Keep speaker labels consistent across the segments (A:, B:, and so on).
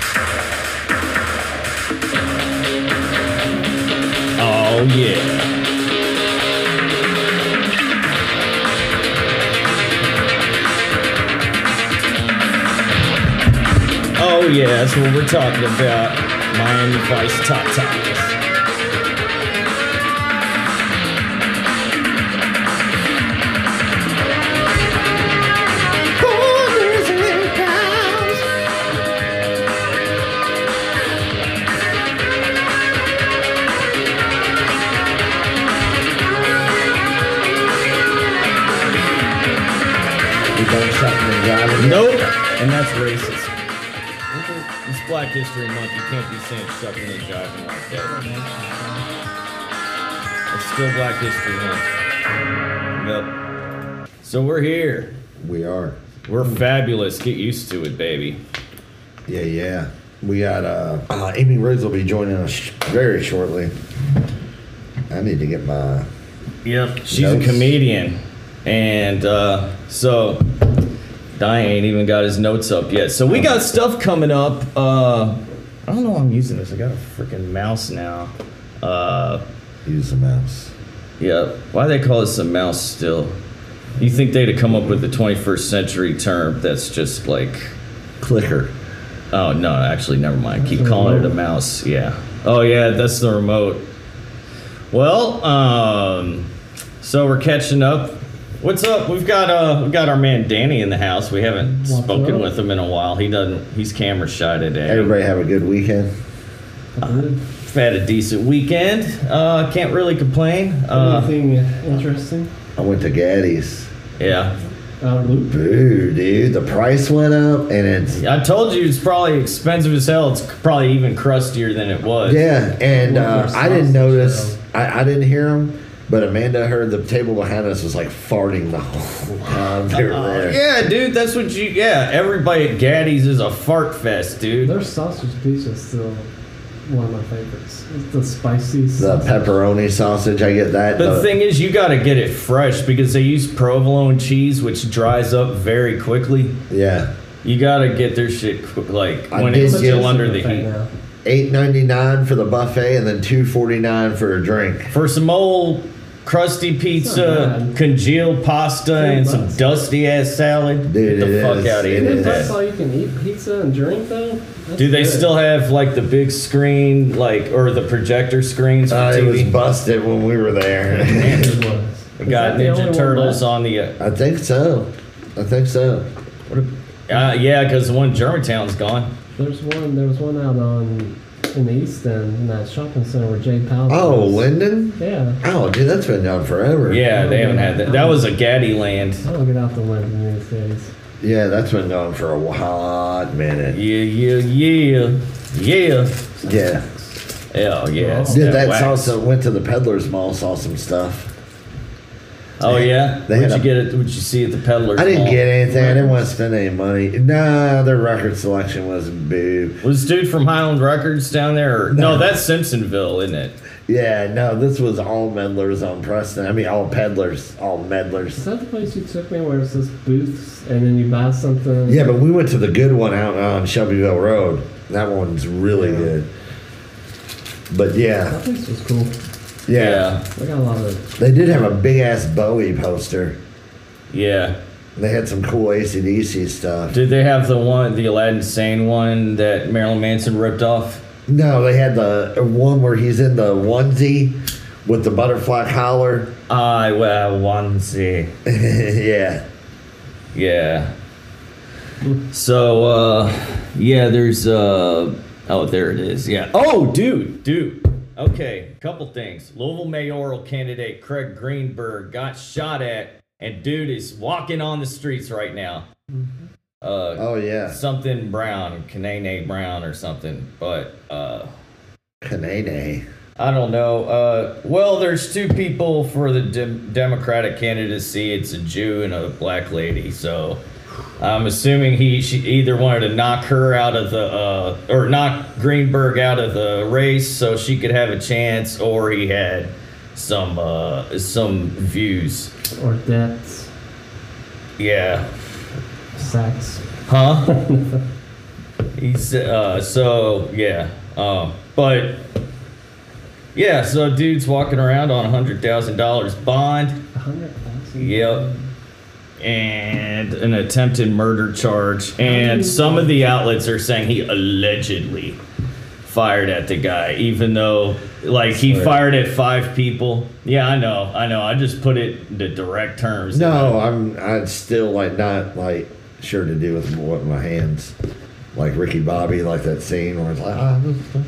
A: Hell Oh, yeah. Oh yeah, that's what we're talking about. Miami Vice Top Tops.
B: We don't shop in Robin.
A: Nope. And that's racist. It's Black History Month. You can't be saying sucking and jiving like that. It's still Black History Month. Yep. So we're here.
B: We are.
A: We're fabulous. Get used to it, baby.
B: Yeah, yeah. We got uh, uh Amy Rhodes will be joining us very shortly. I need to get my
A: Yep. She's
B: Notes.
A: a comedian. And uh, so Diane ain't even got his notes up yet. So we got stuff coming up. Uh, I don't know why I'm using this. I got a freaking mouse now. Uh,
B: use the mouse.
A: yeah. Why they call this a mouse still? You think they'd have come up with a 21st century term that's just like,
B: Clicker.
A: oh no, actually, never mind. Keep calling it a mouse. Yeah. Oh yeah, that's the remote. Well, um, so we're catching up. What's up? We've got uh, we've got our man Danny in the house. We haven't spoken with him in a while. He doesn't. He's camera shy today.
B: Everybody have a good weekend.
A: We've had a decent weekend. Uh, can't really complain. Uh,
C: Anything interesting?
B: I went to Gaddy's.
A: yeah.
C: Uh, Luke?
B: Boo, dude. The price went up and it's
A: I told you it's probably expensive as hell. It's probably even crustier than it was.
B: yeah. And uh,
C: Wonderful
B: I didn't
C: sausage,
B: notice. I, I didn't hear him, but Amanda heard the table behind us was like farting the whole time they were
A: Uh,
B: there.
A: yeah, dude, that's what you. Yeah, everybody at Gaddy's is a fart fest, dude.
C: Their sausage pizza is still one of my favorites. It's the spicy
B: The
C: sausage.
B: pepperoni sausage, I get that.
A: The thing is, you gotta get it fresh because they use provolone cheese, which dries up very quickly.
B: yeah,
A: You gotta get their shit quick, like
B: I
A: when
B: did
A: it's
B: get-
A: still under the
C: thing
A: heat.
C: now.
B: eight ninety nine for the buffet and then two forty nine for a drink.
A: For some old crusty pizza,
C: bad.
A: congealed pasta,
C: Three
A: and some
C: bucks.
A: dusty ass salad.
B: Dude,
A: get the
B: it
A: fuck
B: is.
A: out of
B: It
A: here
B: is.
A: with
C: That's
A: that.
C: all you can eat pizza and drink though. That's
A: Do they
C: good.
A: still have like the big screen, like or the projector screens for
B: Uh, it was
A: TV?
B: busted when we were there.
C: It was.
A: We
C: Is
A: got
C: that the only
A: Ninja
C: one
A: Turtles
C: left?
A: on the. Uh,
B: I think so. I think so.
A: uh, yeah, because the one in Germantown's gone.
C: There's one. There was one out on in the East End in that shopping center where Jay Powell.
B: Oh,
C: lives.
B: Linden.
C: yeah.
B: Oh, dude, that's been down forever.
A: Yeah, they haven't had that. That was a Gaddy land.
C: I don't get out to Linden these days.
B: Yeah, that's been going for a hot minute.
A: Yeah, yeah, yeah, yeah.
B: Yeah.
A: Hell yeah. it's
B: Did
A: that
B: that
A: wax.
B: salsa went to the Peddler's Mall, saw some stuff.
A: Oh yeah.
B: They
A: What'd
B: had
A: you
B: a-
A: get? It? What'd you see at the peddler?
B: I didn't get anything. I didn't want to spend any money. Nah, their record selection was boo.
A: Was this dude from Highland Records down there? Or, no. that's Simpsonville, isn't it?
B: Yeah, no, this was all meddlers on Preston. I mean, all peddlers, all
C: Is
B: meddlers.
C: that the place you took me where it says booths and then you buy something?
B: Yeah, but we went to the good one out on Shelbyville Road. That one's really good. But yeah,
C: That place was cool.
B: yeah,
C: I got a lot of.
B: They did have a big ass Bowie poster.
A: Yeah.
B: They had some cool ACDC stuff.
A: Did they have the one, the Aladdin Sane one that Marilyn Manson ripped off?
B: No, they had the one where he's in the onesie with the butterfly collar.
A: I well onesie.
B: yeah.
A: Yeah. So uh yeah, there's uh oh there it is. Yeah. Oh dude, dude. Okay, couple things. Louisville mayoral candidate Craig Greenberg got shot at and dude is walking on the streets right now. Uh
B: Oh yeah.
A: something Brown, Kanane Brown or something, but uh
B: Kanene.
A: I don't know. Uh, well, there's two people for the dem Democratic candidacy. It's a Jew and a black lady. So I'm assuming he she either wanted to knock her out of the uh, or knock Greenberg out of the race so she could have a chance, or he had some uh, some views.
C: Or debts,
A: Yeah.
C: sex.
A: Huh? He's uh, so yeah. Um, but Yeah, so dude's walking around on a hundred thousand dollars bond.
C: A hundred thousand.
A: Yep. And an attempted murder charge. And some of the outlets are saying he allegedly fired at the guy, even though like he
B: Sorry.
A: fired at five people. Yeah, I know, I know. I just put it in the direct terms.
B: No, I'm. I'd still like not like sure to do with what my hands, like Ricky Bobby, like that scene where it's like, ah,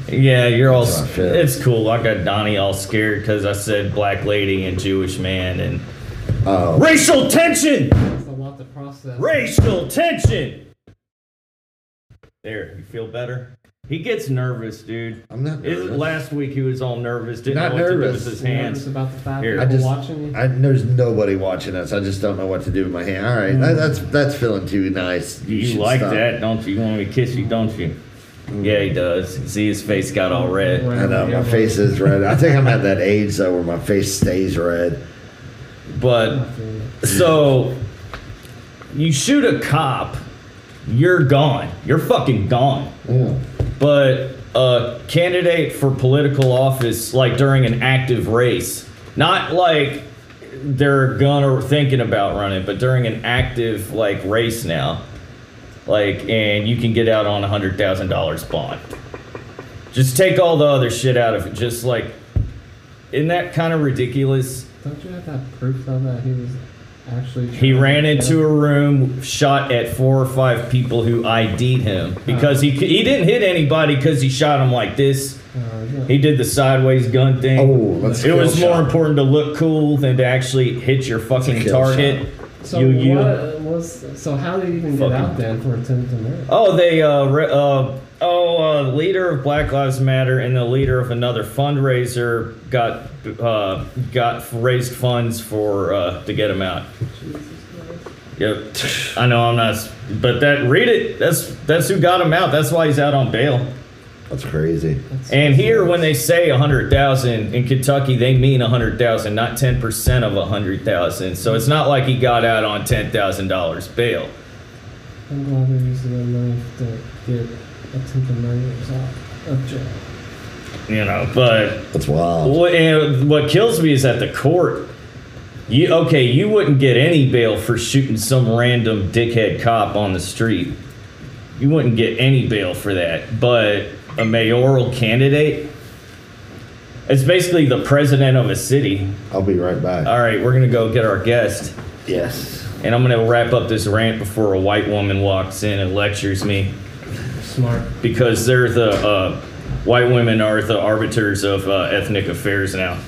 A: Yeah, you're all.
B: That's not fair.
A: It's cool. I got Donnie all scared because I said black lady and Jewish man and
B: oh,
A: racial tension.
C: That's a lot to process.
A: Racial tension. There, you feel better. He gets nervous, dude.
B: I'm not
A: Is-
B: nervous.
A: last week he was all nervous, didn't
B: Not
A: know what to do
B: nervous.
A: with his
C: You nervous
A: hands.
C: about the fact
A: Here.
C: people
B: I just,
C: watching you.
B: I, there's nobody watching us. I just don't know what to do with my hand. All right, that, that's that's feeling too nice.
A: You,
B: should
A: like
B: stop. Mm.
A: that, don't you? You want me to kiss you, don't you? Yeah, he does. See, his face got all red.
B: I know my face is red. I think I'm at that age though where my face stays red.
A: But So you shoot a cop, you're gone. You're fucking gone.
B: Yeah.
A: But a candidate for political office, like during an active race, not like they're gonna thinking about running, but during an active like race now, like and you can get out on a hundred thousand dollars bond. Just take all the other shit out of it. Just like, isn't that kind of ridiculous?
C: Don't you have that proof though that he was actually?
A: He ran into a room, shot at four or five people who ID'd him because he he didn't hit anybody because he shot him like this.
C: Oh,
A: He did the sideways gun thing.
B: Oh, let's
A: it
B: kill
A: was more
B: shot.
A: important to look cool than to actually hit your fucking
B: kill
A: target.
C: so
A: you, you.
C: what was? So how did he even get
A: Fucking-
C: out then for attempted murder?
A: Oh, they uh, re- uh oh, uh, leader of Black Lives Matter and the leader of another fundraiser got uh got raised funds for uh to get him out. Yep. I know I'm not, but that read it. That's that's who got him out. That's why he's out on bail.
B: That's crazy.
A: And here, when they say a hundred thousand in Kentucky, they mean a hundred thousand, not ten percent of a hundred thousand. So it's not like he got out on ten thousand dollars bail.
C: I'm glad they're using their knife to get attempted murders out of jail.
A: You know, but
B: That's wild.
A: What, and what kills me is that the court. You okay? You wouldn't get any bail for shooting some random dickhead cop on the street. You wouldn't get any bail for that. But a mayoral candidate. It's basically the president of a city.
B: I'll be right back.
A: All right, we're gonna go get our guest,
B: yes.
A: and I'm gonna wrap up this rant before a white woman walks in and lectures me
C: Smart.
A: because they're the uh, white women are the arbiters of uh, ethnic affairs now.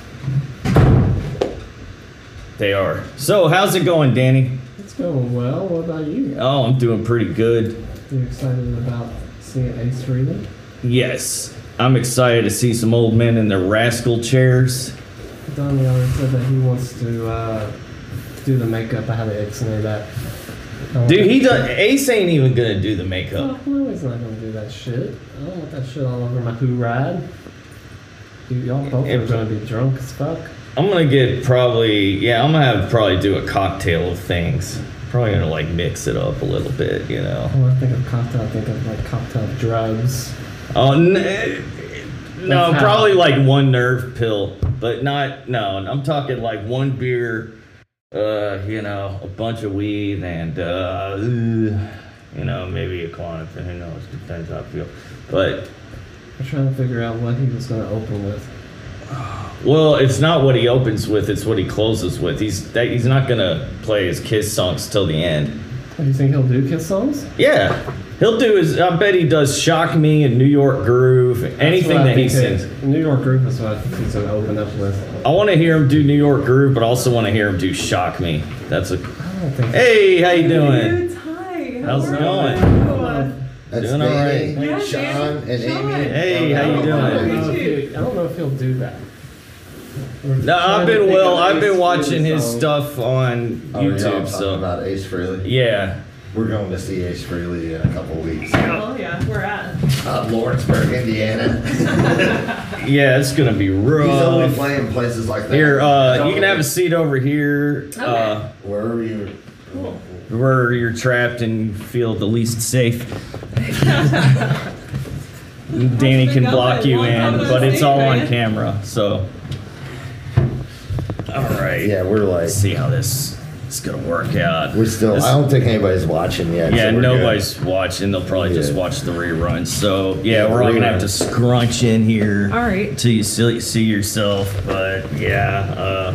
A: They are. So how's it going, Danny?
C: It's going well. What about you?
A: Oh, I'm doing pretty good.
C: You excited about seeing Ace Freely?
A: Yes, I'm excited to see some old men in their rascal chairs.
C: Donnie already said that he wants to uh, do the makeup. I had to X-ray that. I want
A: Dude, he
C: that-
A: does. Ace ain't even gonna do the makeup.
C: Oh, no, he's not gonna do that shit. I don't want that shit all over my poo ride. Dude, y'all both are
A: It-
C: gonna be drunk as fuck.
A: I'm gonna get probably yeah. I'm gonna have probably do a cocktail of things. Probably gonna like mix it up a little bit, you know.
C: Oh, I think of cocktail. I think of like cocktail drugs.
A: Oh, n- no,
C: That's how-
A: probably like one nerve pill, but not, no, I'm talking like one beer, uh, you know, a bunch of weed, and, uh, you know, maybe a Klonopin, who knows, depends how I feel. But,
C: I'm trying to figure out what he was gonna open with.
A: well, it's not what he opens with, it's what he closes with. He's that, he's not gonna play his Kiss songs till the end.
C: Do you think he'll do kiss songs?
A: Yeah. He'll do his, I bet he does Shock Me and New York Groove, anything that he sings.
C: New York group is what he's gonna open up with.
A: I want to hear him do New York Groove, but I also want to hear him do Shock Me. That's a
C: I don't think.
A: hey, how you doing?
D: Dude, hi. How
A: How's it
D: are
A: going?
D: you?
B: That's
A: Doing all
B: Danny,
D: right.
B: Sean, and
D: Sean.
B: Amy.
A: Hey, how you
C: I don't,
A: doing?
C: know if he, I don't know if he'll do that.
A: No, I've been well. I've been watching his stuff on
B: Oh, y'all
A: YouTube.
B: talking
A: So
B: about Ace Frehley.
A: yeah,
B: We're going to see Ace Frehley in a couple weeks.
D: Oh yeah, we're at.
B: Uh, Lawrenceburg, Indiana.
A: yeah, it's gonna be
B: He's only
A: rough.
B: playing places like that.
A: Here, uh, you can have a seat over here, uh,
B: Wherever you.
D: Cool.
A: where you're trapped and you feel the least safe. Danny can block you
D: One
A: in,
D: photo's
A: but it's all on
D: secret.
A: camera. So, all right.
B: Yeah, we're like,
A: Let's see how this is gonna work out.
B: we're still.
A: This-
B: I don't think anybody's watching yet.
A: yeah,
B: so we're good.
A: nobody's watching. They'll probably just
B: Yeah.
A: watch the reruns. So yeah, we're all gonna have to
B: reruns.
A: scrunch in here.
D: All right.
A: Till you see, see yourself. But yeah. Uh,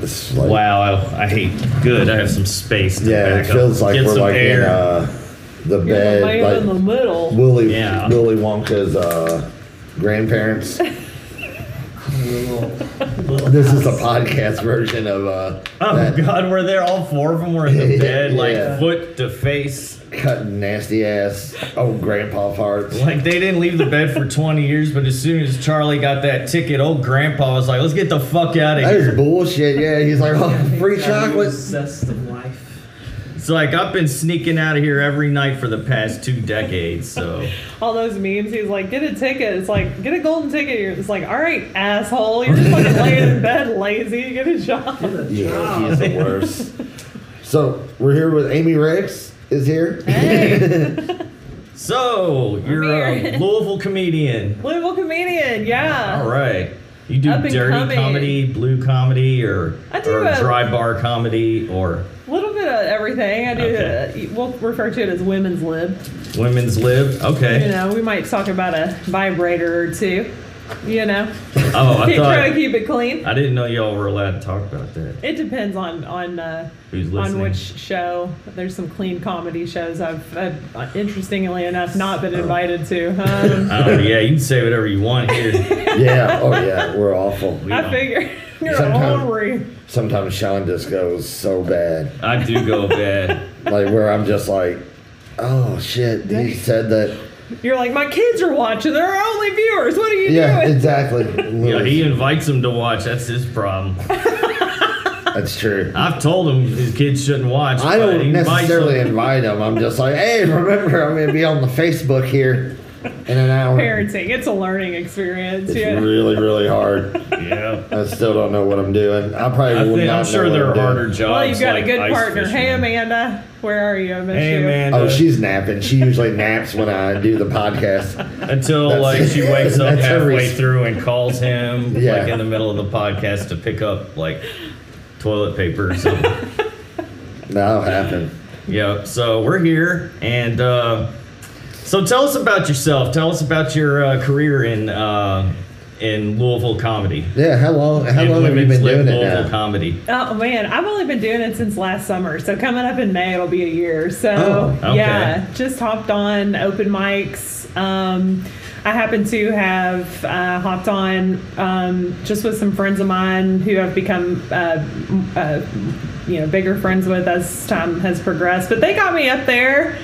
B: This is like-
A: wow. I, I hate. Good. I have some space. To
B: Yeah, it
A: back up,
B: feels like
A: get
B: we're
A: some
B: like
A: air.
B: in uh, the
D: You're the man
B: bed,
D: in the
B: like
D: middle.
B: Willy
A: Yeah.
B: Willy Wonka's uh, grandparents. this is the podcast version of uh,
A: Oh
B: that
A: God, we're there. All four of them were in the bed, like
B: Yeah.
A: foot to face.
B: cutting nasty ass old grandpa parts.
A: Like they didn't leave the bed for 20 years, but as soon as Charlie got that ticket, old Grandpa was like, "Let's get the fuck out of
B: That
A: here."
B: is bullshit. Yeah, he's like, oh, free chocolate.
C: Obsessed of life.
A: It's like I've been sneaking out of here every night for the past two decades. So
D: All those memes. He's like, get a ticket. It's like, get a golden ticket. You're just like, all right, asshole. You're just fucking laying in bed, lazy. Get a job.
B: Yeah, he's the worst. So we're here with Amy Rex is here.
A: so you're a
D: Weird.
A: Louisville comedian.
D: Louisville comedian. Yeah.
A: All right. You do
D: Up and
A: dirty
D: coming.
A: comedy, blue comedy, or,
D: I do
A: or
D: a-
A: dry bar comedy, or
D: little bit of everything. I do.
A: Okay.
D: Uh, we'll refer to it as women's lib.
A: women's lib. Okay.
D: You know, we might talk about a vibrator or two. You know,
A: Oh, I
D: keep, try to
A: thought
D: keep it clean.
A: I didn't know y'all were allowed to talk about that.
D: It depends on on uh,
A: Who's
D: on
A: listening?
D: which show. There's some clean comedy shows I've, I've uh, interestingly enough not been invited to. Um,
A: Oh yeah, you can say whatever you want here.
B: Yeah, oh yeah, we're awful.
A: We
D: I
A: don't-
D: figure you're
B: Sometime-
D: hungry.
B: Sometimes Sean just goes so bad.
A: I do go bad.
B: like where I'm just like, oh shit, he said that.
D: You're like my kids are watching. They're our only viewers. What are you
B: Yeah,
D: doing?
B: exactly.
A: Yeah, he invites him to watch. That's his problem.
B: That's true.
A: I've told him his kids shouldn't watch.
B: I
A: but he
B: don't
A: invites
B: necessarily
A: them.
B: invite him. I'm just like, hey, remember, I'm gonna be on the Facebook here in an hour.
D: Parenting. It's a learning experience.
B: It's
D: yeah.
B: really, really hard.
A: Yeah.
B: I still don't know what I'm doing. I probably
A: I
B: will
A: think,
B: not.
A: I'm sure
B: know what
A: there
B: I'm
A: are
B: doing.
A: harder jobs.
D: Well, you've got
A: like
D: a good
A: ice
D: partner.
A: fishing.
D: Hey, Amanda, where are you? I miss
A: Hey,
D: you.
A: Amanda.
B: Oh, she's napping. She usually naps when I do the podcast.
A: Until
B: That's-
A: like she wakes up
B: that's her
A: halfway
B: reason.
A: through and calls him
B: Yeah.
A: like in the middle of the podcast to pick up like toilet paper or something.
B: That'll happen.
A: Yeah, so we're here, and uh, so tell us about yourself. Tell us about your uh, career in uh, in Louisville comedy.
B: Yeah, how long? How
A: In
B: long have you
A: women's
B: been
A: lib
B: doing it
A: Louisville
B: now?
A: comedy.
D: Oh man, I've only been doing it since last summer. So coming up in May, it'll be a year. So
A: Oh, okay.
D: yeah, just hopped on open mics. Um, I happen to have uh, hopped on um, just with some friends of mine who have become. Uh, m- uh, you know, bigger friends with as time has progressed, but they got me up there.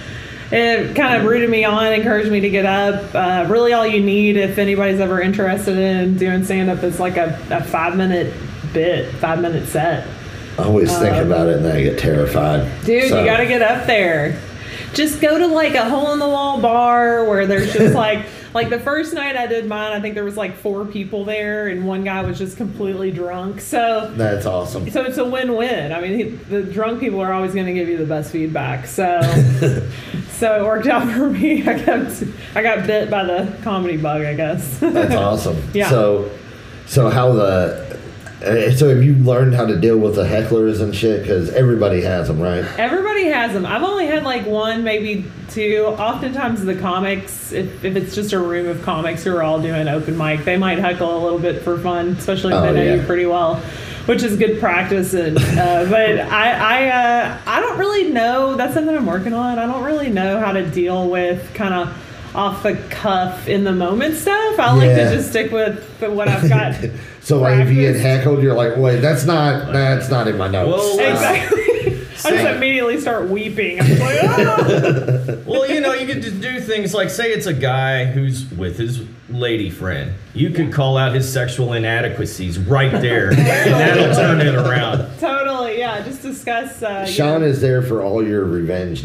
D: It kind of rooted me on, encouraged me to get up. Uh, really, all you need if anybody's ever interested in doing stand up is like a, a five minute bit, five minute set.
B: I always think about it and then I get terrified.
D: Uh, Dude,
B: So-
D: you gotta get up there. Just go to like a hole in the wall bar where there's just like like the first night I did mine, I think there was like four people there and one guy was just completely drunk. So
B: That's awesome.
D: so it's a win-win. I mean, he, the drunk people are always going to give you the best feedback. So so it worked out for me. I got I got bit by the comedy bug, I guess.
B: That's awesome.
D: Yeah.
B: So, so how the uh, so have you learned how to deal with the hecklers and shit? Because everybody has them, right?
D: Everybody has them. I've only had like one, maybe two. Oftentimes, the comics, if, if it's just a room of comics who are all doing open mic, they might heckle a little bit for fun, especially if
B: Oh,
D: they know
B: yeah.
D: you pretty well, which is good practice. And uh, but I I uh, I don't really know. That's something I'm working on. I don't really know how to deal with kind of off the cuff in the moment stuff. I like
B: Yeah.
D: to just stick with what I've got.
B: So like, if you get
D: practiced.
B: heckled, you're like, wait, that's not that's not in my notes.
A: Well,
B: Uh,
D: Exactly. I
B: Same.
D: just immediately start weeping. I'm like, oh.
A: Well, you know, you could just do things like say it's a guy who's with his lady friend. You could call out his sexual inadequacies right there, and that'll turn it around.
D: Totally, yeah. Just discuss. Uh, you
B: Sean
D: know-
B: is there for all your revenge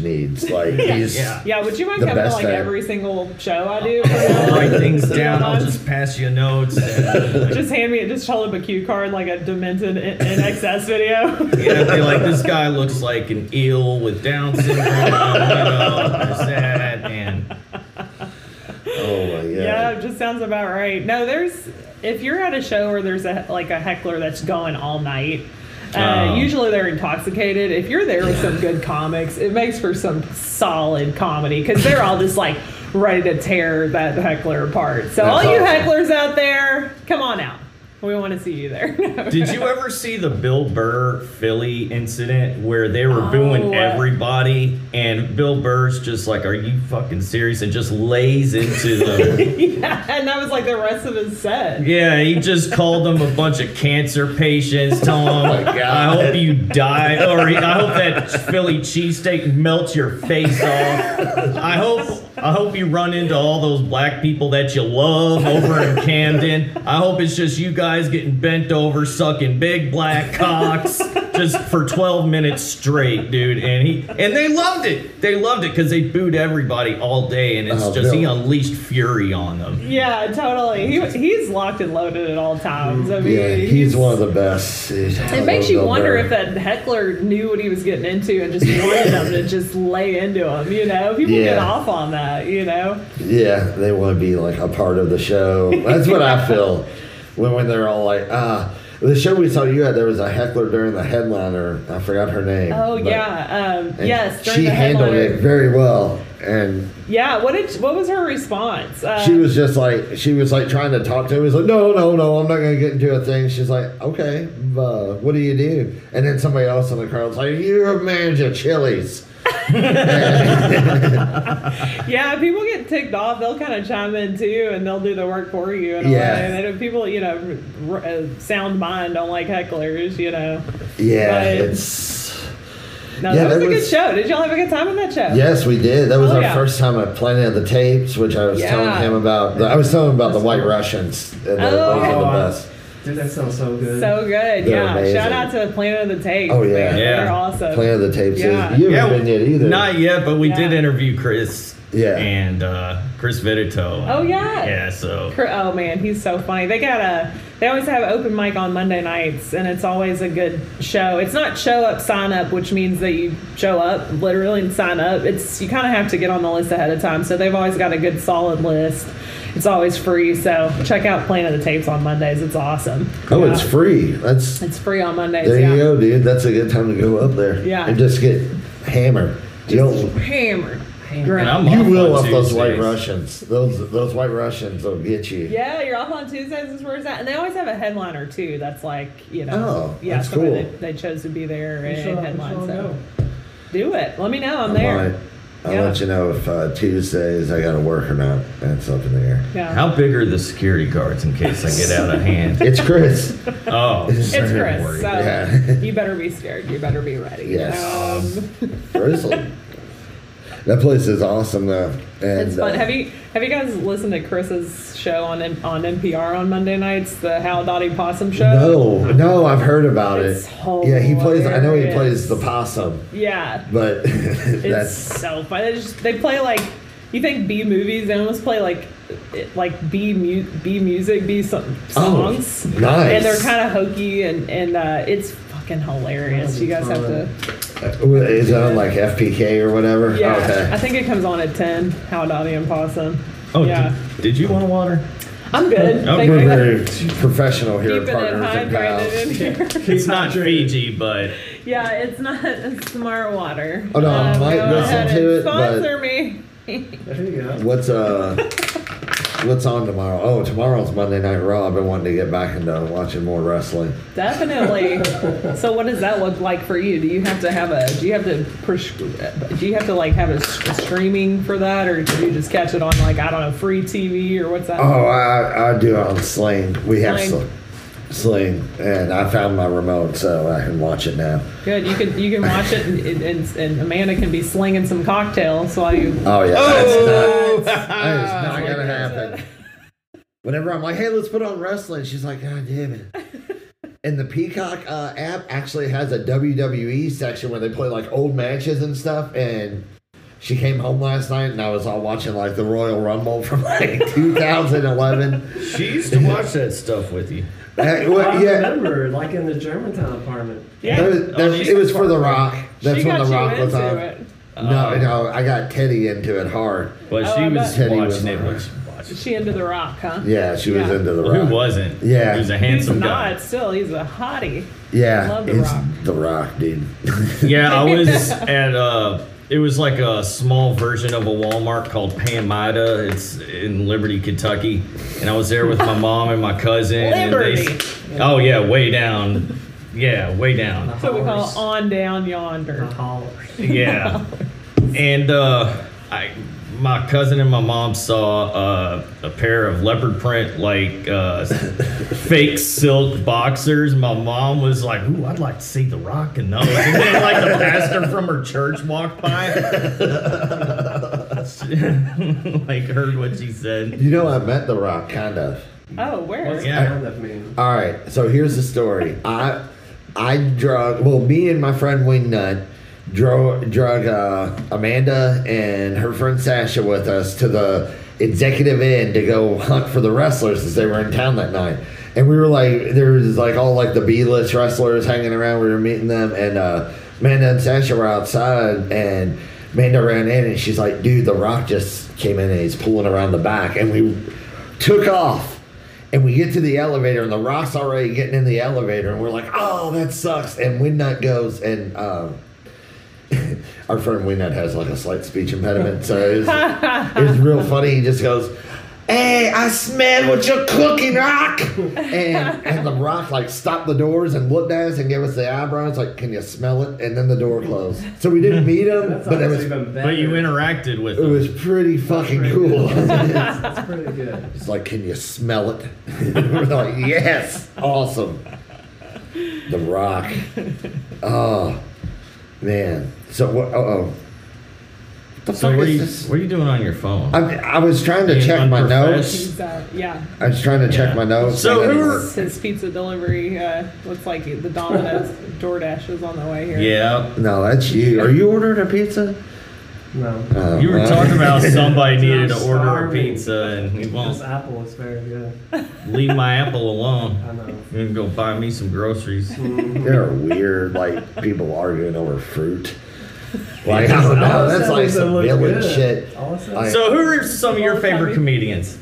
B: needs. Like he's
A: yeah.
D: Yeah, would you mind
B: the
D: coming to
B: best
D: like
B: at it.
D: every single show I do?
A: I'll write things down. I'll just pass you notes. And,
D: just hand me, just hold up a cue card like a demented in, in excess video.
A: Yeah, be like, this guy looks like an eel with Down syndrome. You know, there's that, and
B: Oh my god.
D: Yeah, it just sounds about right. No, there's if you're at a show where there's a like a heckler that's going all night. Uh,
A: Oh.
D: Usually they're intoxicated. If you're there with some good comics, it makes for some solid comedy because they're all just like ready to tear that heckler apart. So all
B: That's
D: you
B: awesome.
D: hecklers out there, come on out. We want to see you there.
A: Did you ever see the Bill Burr Philly incident where they were
D: Oh.
A: booing everybody and Bill Burr's just like, "Are you fucking serious?" and just lays into them.
D: yeah, and that was like the rest of his set.
A: yeah, he just called them a bunch of cancer patients, telling them,
B: Oh God.
A: "I hope you die," or "I hope that Philly cheesesteak melts your face off." I hope. I hope you run into all those black people that you love over in Camden. I hope it's just you guys getting bent over, sucking big black cocks just for 12 minutes straight, dude. And he and they loved it. They loved it because they booed everybody all day, and it's
B: Oh,
A: just he
B: Bill.
A: unleashed fury on them.
D: Yeah, totally. He, he's locked and loaded at all times. I mean,
B: Mm-hmm. Yeah, he's one of the best.
D: It makes you wonder if that heckler knew what he was getting into and just wanted them to just lay into him. You know, people get
B: Yeah.
D: off on that. You know,
B: Yeah, they want to be like a part of the show. That's what I feel when when they're all like, ah. The show we saw you at, there was a heckler during the headliner. I forgot her name.
D: oh
B: but-
D: yeah, um,
B: and
D: yes. During
B: she
D: the
B: handled
D: headliner.
B: it very well, and
D: Yeah, what did what was her response? Uh,
B: she was just like she was like trying to talk to him. He's like, no, no, no, I'm not gonna get into a thing. She's like, okay, uh, what do you do? And then somebody else in the crowd was like, you're a manager, Chili's.
D: yeah, people get ticked off. They'll kind of chime in too, and they'll do the work for you. In a
B: Yeah.
D: way. And then if people, you know, r- uh, sound mind don't like hecklers. You know,
B: Yeah,
D: Right.
B: it's
D: no,
B: Yeah,
D: that was
B: that
D: a good
B: was-
D: show. Did y'all have a good time in that show?
B: yes, we did. That was
D: Oh,
B: our
D: yeah.
B: first time at Planet of the Tapes, which I was
D: Yeah.
B: telling him about. I was telling him about the White Russians. And the,
D: Oh,
B: those are the
C: yeah.
B: best.
C: Dude, that sounds so good.
D: So good,
B: They're
D: yeah.
B: amazing.
D: Shout out to Planet of the Tapes.
B: Oh, yeah.
D: man. they're
A: Yeah.
D: awesome.
B: Planet of the Tapes.
D: Yeah.
B: Is, you
A: Yeah,
B: haven't been yet either.
A: Not yet, but we did
D: Yeah.
A: interview Chris.
B: Yeah.
A: And uh, Chris Vitito.
D: Oh, yeah.
A: Yeah, so.
D: Cr- Oh man, he's so funny. They got a they always have open mic on Monday nights, and it's always a good show. It's not show up sign up, which means that you show up literally and sign up. It's you kind of have to get on the list ahead of time. So they've always got a good solid list. It's always free, so check out Planet of the Tapes on Mondays. It's awesome.
B: Oh,
D: Yeah.
B: it's free. That's
D: It's free on Mondays.
B: there
D: yeah.
B: you go, dude. That's a good time to go up there.
D: Yeah.
B: And just get hammered. You don't-
D: Hammered.
A: And
D: Drunk.
A: I'm
B: You
A: off
B: will
A: on
B: love those
A: Tuesdays.
B: white Russians. Those those white Russians will get you.
D: Yeah, you're off on Tuesdays is where it's at. And they always have a headliner too. That's like, you know,
B: Oh,
D: yeah,
B: that's
D: somebody
B: cool.
D: that they chose to be there
C: We
D: and,
C: shall-
D: and
C: we
D: headline.
C: shall
D: So
C: go.
D: do it. Let me know. I'm
B: I
D: there.
B: might- I'll
D: Yeah.
B: let you know if uh, Tuesdays I got to work or not. That's up in the air.
D: Yeah.
A: How big are the security guards in case I get out of hand?
B: It's Chris.
A: Oh,
D: it's Chris, so
B: Yeah.
D: you better be scared. You better be ready.
B: Yes.
D: Um,
B: Chris. That place is awesome though. And,
D: it's fun.
B: uh,
D: Have you have you guys listened to Chris's show on N- on NPR on Monday nights, the How Dottie Possum show?
B: No, no, I've heard about
D: It's
B: it. Yeah, he plays. I know he plays
D: hilarious.
B: the possum,
D: Yeah.
B: but
D: It's
B: that's
D: so fun. They, just, they play like you think B movies. They almost play like it- like B mu- B music, B some
B: Oh,
D: songs,
B: nice.
D: and they're kind of hokey and and uh, it's fucking hilarious. You guys have to.
B: uh, is it on like FPK or whatever?
D: Yeah, I
B: Okay.
D: think it comes on at ten. How Dottie and Possum.
A: Oh,
D: yeah,
A: did, did you want water?
D: I'm good.
A: Oh,
D: Thank
B: We're
D: you.
B: very professional here at
D: Keeping it
B: Partners and
D: hydrated
B: Pals.
D: in here.
A: It's not Fiji, but
D: yeah, it's not it's smart water. Um,
B: Oh, no, I might
D: go
B: listen
D: ahead
B: to
D: and
B: it, but-
D: Sponsor me.
C: There you go.
B: What's uh, what's on tomorrow? Oh, tomorrow's Monday Night Raw. I've been wanting to get back into watching more wrestling.
D: Definitely. so, what does that look like for you? Do you have to have a? Do you have to pres- Do you have to like have a, s- a streaming for that, or do you just catch it on like I don't know, free TV or what's that?
B: Oh, I I do it on Sling. We have
D: Sling.
B: Sling. Sling, and I found my remote, so I can watch it now.
D: Good. You can you can watch it, and, and, and Amanda can be slinging some cocktails while you.
B: Oh yeah, that's
A: Oh!
B: not, that is not
D: Like
B: gonna
D: that's
B: happen. Whenever I'm like, hey, let's put on wrestling, she's like, God damn it. And the Peacock uh, app actually has a WWE section where they play like old matches and stuff. And she came home last night and I was all watching like the Royal Rumble from like 2011.
A: she used to watch that stuff with you.
B: That-
C: I
B: well, yeah,
C: remember, like in the Germantown apartment.
D: Yeah.
B: that was- that- it was for The Oh, Rock. Oh. That's
D: she
B: when
D: got
B: The
D: you
B: Rock was
D: into
B: on.
D: it.
B: No, no, I got Teddy into it hard.
A: But
D: Oh, I
A: she
D: bet.
A: was
B: Teddy
D: Oh,
A: watching
B: was
A: it
B: on
A: when
B: it.
A: she watched
D: She into the rock, huh?
B: Yeah, she was
D: Yeah.
B: into the
A: Well,
B: rock.
A: Who wasn't?
B: Yeah.
A: He was a
D: He's
A: handsome
D: not
A: guy.
D: still. He's a hottie.
B: Yeah,
D: Love The
B: it's
D: Rock.
B: the rock, dude.
A: Yeah, I was at uh it was like a small version of a Walmart called Pamida. It's in Liberty, Kentucky. And I was there with my mom and my cousin. and they-
D: Liberty.
A: oh yeah, way down. Yeah, way down.
D: So we call
C: Hollers.
D: on down yonder.
A: Uh-huh.
C: The hollers.
A: Yeah. And uh I my cousin and my mom saw uh, a pair of leopard print like uh, fake silk boxers. My mom was like, "Ooh, I'd like to see The Rock in those." And then like the pastor from her church walked by, like heard what she said.
B: You know, I met the rock, kind of.
D: Oh, where?
C: What's
A: Yeah.
C: kind of mean?
B: All right, so here's the story. I I drug well, me and my friend Wing Nut drug drug uh, Amanda and her friend Sasha with us to the executive inn to go hunt for the wrestlers since they were in town that night. And we were like, there was like all like the B list wrestlers hanging around. We were meeting them, and uh, Amanda and Sasha were outside, and Amanda ran in, and she's like, "Dude, The Rock just came in and he's pulling around the back," and we took off. And we get to the elevator, and the rock's already getting in the elevator, and we're like, "Oh, that sucks!" And Windnut goes, and um, our friend Windnut has like a slight speech impediment, so it's it's real funny. He just goes, "Hey, I smell what you're cooking, Rock!" And and the rock like stopped the doors and looked at us and gave us the eyebrows, like, "Can you smell it?" And then the door closed. So we didn't meet him,
C: That's
B: but it
C: almost
B: was
C: even better.
A: But you interacted with
B: it
A: them.
B: was pretty fucking cool.
C: That's pretty good.
B: It's like, can you smell it? We're like, yes, awesome. The Rock. Oh man. So what? Oh, oh. What the
A: So
B: fuck
A: what are,
B: is
A: you,
B: this?
A: what are you doing on your phone?
B: I, I was trying to
A: Being
B: check my notes.
A: unprofessional.
D: He's, uh, yeah.
B: I was trying to check
A: Yeah.
B: my notes.
A: So
B: and
A: who
B: then-
A: are-
D: His, his pizza delivery uh, looks like the Domino's DoorDash is on the way here.
A: yeah.
B: No, that's you. Are you ordering a pizza?
C: No.
B: Oh,
A: You were
B: well.
A: talking about somebody needed
C: I'm
A: to order a
C: starving.
A: pizza and he won't
C: This apple is very good.
A: leave my apple alone.
C: I know.
A: I'm gonna go buy me some groceries.
B: There are weird, like people arguing over fruit. Like I don't
C: Oh,
B: know. That's like some village shit.
C: All of a sudden-
B: Like-
A: So, who are some of your favorite comedians?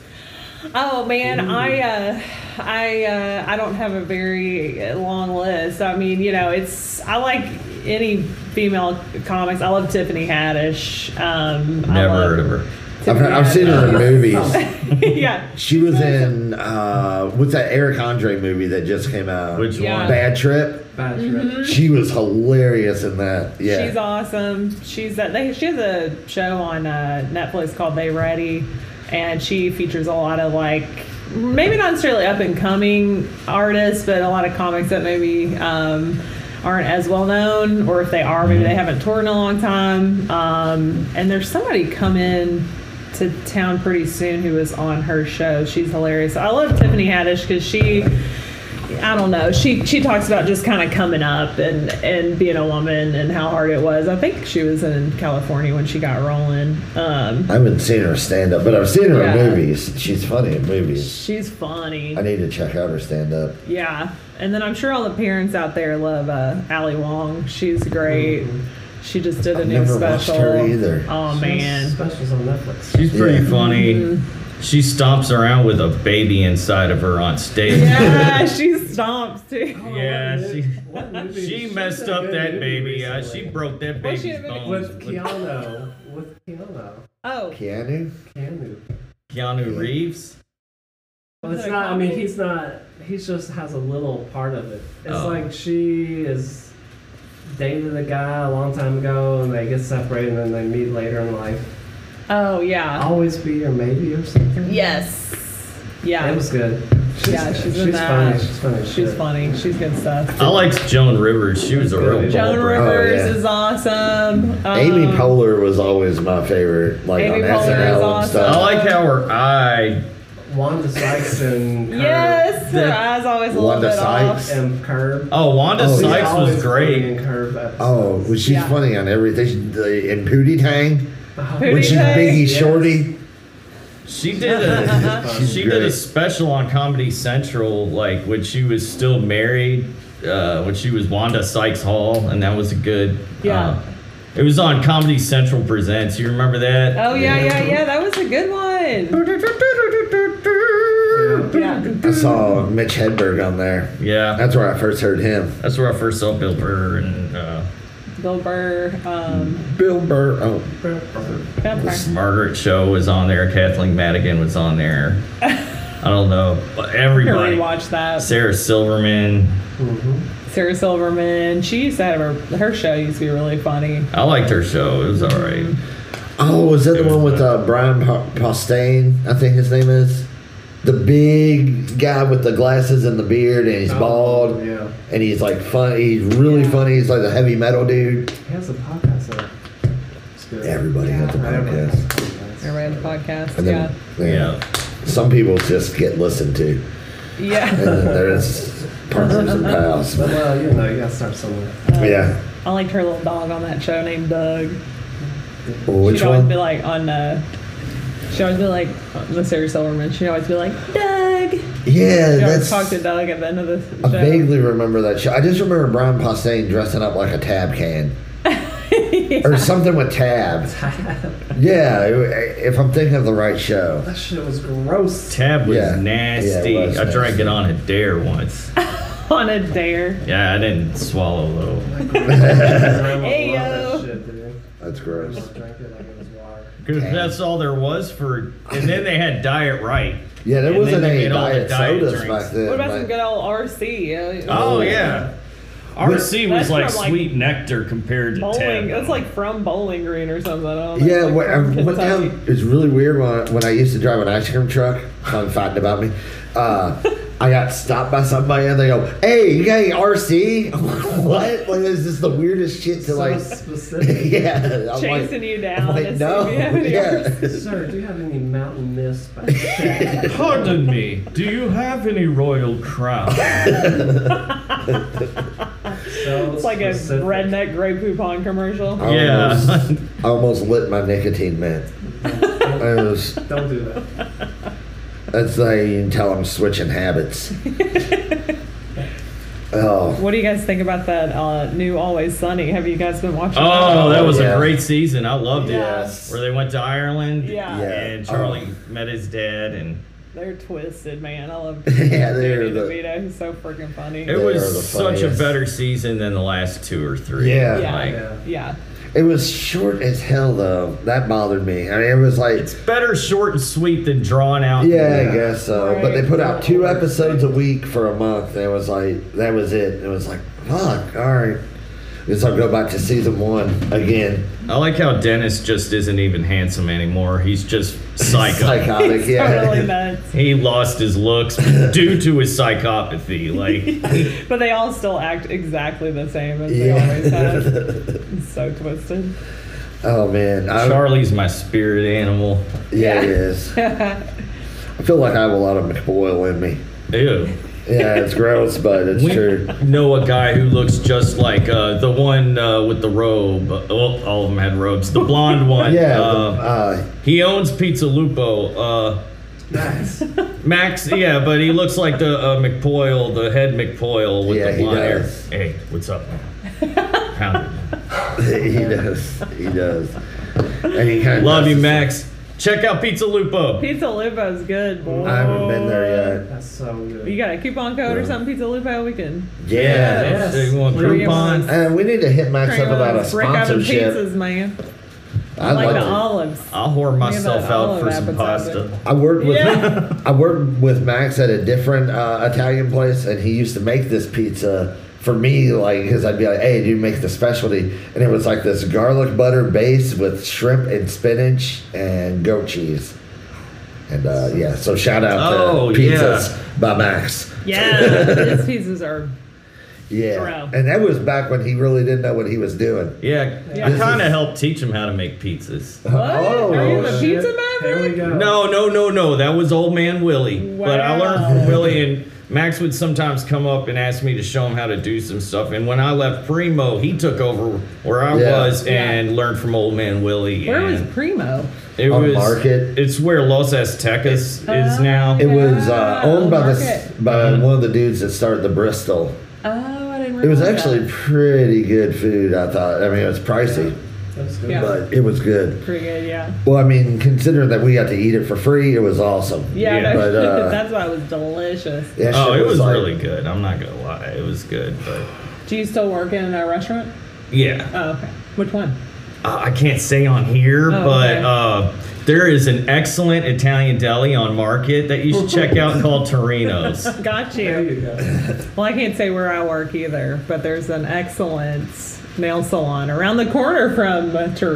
D: Oh man,
A: Mm-hmm.
D: I uh, I uh, I don't have a very long list. I mean, you know, it's I like any female comics. I love Tiffany Haddish. Um, I
A: Never
D: love
A: heard of her.
B: I've,
D: Tiffany
B: I've seen her in movies.
D: Haddish. yeah.
B: She was in uh, what's that Eric Andre movie that just came out?
A: Which
D: Yeah.
A: one?
B: Bad Trip.
C: Bad trip.
B: She was hilarious in that. Yeah,
D: She's awesome. She's a, they, she has a show on uh, Netflix called They Ready, and she features a lot of like maybe not necessarily up and coming artists, but a lot of comics that maybe um, aren't as well known, or if they are, maybe they haven't toured in a long time. Um, and there's somebody come in to town pretty soon who was on her show. She's hilarious. I love Tiffany Haddish because she. I don't know. She she talks about just kind of coming up and and being a woman and how hard it was. I think she was in California when she got rolling. Um,
B: I haven't seen her stand up, but I've seen her
D: Yeah.
B: in movies. She's funny in movies.
D: she's funny.
B: I need to check out her stand up.
D: Yeah, and then I'm sure all the parents out there love uh, Ali Wong. She's great. She just did a
B: Mm-hmm. I've
D: new
B: never watched
D: special.
B: her either.
D: Oh man,
C: Specials on Netflix.
A: She's pretty
B: Yeah.
A: funny.
D: Mm-hmm.
A: She stomps around with a baby inside of her on stage.
D: yeah, she stomps too.
A: Yeah,
C: What
A: she-
C: mo- what movie-
A: She
C: she's
A: messed
C: done
A: up
C: good
A: that
C: movies
A: baby. Uh,
C: recently.
A: she broke that
D: Was she
A: baby's
D: in a movie?
A: bones.
C: with
A: with
C: Keanu. With Keanu.
D: Oh,
B: Keanu?
C: Keanu.
A: Keanu Reeves.
C: Well, it's not. I mean, he's not. He just has a little part of it. It's
A: Oh.
C: like she is dated a guy a long time ago, and they get separated, and then they meet later in life.
D: oh yeah,
C: Always be or maybe or something.
D: yes, yeah.
C: It was good. She's,
D: Yeah, she's in that.
C: funny. She's funny. as
D: she's
C: shit.
D: funny. She's good stuff.
A: I liked Joan Rivers. She was a real
D: Joan
A: ball breaker.
D: Rivers
B: oh, yeah.
D: is awesome. Um,
B: Amy Poehler was always my favorite, like
D: Amy
B: on
D: Poehler is
B: SNL and
D: awesome.
A: I
B: stuff.
A: like how her eye.
C: Wanda Sykes and Curb.
D: Yes, her eyes always a little
B: Wanda
D: bit
B: Sykes.
D: off.
C: And Curb.
A: Oh, Wanda
B: Oh, yeah.
A: Sykes
C: She's
A: was
C: always funny
A: great.
C: in Curb episodes.
B: Oh, well, she's
D: Yeah.
B: funny on everything. The, in Pootie Tang,
D: Pootie
C: Oh,
B: when she's
D: Tang?
B: Biggie
C: Yes.
B: Shorty.
A: She did a
B: She's
A: she did a
B: great.
A: special on Comedy Central, like when she was still married, uh, when she was Wanda Sykes Hall, and that was a good.
D: Yeah.
A: uh, it was on Comedy Central Presents. You remember that?
D: Oh yeah, yeah, yeah. That was a good one.
B: saw Mitch Hedberg on there.
A: Yeah.
B: That's where I first heard him.
A: That's where I first saw Bill Burr and uh,
D: Bill Burr. Um,
B: Bill Burr. Oh,
D: Bill Burr.
A: Margaret Show was on there. Kathleen Madigan was on there. I don't know. but
D: I can
A: Everybody.
D: rewatch that.
A: Sarah Silverman.
D: Sarah Silverman. She used to have her, her show used to be really funny.
A: I liked her show. It was all right.
B: oh, was that
A: It
B: the
A: was
B: one with
A: the-
B: uh, Brian Pa- Postain? I think his name is. The big guy with the glasses and the beard, and he's
C: Oh,
B: bald,
C: yeah.
B: and he's like funny. He's really
D: Yeah.
B: funny. He's like a heavy metal dude.
C: He has a podcast out. It's good.
B: Everybody has a
C: I don't know.
B: podcast,
D: Everybody had a podcast.
B: and then yeah,
A: Yeah.
B: some people just get listened to,
D: yeah. Yeah.
B: and then there's partners and pals.
C: But, well, you know, you gotta start somewhere.
B: Yeah,
D: I liked her little dog on that show named Doug.
B: which
D: she'd always be
B: one?
D: like on uh she'd always be like the Sarah Silverman, she'd always be like, Doug
B: Yeah,
D: She
B: that's.
D: always talked to Doug at the end of the
B: I
D: show.
B: vaguely remember that show. I just remember Brian Posehn dressing up like a tab can. Or something with tab. yeah, if I'm thinking of the right show.
C: That shit was gross.
A: Tab was
B: Yeah.
A: nasty.
B: Yeah, it was
A: I tried to get on
B: nasty.
A: a dare once.
D: on a dare.
A: yeah, I didn't swallow though.
D: Hey,
C: hey,
D: yo.
B: That's gross.
C: Drank it like it was water.
A: Because that's all there was for. And then they had Diet Right.
B: Yeah, there
A: And
B: wasn't
A: then they
B: any
A: made all the
B: diet,
A: diet
B: sodas
A: drinks.
B: back then.
D: What about
B: like-
D: some good old RC? Uh,
A: Oh yeah. RC was
D: That's
A: like
D: from, like,
A: sweet nectar compared to
D: Bowling.
A: Tab.
D: That's like from Bowling Green or something. I don't know.
B: Yeah,
D: It's
B: uh, what,
D: like
B: I,
D: from
B: what
D: Kentucky.
B: the- it's really weird when I, when I used to drive an ice cream truck. Fun fact about me. Uh, I got stopped by somebody and they go, "Hey, you got any RC?" I'm like, "What?" Like this is the weirdest shit to
C: So
B: like.
C: specific.
B: yeah, I'm like-
D: Chasing you
B: I'm
D: down.
B: like,
D: to see
B: no.
D: if you have any
B: Yeah.
C: Sir, do you have any mountain mist? By chance?
A: Pardon me. Do you have any royal crown?
C: so
D: It's like a
C: specific.
D: redneck Grey Poupon commercial.
B: I
A: Yeah.
B: almost, I almost lit my nicotine mint. I was,
C: Don't do that.
B: that's how you can tell I'm switching habits. oh,
D: What do you guys think about that uh, new Always Sunny? Have you guys been watching?
A: Oh, that was
B: Yeah.
A: a great season. I loved it.
D: Yes.
A: Where they went to Ireland.
D: Yeah.
B: Yeah.
A: And Charlie met his dad, and
D: They're twisted, man. I love
B: yeah, there.
D: Danny
B: The,
D: DeVito. He's so freaking funny.
A: it
B: They are the
A: was such a
B: funniest.
A: better season than the last two or three.
B: Yeah.
D: Yeah.
A: Like,
C: Yeah.
D: yeah.
B: it was short as hell though. That bothered me. I mean, it was like.
A: It's better short and sweet than drawn out.
B: Yeah,
C: Yeah.
B: I guess so. But they
D: Right.
B: put out two episodes a week for a month. And it was like, that was it. It was like, fuck, all right. Guess I'll go back to season one again.
A: I like how Dennis just isn't even handsome anymore. He's just psycho.
B: Psychotic, yeah.
D: Totally nuts.
A: He lost his looks due to his psychopathy. Like,
D: But they all still act exactly the same as they always have. It's so twisted.
B: oh, man. I,
A: Charlie's my spirit animal.
B: yeah, it is. I feel like I have a lot of McBoyle in me.
A: Ew.
B: Yeah, it's gross, but it's
A: We
B: true.
A: know a guy who looks just like uh, the one uh, with the robe. Well, all of them had robes. The blonde one.
B: Yeah.
A: uh,
B: uh,
A: he owns Pizza Lupo. Uh,
C: Nice.
A: Max, yeah, but he looks like the uh, McPoyle, the head McPoyle with
B: Yeah,
A: the
B: he
A: blonde hair.
B: does.
A: Hey, what's up, man? Pound it.
B: he does. He does. And he kind of
A: Love you, Max. Check out Pizza Lupo.
D: Pizza Lupo's good, boy.
B: I haven't been there yet.
C: That's so good.
D: You got a coupon code or something, Pizza Lupo? We can.
B: Yeah.
A: Yes.
C: Yes.
A: You want
C: Please.
A: coupons?
B: And we need to hit Max up
D: Bring
B: about a
D: those brick oven pizzas,
B: sponsorship.
D: man.
B: I
D: like
B: love
D: the
B: it.
D: olives.
A: I'll whore myself
D: that
A: out
D: olive
A: for some
D: appetizer.
A: pasta.
B: I worked with
D: Yeah.
B: I worked with Max at a different uh, Italian place, and he used to make this pizza for me, like because I'd be like, "Hey, do you make the specialty?" And it was like this garlic butter base with shrimp and spinach and goat cheese. And uh, yeah, so shout out
A: Oh,
B: to pizzas by Max.
D: Yeah, these pizzas are.
B: Yeah,
D: Bro.
B: and that was back when he really didn't know what he was doing.
A: Yeah,
D: Yeah. Oh.
A: I kind of helped teach him how to make pizzas.
D: What? are you the
B: shit.
D: pizza
C: Here we
D: maverick?
C: go.
A: No, no, no, no. That was old man Willie. But I learned from Willie and Max would sometimes come up and ask me to show him how to do some stuff. And when I left Primo, he took over where I
B: Yeah.
A: was
D: Yeah.
A: and learned from old man Willie.
D: Where was
A: and
D: Primo?
A: it
B: On
A: was
B: Market?
A: It's where Los Aztecas is
D: Oh.
A: now.
B: It was uh,
D: Yeah,
B: owned by this
D: market.
B: by one of the dudes that started the Bristol.
D: Oh, I didn't.
B: It
D: realize
B: was
D: that.
B: actually pretty good food, I thought. I mean, it was pricey.
C: That's good.
D: Yeah.
B: but it was good.
D: Pretty good, yeah.
B: Well, I mean, considering that we got to eat it for free, it was awesome.
D: Yeah,
A: Yeah.
D: that-
B: But, uh,
D: that's why it was delicious.
B: That
A: Oh,
B: shit
A: it was
B: like-
A: really good. I'm not gonna lie, it was good, but
D: Do you still work in a restaurant?
A: yeah,
D: Oh, okay. Which one?
A: uh, I can't say on here,
D: Oh,
A: but
D: okay.
A: uh, there is an excellent Italian deli on Market that you should check out called Torino's.
D: Got
C: There
D: you.
C: you go.
D: Well, I can't say where I work either, but there's an excellent nail salon around the corner from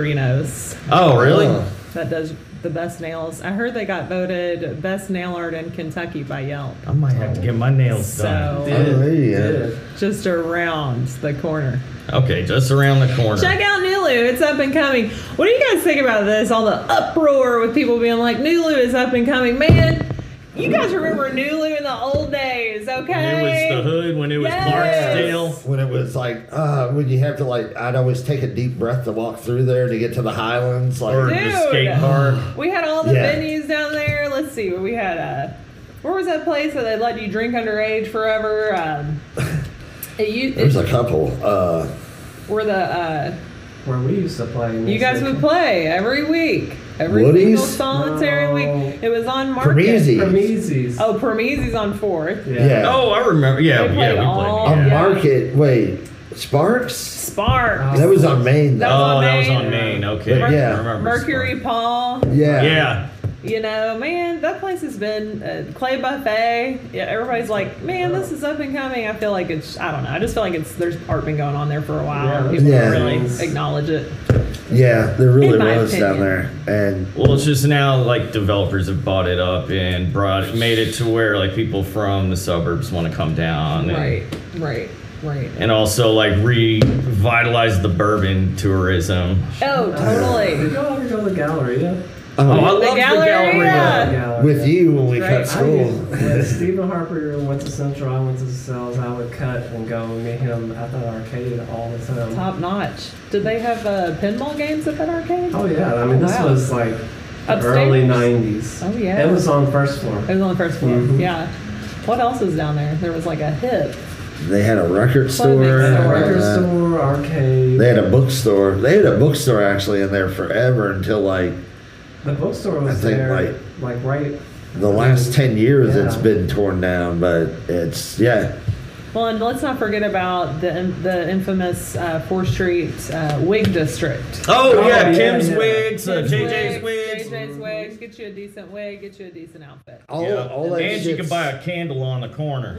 D: Torino's
A: Oh, really?
B: Oh.
D: that does the best nails. I heard they got voted best nail art in Kentucky by Yelp.
A: I might have to get my nails
D: So-
A: done.
B: Oh, there you go.
C: Good.
D: Just around the corner.
A: Okay, just around the corner.
D: Check out Nulu. It's up and coming. What do you guys think about this? All the uproar with people being like, Nulu is up and coming. Man, you guys remember Nulu in the old days, okay?
A: It was the hood when it was
D: Yes.
A: Clarksdale.
B: When it was like, uh, when you have to like, I'd always take a deep breath to walk through there to get to the Highlands. Like,
A: Or
D: Dude.
A: the skate park.
D: we had all the
B: Yeah.
D: venues down there. Let's see. We had uh, where was that place that they let you drink underage forever? Um, it, you,
B: there's a couple. Uh,
D: where the uh,
C: Where we used to play.
D: you guys would play every week, every
B: Woody's?
D: single solitary
C: No.
D: week. It was on market.
B: Parmeesi.
C: Ramizes.
D: Oh, Parmeesi's on fourth.
B: Yeah.
A: Oh, I remember. Yeah, yeah,
D: They played
A: we
D: all-
A: played.
B: on
A: Yeah.
D: Oh, yeah.
B: Market, wait, Sparks?
D: Spark.
C: Oh.
B: That was on Maine,
D: That
B: though.
D: was
A: Oh,
D: on
A: that was
D: Maine.
A: on Maine. Okay,
B: But yeah.
A: I remember
D: Mercury Paul.
B: yeah.
A: Yeah,
D: You know, man, that place has been uh, Clay Buffet. Yeah, everybody's like, man, this is up and coming. I feel like it's, I don't know. I just feel like it's there's art been going on there for a while.
C: Yeah,
D: and people
B: Yeah.
D: don't really
C: it's-
D: acknowledge it.
B: Yeah, there really
D: In my
B: was down there.
D: opinion.
B: And
A: well, it's just now like developers have bought it up and brought it, made it to where like people from the suburbs want to come down, and,
D: right, right.
A: and also like revitalize the bourbon tourism.
D: Oh,
C: Did
D: totally.
C: y'all ever go to the Galleria?
A: Oh, I
B: oh,
A: love the
D: Galleria.
A: Galleria.
C: Galleria.
B: with you when we
D: Right.
B: cut
C: I
B: school.
C: used, when Stephen Harper went to Central, I went to Sales, I would cut and go meet him at the arcade all the time.
D: Top notch. Did they have uh, pinball games at that arcade?
C: Oh yeah, I mean this
D: Wow.
C: was like the
D: Upstairs?
C: early '90s.
D: Oh, yeah.
C: it was on first floor.
D: It was on the first floor.
A: Mm-hmm.
C: Mhm.
D: Yeah. What else was down there? There was like a hip.
B: They had a record store.
D: Clothing
C: They had a
D: store.
C: record
B: uh,
C: store, arcade.
B: They had a bookstore. They had a bookstore actually in there forever until like
C: the bookstore
B: I
C: was
B: think,
C: there,
B: like-
C: like right.
B: the last 10 years it's
C: Yeah.
B: been torn down, but it's, yeah.
D: Well, and let's not forget about the the infamous uh, 4th Street uh, wig district.
A: Oh,
C: Oh,
A: yeah,
C: yeah,
A: Kim's
C: yeah.
A: wigs, uh,
D: Kids'
A: JJ's wigs.
D: JJ's wigs. Get you a decent wig. Get you a decent outfit.
B: All,
A: Yeah.
B: all that
A: and you can
B: shit's-
A: buy a candle on the corner.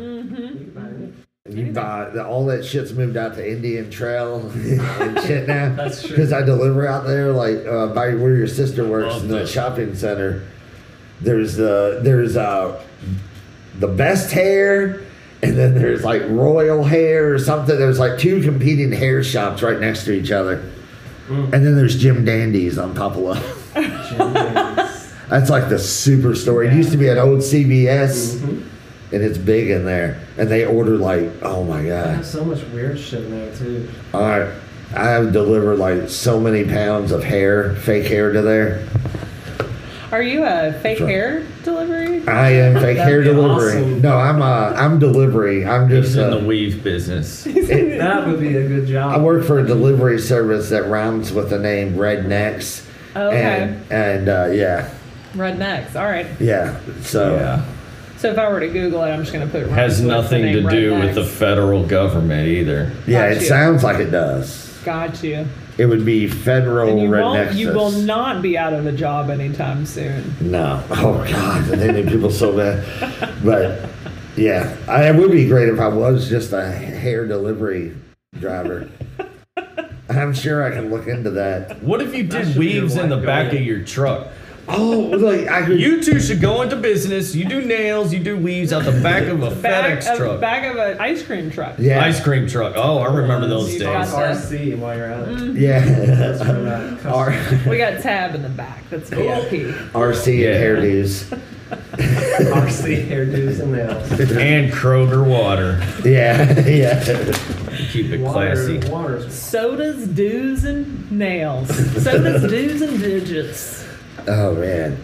B: You buy the, all that shit's moved out to Indian Trail and shit now.
C: That's true.
B: Because I deliver out there, like uh, by where your sister works
A: Love
B: in the
A: that.
B: shopping center. There's the there's uh the best hair, and then there's like royal hair or something. There's like two competing hair shops right next to each other, and then there's Jim Dandy's on Popolo. That's like the superstore. It used to be an old CVS, and it's big in there. And they order like, oh my
C: I
B: god!
C: have so much weird shit in there too.
B: I I have delivered like so many pounds of hair, fake hair to there.
D: Are you a fake
B: Sure.
D: hair delivery?
B: I am fake hair
C: That'd be
B: delivery.
C: awesome.
B: No, I'm uh, I'm delivery. I'm
A: He's
B: just
A: in
B: uh,
A: the weave business.
B: it-
C: That would be a good job.
B: I work for a delivery service that rhymes with the name Rednecks.
D: Oh, Okay.
B: And and uh, yeah,
D: Rednecks. All right.
B: yeah. So
D: So if I were to Google it, I'm just going to put
A: Has
D: rednecks with
A: nothing
D: the
A: to
D: name
A: do with the
D: rednecks.
A: federal government either.
B: yeah,
D: Got
B: it
D: you.
B: sounds like it does.
D: Got you.
B: It would be federal
D: And you
B: rednecks.
D: won't. You will not be out of a job anytime soon.
B: No. Oh God, they need people so bad. But yeah, I, it would be great if I was just a hair delivery driver. I'm sure I can look into that.
A: What if you did
C: should be
A: weaves
C: your
A: in the
C: life
A: back
C: goal.
A: of your truck?
B: Oh, like I could.
A: You two should go into business. You do nails, you do weaves out the back of a
D: Back
A: FedEx
D: of,
A: truck.
D: Back of an ice cream truck.
B: yeah,
A: Ice cream truck. Oh, I remember those
D: You
A: days.
D: got that.
C: RC while you're at
D: Mm-hmm.
C: it. That's for
B: yeah.
C: that
B: R-
C: customer.
D: We got Tab in the back. That's VIP.
B: RC
A: Yeah.
B: and hairdos.
C: RC hairdos and nails.
A: And Kroger water.
B: Yeah, yeah.
A: Keep it classy.
C: Water, water's
D: Sodas, dues, and nails. Sodas, dues, and digits.
B: Oh man,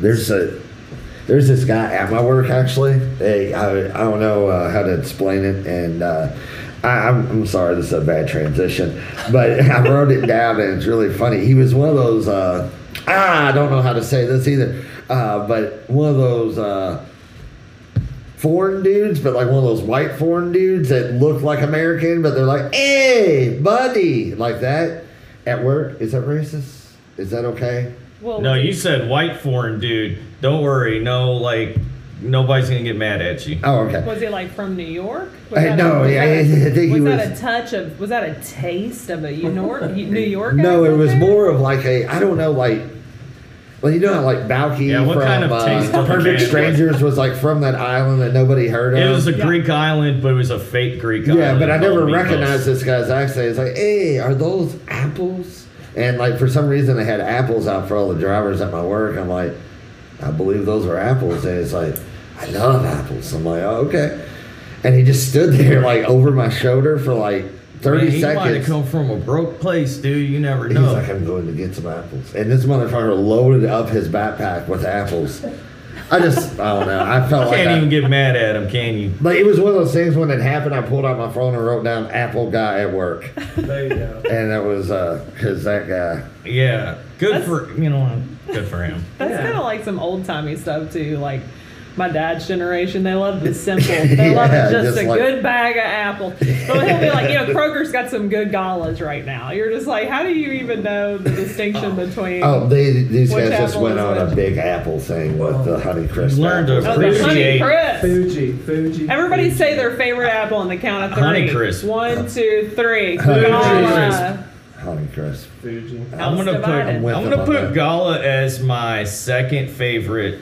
B: there's a there's this guy at my work actually. Hey, I, I don't know uh, how to explain it, and uh, I, I'm, I'm sorry, this is a bad transition, but I wrote it down and it's really funny. He was one of those, uh, ah, I don't know how to say this either, uh, but one of those uh, foreign dudes, but like one of those white foreign dudes that look like American, but they're like, hey, buddy, like that at work. Is that racist? Is that okay?
D: Well,
A: No, you said white foreign dude. Don't worry. No, like nobody's gonna get mad at you.
B: Oh, okay.
D: Was it like from New York?
B: Uh,
D: Was that
B: no,
D: was
B: yeah,
D: that
B: I think he
D: was that
B: was-
D: a touch of? Was that a taste of a New York? New York?
B: No, it
D: accent
B: was
D: there?
B: more of like a I don't know like well you know how like Balky
A: Yeah, what
B: from
A: kind of
B: uh,
A: taste
B: The
A: of
B: Perfect
A: man was-
B: Strangers was like from that island that nobody heard of.
A: It was a
D: Yeah.
A: Greek island, but it was a fake Greek island.
B: yeah, but I never
A: called Mykonos.
B: recognized this guy's accent. It's like, hey, are those apples? And like for some reason they had apples out for all the drivers at my work. I'm like, I believe those are apples. And it's like, I love apples. I'm like, oh, okay. And he just stood there like over my shoulder for like thirty
A: Man, he might have
B: seconds.
A: come from a broke place, dude. You never know.
B: He's like, I'm going to get some apples. And this motherfucker loaded up his backpack with apples. I just, I don't know. I felt like
A: Can't
B: I,
A: even get mad at him, can you?
B: But it was one of those things when it happened, I pulled out my phone and wrote down Apple Guy at Work.
C: There you go.
B: And that was, because that guy.
A: Yeah, good for you know, good for him.
D: That's
C: Yeah.
D: kind of like some old timey stuff too. Like my dad's generation, they love the simple. They love
B: Yeah,
D: it just,
B: just
D: a
B: like-
D: good bag of apple. But he'll be like, you know, Kroger's got some good galas right now. You're just like, how do you even know the distinction between?
B: Oh, they, these
D: Which
B: guys just
D: apple
B: went
D: is
B: on a
D: which?
B: big apple thing with the Honey Crisp.
A: Oh. You learned to
B: apples.
D: Oh, the honey
A: appreciate-
D: crisp.
C: Fuji, Fuji.
D: Everybody
C: Fuji.
D: say their favorite apple on the count of three.
A: Honeycrisp.
D: One, two, three.
B: Honeycrisp.
D: Gala.
B: Honey Crisp.
C: Fuji.
A: I'm gonna
D: divided.
A: put
B: I'm with
A: I'm
B: him
A: gonna
B: on
A: put
B: that.
A: Gala as my second favorite.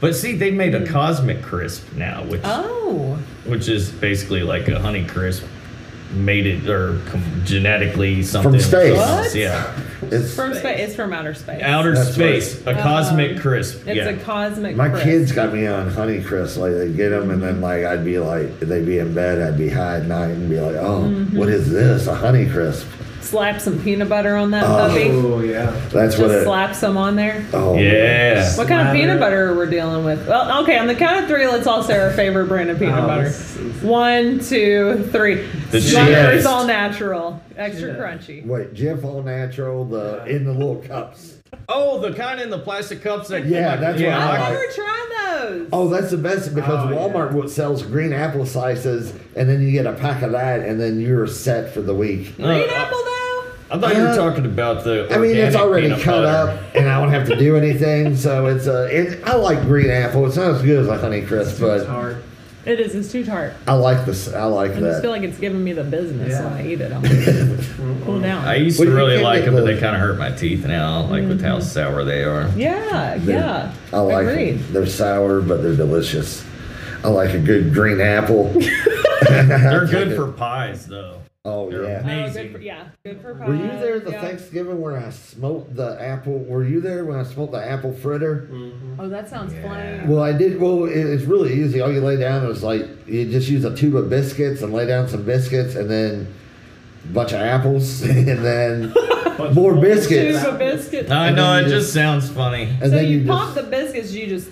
A: But see, they made a cosmic crisp now, which
D: Hmm. Oh.
A: which is basically like a honey crisp made it or com- genetically something
B: From space.
A: else.
D: What?
A: Yeah,
B: It's,
D: From space. It's from outer space.
A: outer
B: That's
A: space, a cosmic
D: Um,
A: crisp.
D: It's
A: yeah.
D: a cosmic.
B: my
D: crisp.
B: kids got me on Honey Crisp. Like, they'd get them, and then, like, I'd be like, they'd be in bed, I'd be high at night and be like, oh,
A: Mm-hmm.
B: what is this? A Honey Crisp.
D: Slap some peanut butter on that
B: Oh.
D: puppy.
C: Oh yeah.
B: That's what
D: Just
B: it.
D: slap some on there.
B: Oh
A: yeah.
D: What kind of
C: Slather.
D: peanut butter are we dealing with? Well, okay, on the count of three, let's all say our favorite brand of peanut
C: Oh,
D: butter.
C: this is-
D: One, two, three.
A: The
D: Smucker's
A: Jif.
D: all natural, extra
C: Yeah.
D: crunchy.
B: Wait, Jif All Natural, the in the little cups.
A: Oh, the kind in the plastic cups that
B: Yeah, that's what I
D: I've
B: like.
D: never tried those.
B: Oh, that's the best because
C: Oh,
B: Walmart
C: yeah.
B: would sells green apple slices, and then you get a pack of that, and then you're set for the week.
D: Green
A: Uh,
D: apple though.
A: I thought you were
B: Uh,
A: talking about the.
B: I mean, it's
A: organic
B: already
A: peanut
B: cut
A: butter.
B: up, and I don't have to do anything. So it's a. It, I like green apple. It's not as good as a Honey Crisp,
C: It's
B: but
C: hard.
D: It is. It's too tart.
B: I like this. I like
D: I just feel
B: that.
D: like it's giving me the business
C: Yeah.
D: when I eat it. I'm like, cool down.
A: I used
B: Well,
A: to
B: you
A: really
B: can
A: like
B: make
A: them, but
B: the-
A: they kind of hurt my teeth now, like with
D: Mm-hmm.
A: how sour they are.
D: yeah,
B: They're-
D: yeah.
B: I like
D: Agreed.
B: them. They're sour, but they're delicious. I like a good green apple.
A: They're good for pies, though.
B: Oh
A: They're
B: yeah.
D: Oh,
A: amazing.
D: good for, yeah, good for pie.
B: Were you there
D: Uh,
B: the
D: yeah.
B: Thanksgiving where I smoked the apple? Were you there when I smoked the apple fritter?
D: Oh, that sounds fun.
B: Well, I did. Well, it, it's really easy. All you lay down is like you just use a tube of biscuits and lay down some biscuits and then a bunch of apples and then more biscuits.
D: Tube of biscuits.
A: I
B: And
A: know
B: then
A: it
B: you
A: just sounds funny.
B: And
D: so
B: then
D: you,
B: just,
D: pop the biscuits, you just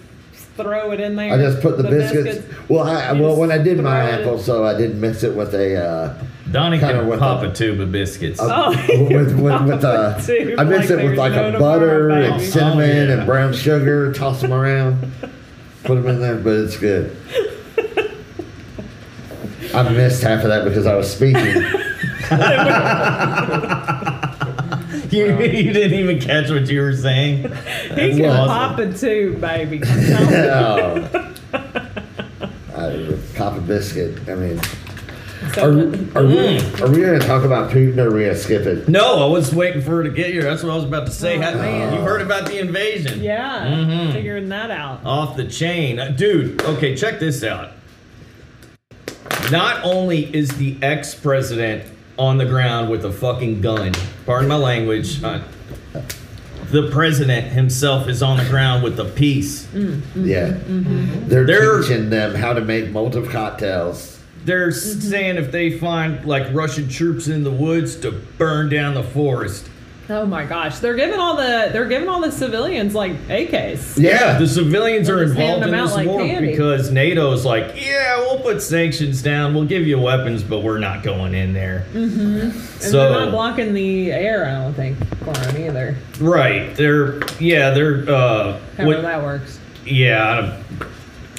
D: throw it in there.
B: I just put the, biscuits. Well, I
D: you
B: well when I
D: just
B: did my
D: throw it in.
B: apple, so I did mix it with a. Uh,
A: Donnie
B: Kinda
A: can
B: with
A: pop
B: the-
A: a tube of biscuits.
D: Oh,
B: Uh, with with, with uh,
D: Dude,
B: I
D: like
B: mix it with
D: there's
B: like
D: no
B: a
D: tomorrow,
B: butter
D: baby.
B: and cinnamon
A: Oh, yeah.
B: and brown sugar. Toss them around, put them in there, but it's good. I missed half of that because I was speaking.
A: you, you didn't even catch what you were saying.
D: he can
B: Well,
D: pop a tube, baby.
B: Oh. I, pop a biscuit. I mean,
D: So-
B: are, are,
A: Mm.
B: we, are we going to talk about Putin or are we going to skip it?
A: No, I was waiting for her to get here. That's what I was about to say.
D: Oh,
A: How-
D: man.
A: You heard about the invasion.
D: yeah,
A: Mhm.
D: figuring that out.
A: off the chain. Uh, Dude, okay, check this out. Not only is the ex president on the ground with a fucking gun, pardon my language, uh, the president himself is on the ground with a piece.
D: Mm-hmm.
B: Yeah. They're,
A: They're-
B: teaching them how to make multiple cocktails.
A: They're
D: Mm-hmm.
A: saying if they find like Russian troops in the woods to burn down the forest.
D: Oh my gosh, they're giving all the they're giving all the civilians like AKs.
A: Yeah, the civilians are
D: They're just
A: involved
D: handing
A: in
D: them
A: this
D: out like
A: war
D: candy.
A: because NATO's like, yeah, we'll put sanctions down, we'll give you weapons, but we're not going in there.
D: Mm-hmm. And they're not
A: So
D: blocking the air, I don't think, for 'em either.
A: right, they're yeah, they're uh,
D: However
A: what-
D: that works.
A: yeah,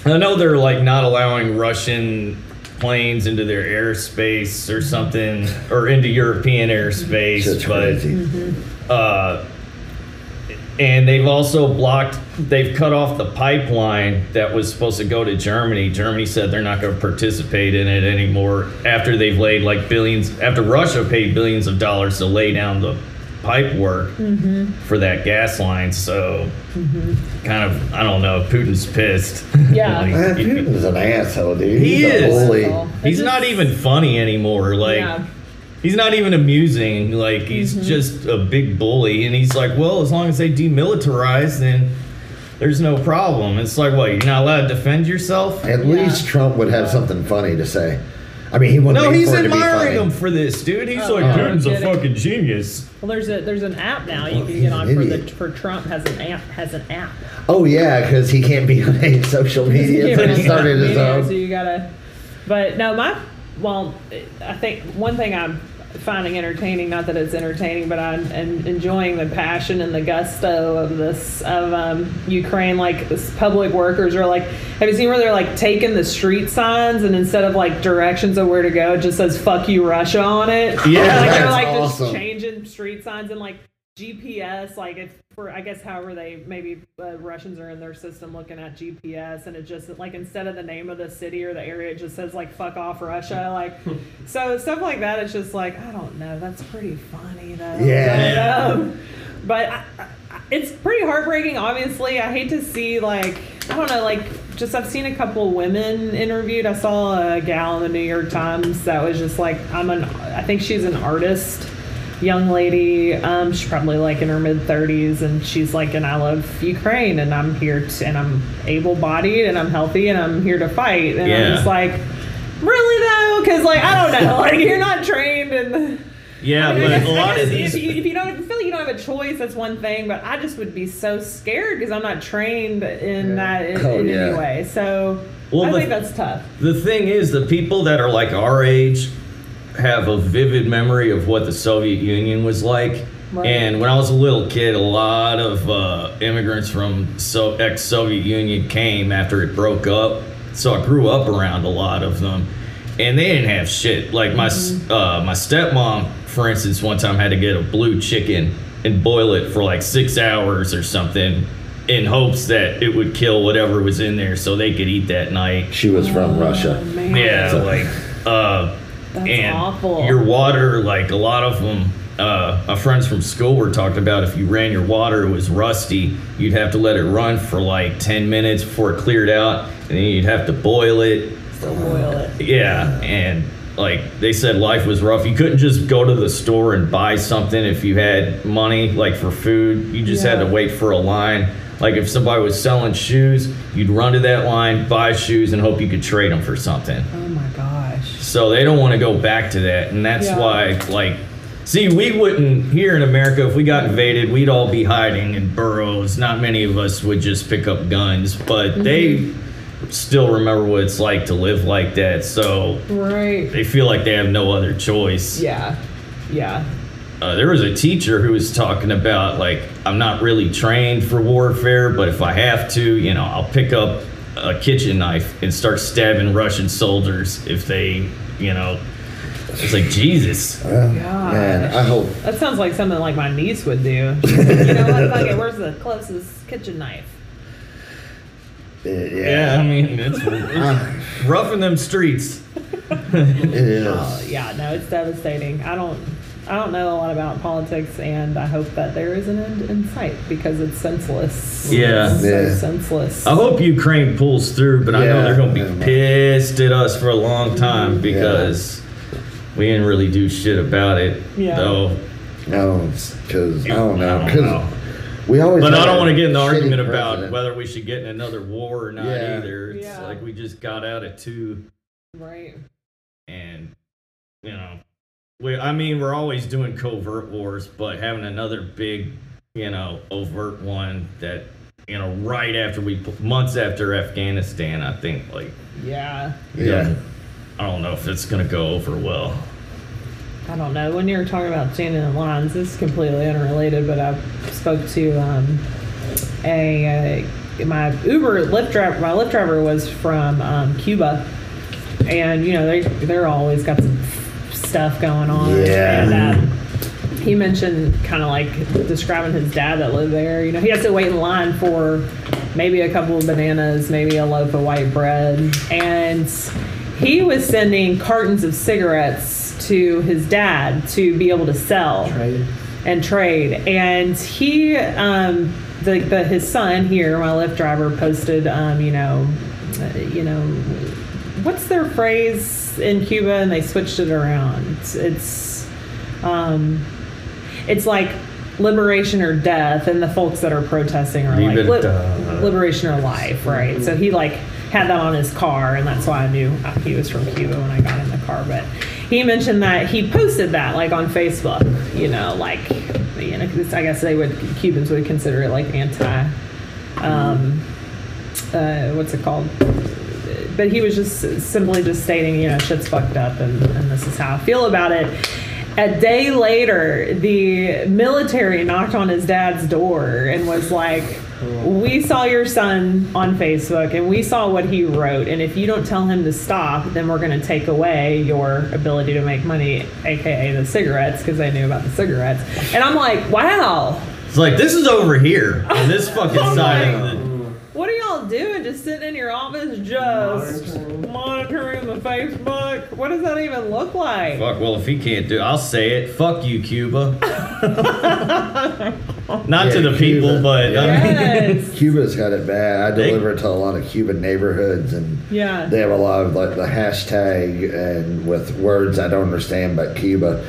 A: I don't- I know they're like not allowing Russian planes into their airspace
D: Mm-hmm.
A: or something, or into European airspace,
B: Shit's
A: but.
B: crazy.
A: uh, and they've also blocked they've cut off the pipeline that was supposed to go to germany germany said they're not going to participate in it anymore after they've laid like billions after russia paid billions of dollars to lay down the pipe work
D: Mm-hmm.
A: for that gas line so kind of i don't know putin's pissed
D: Yeah.
B: Man,
A: Like, he-
B: Putin's an asshole, dude.
A: He
B: He's a
A: is.
B: bully.
D: Asshole.
A: he's not even funny anymore like
D: yeah.
A: He's not even amusing. Like he's
D: Mm-hmm.
A: just a big bully, and he's like, well, as long as they demilitarize, then there's no problem. It's like, what? You're not allowed to defend yourself?
B: At
D: Yeah.
B: least Trump would have something funny to say. I mean, he wouldn't.
A: No,
B: wait
A: he's
B: for it to be
A: admiring him
B: funny.
A: for this, dude. He's
D: Oh,
A: like,
D: yeah.
A: Putin's a
D: Get it.
A: fucking genius.
D: Well, there's a there's an app now you
B: Well,
D: can
B: he's
D: get
B: an
D: on for the
B: idiot.
D: for Trump has an app has an app.
B: Oh yeah, because he can't be on any social media, so
D: Yeah,
B: he started his
D: video, So
B: own.
D: you gotta, but no, my well, I think one thing I'm finding entertaining, not that it's entertaining, but I'm, I'm enjoying the passion and the gusto of this of um, Ukraine. Like this public workers are like, have you seen where they're like taking the street signs and instead of like directions of where to go, it just says "fuck you Russia" on it.
A: Yeah,
D: like, they're
B: that's
D: like just
B: awesome.
D: changing street signs and like. GPS, like if for I guess however they maybe uh, Russians are in their system looking at GPS and it just like instead of the name of the city or the area, it just says like "fuck off Russia," like so stuff like that. It's just like I don't know. That's pretty funny though.
B: Yeah.
D: But, um, but I, I, it's pretty heartbreaking. Obviously, I hate to see like I don't know, like just I've seen a couple women interviewed. I saw a gal in the New York Times that was just like I'm an I think she's an artist, young lady. Um, she's probably like in her mid 30s, and she's like, and I love Ukraine, and I'm here to, and I'm able-bodied, and I'm healthy, and I'm here to fight, and
A: Yeah.
D: I'm just like. Really though, because like I don't know, like you're not trained in
A: Yeah,
D: I mean,
A: but
D: I guess-
A: a
D: I
A: lot
D: guess
A: of these.
D: If you, if you don't if you feel like you don't have a choice, that's one thing. But I just would be so scared because I'm not trained in that in,
B: Oh,
D: in any
B: yeah.
D: way. So
A: Well,
D: I
A: the-
D: think that's tough.
A: The thing is, the people that are like our age have a vivid memory of what the Soviet Union was like.
D: Right.
A: And when I was a little kid, a lot of uh, immigrants from so- ex-Soviet Union came after it broke up. So I grew up around a lot of them, and they didn't have shit. Like my s uh, my stepmom, for instance, one time had to get a blue chicken and boil it for like six hours or something, in hopes that it would kill whatever was in there, so they could eat that night.
B: She was from Russia.
D: man.
A: Yeah,
B: So-
A: like uh,
D: That's
A: and
D: awful.
A: Your water, like a lot of them, uh, my friends from school were talking about. If you ran your water, it was rusty. You'd have to let it run for like ten minutes before it cleared out, and then you'd have to boil it.
D: Boil it.
A: Yeah, and like they said, life was rough. You couldn't just go to the store and buy something if you had money, like for food. You just had to
D: Yeah.
A: wait for a line. Like if somebody was selling shoes, you'd run to that line, buy shoes, and hope you could trade them for something.
D: Oh my gosh.
A: So they don't want to go back to that, and that's
D: Yeah.
A: why, like, see, we wouldn't here in America if we got invaded, we'd all be hiding in burrows. Not many of us would just pick up guns, but they still remember what it's like to live like that. So
D: Right.
A: they feel like they have no other choice
D: Yeah. Yeah.
A: uh, there was a teacher who was talking about like I'm not really trained for warfare, but if I have to, you know, I'll pick up a kitchen knife and start stabbing Russian soldiers if they, you know, it's like Jesus.
B: Well,
D: Gosh.
B: man, I hope.
D: That sounds like something like my niece would do. you know what? Fuck it. Where's the closest kitchen knife?
B: uh,
A: Yeah, I
B: Yeah,
A: mean, it's, it's rough in them streets.
B: it is.
D: Oh, yeah. No, it's devastating. I don't. I don't know a lot about politics, and I hope that there is an end in sight because it's senseless.
A: Yeah.
D: It's so
B: Yeah.
D: senseless.
A: I hope Ukraine pulls through, but I know
B: Yeah.
A: they're gonna be pissed at us for a long time because we didn't really do shit about it.
D: Yeah.
A: Though
B: No, because I don't know.
A: I don't
B: 'cause
A: know.
B: we always.
A: But I
B: had
A: don't
B: a
A: want to get in the
B: shitty
A: argument about
B: president.
A: whether we should get in another war or not
B: Yeah.
A: either. It's
D: Yeah.
A: like we just got out of two,
D: Right.
A: and you know, We, I mean, we're always doing covert wars, but having another big, you know, overt one that, you know, right after we, months after Afghanistan, I think, like,
D: Yeah.
B: Yeah.
A: I don't know if it's going to go over well.
D: I don't know. When you were talking about standing in lines, this is completely unrelated, but I spoke to um, a uh, my Uber Lyft driver. My Lyft driver was from um, Cuba, and you know they they're always got some stuff going on.
B: Yeah.
D: And, uh, he mentioned kind of like describing his dad that lived there. You know, he has to wait in line for maybe a couple of bananas, maybe a loaf of white bread, and he was sending cartons of cigarettes to his dad to be able to sell
C: Right?
D: and trade. And he, um, the, the his son here, my Lyft driver, posted, um, you know, uh, you know, what's their phrase in Cuba, and they switched it around. It's, it's, um, it's like liberation or death, and the folks that are protesting are like
A: Libertad.
D: lib- liberation or life, right? So he like had that on his car, and that's why I knew he was from Cuba when I got in the car. But he mentioned that he posted that like on Facebook, you know, like you know, 'cause I guess they would Cubans would consider it like anti. Um, uh, what's it called? But he was just simply just stating, you know, shit's fucked up and, and this is how I feel about it. A day later, the military knocked on his dad's door and was like, We saw your son on Facebook and we saw what he wrote. And if you don't tell him to stop, then we're going to take away your ability to make money, aka the cigarettes, because they knew about the cigarettes. And I'm like, Wow,
A: It's like, this is over here, on this fucking
D: Oh
A: side.
D: my-
A: Of the,
D: What are y'all doing? Just sitting in your office, just monitoring,
C: Monitoring.
D: the Facebook? What does that even look like?
A: Fuck, well, if he can't do I'll say it. Fuck you, Cuba. Not to
B: Yeah,
A: the people,
B: Cuba.
A: but um, I mean,
D: Yes.
B: Cuba's got it bad. I
A: They-
B: deliver to a lot of Cuban neighborhoods, and
D: Yeah.
B: they have a lot of like the hashtag and with words I don't understand, but Cuba.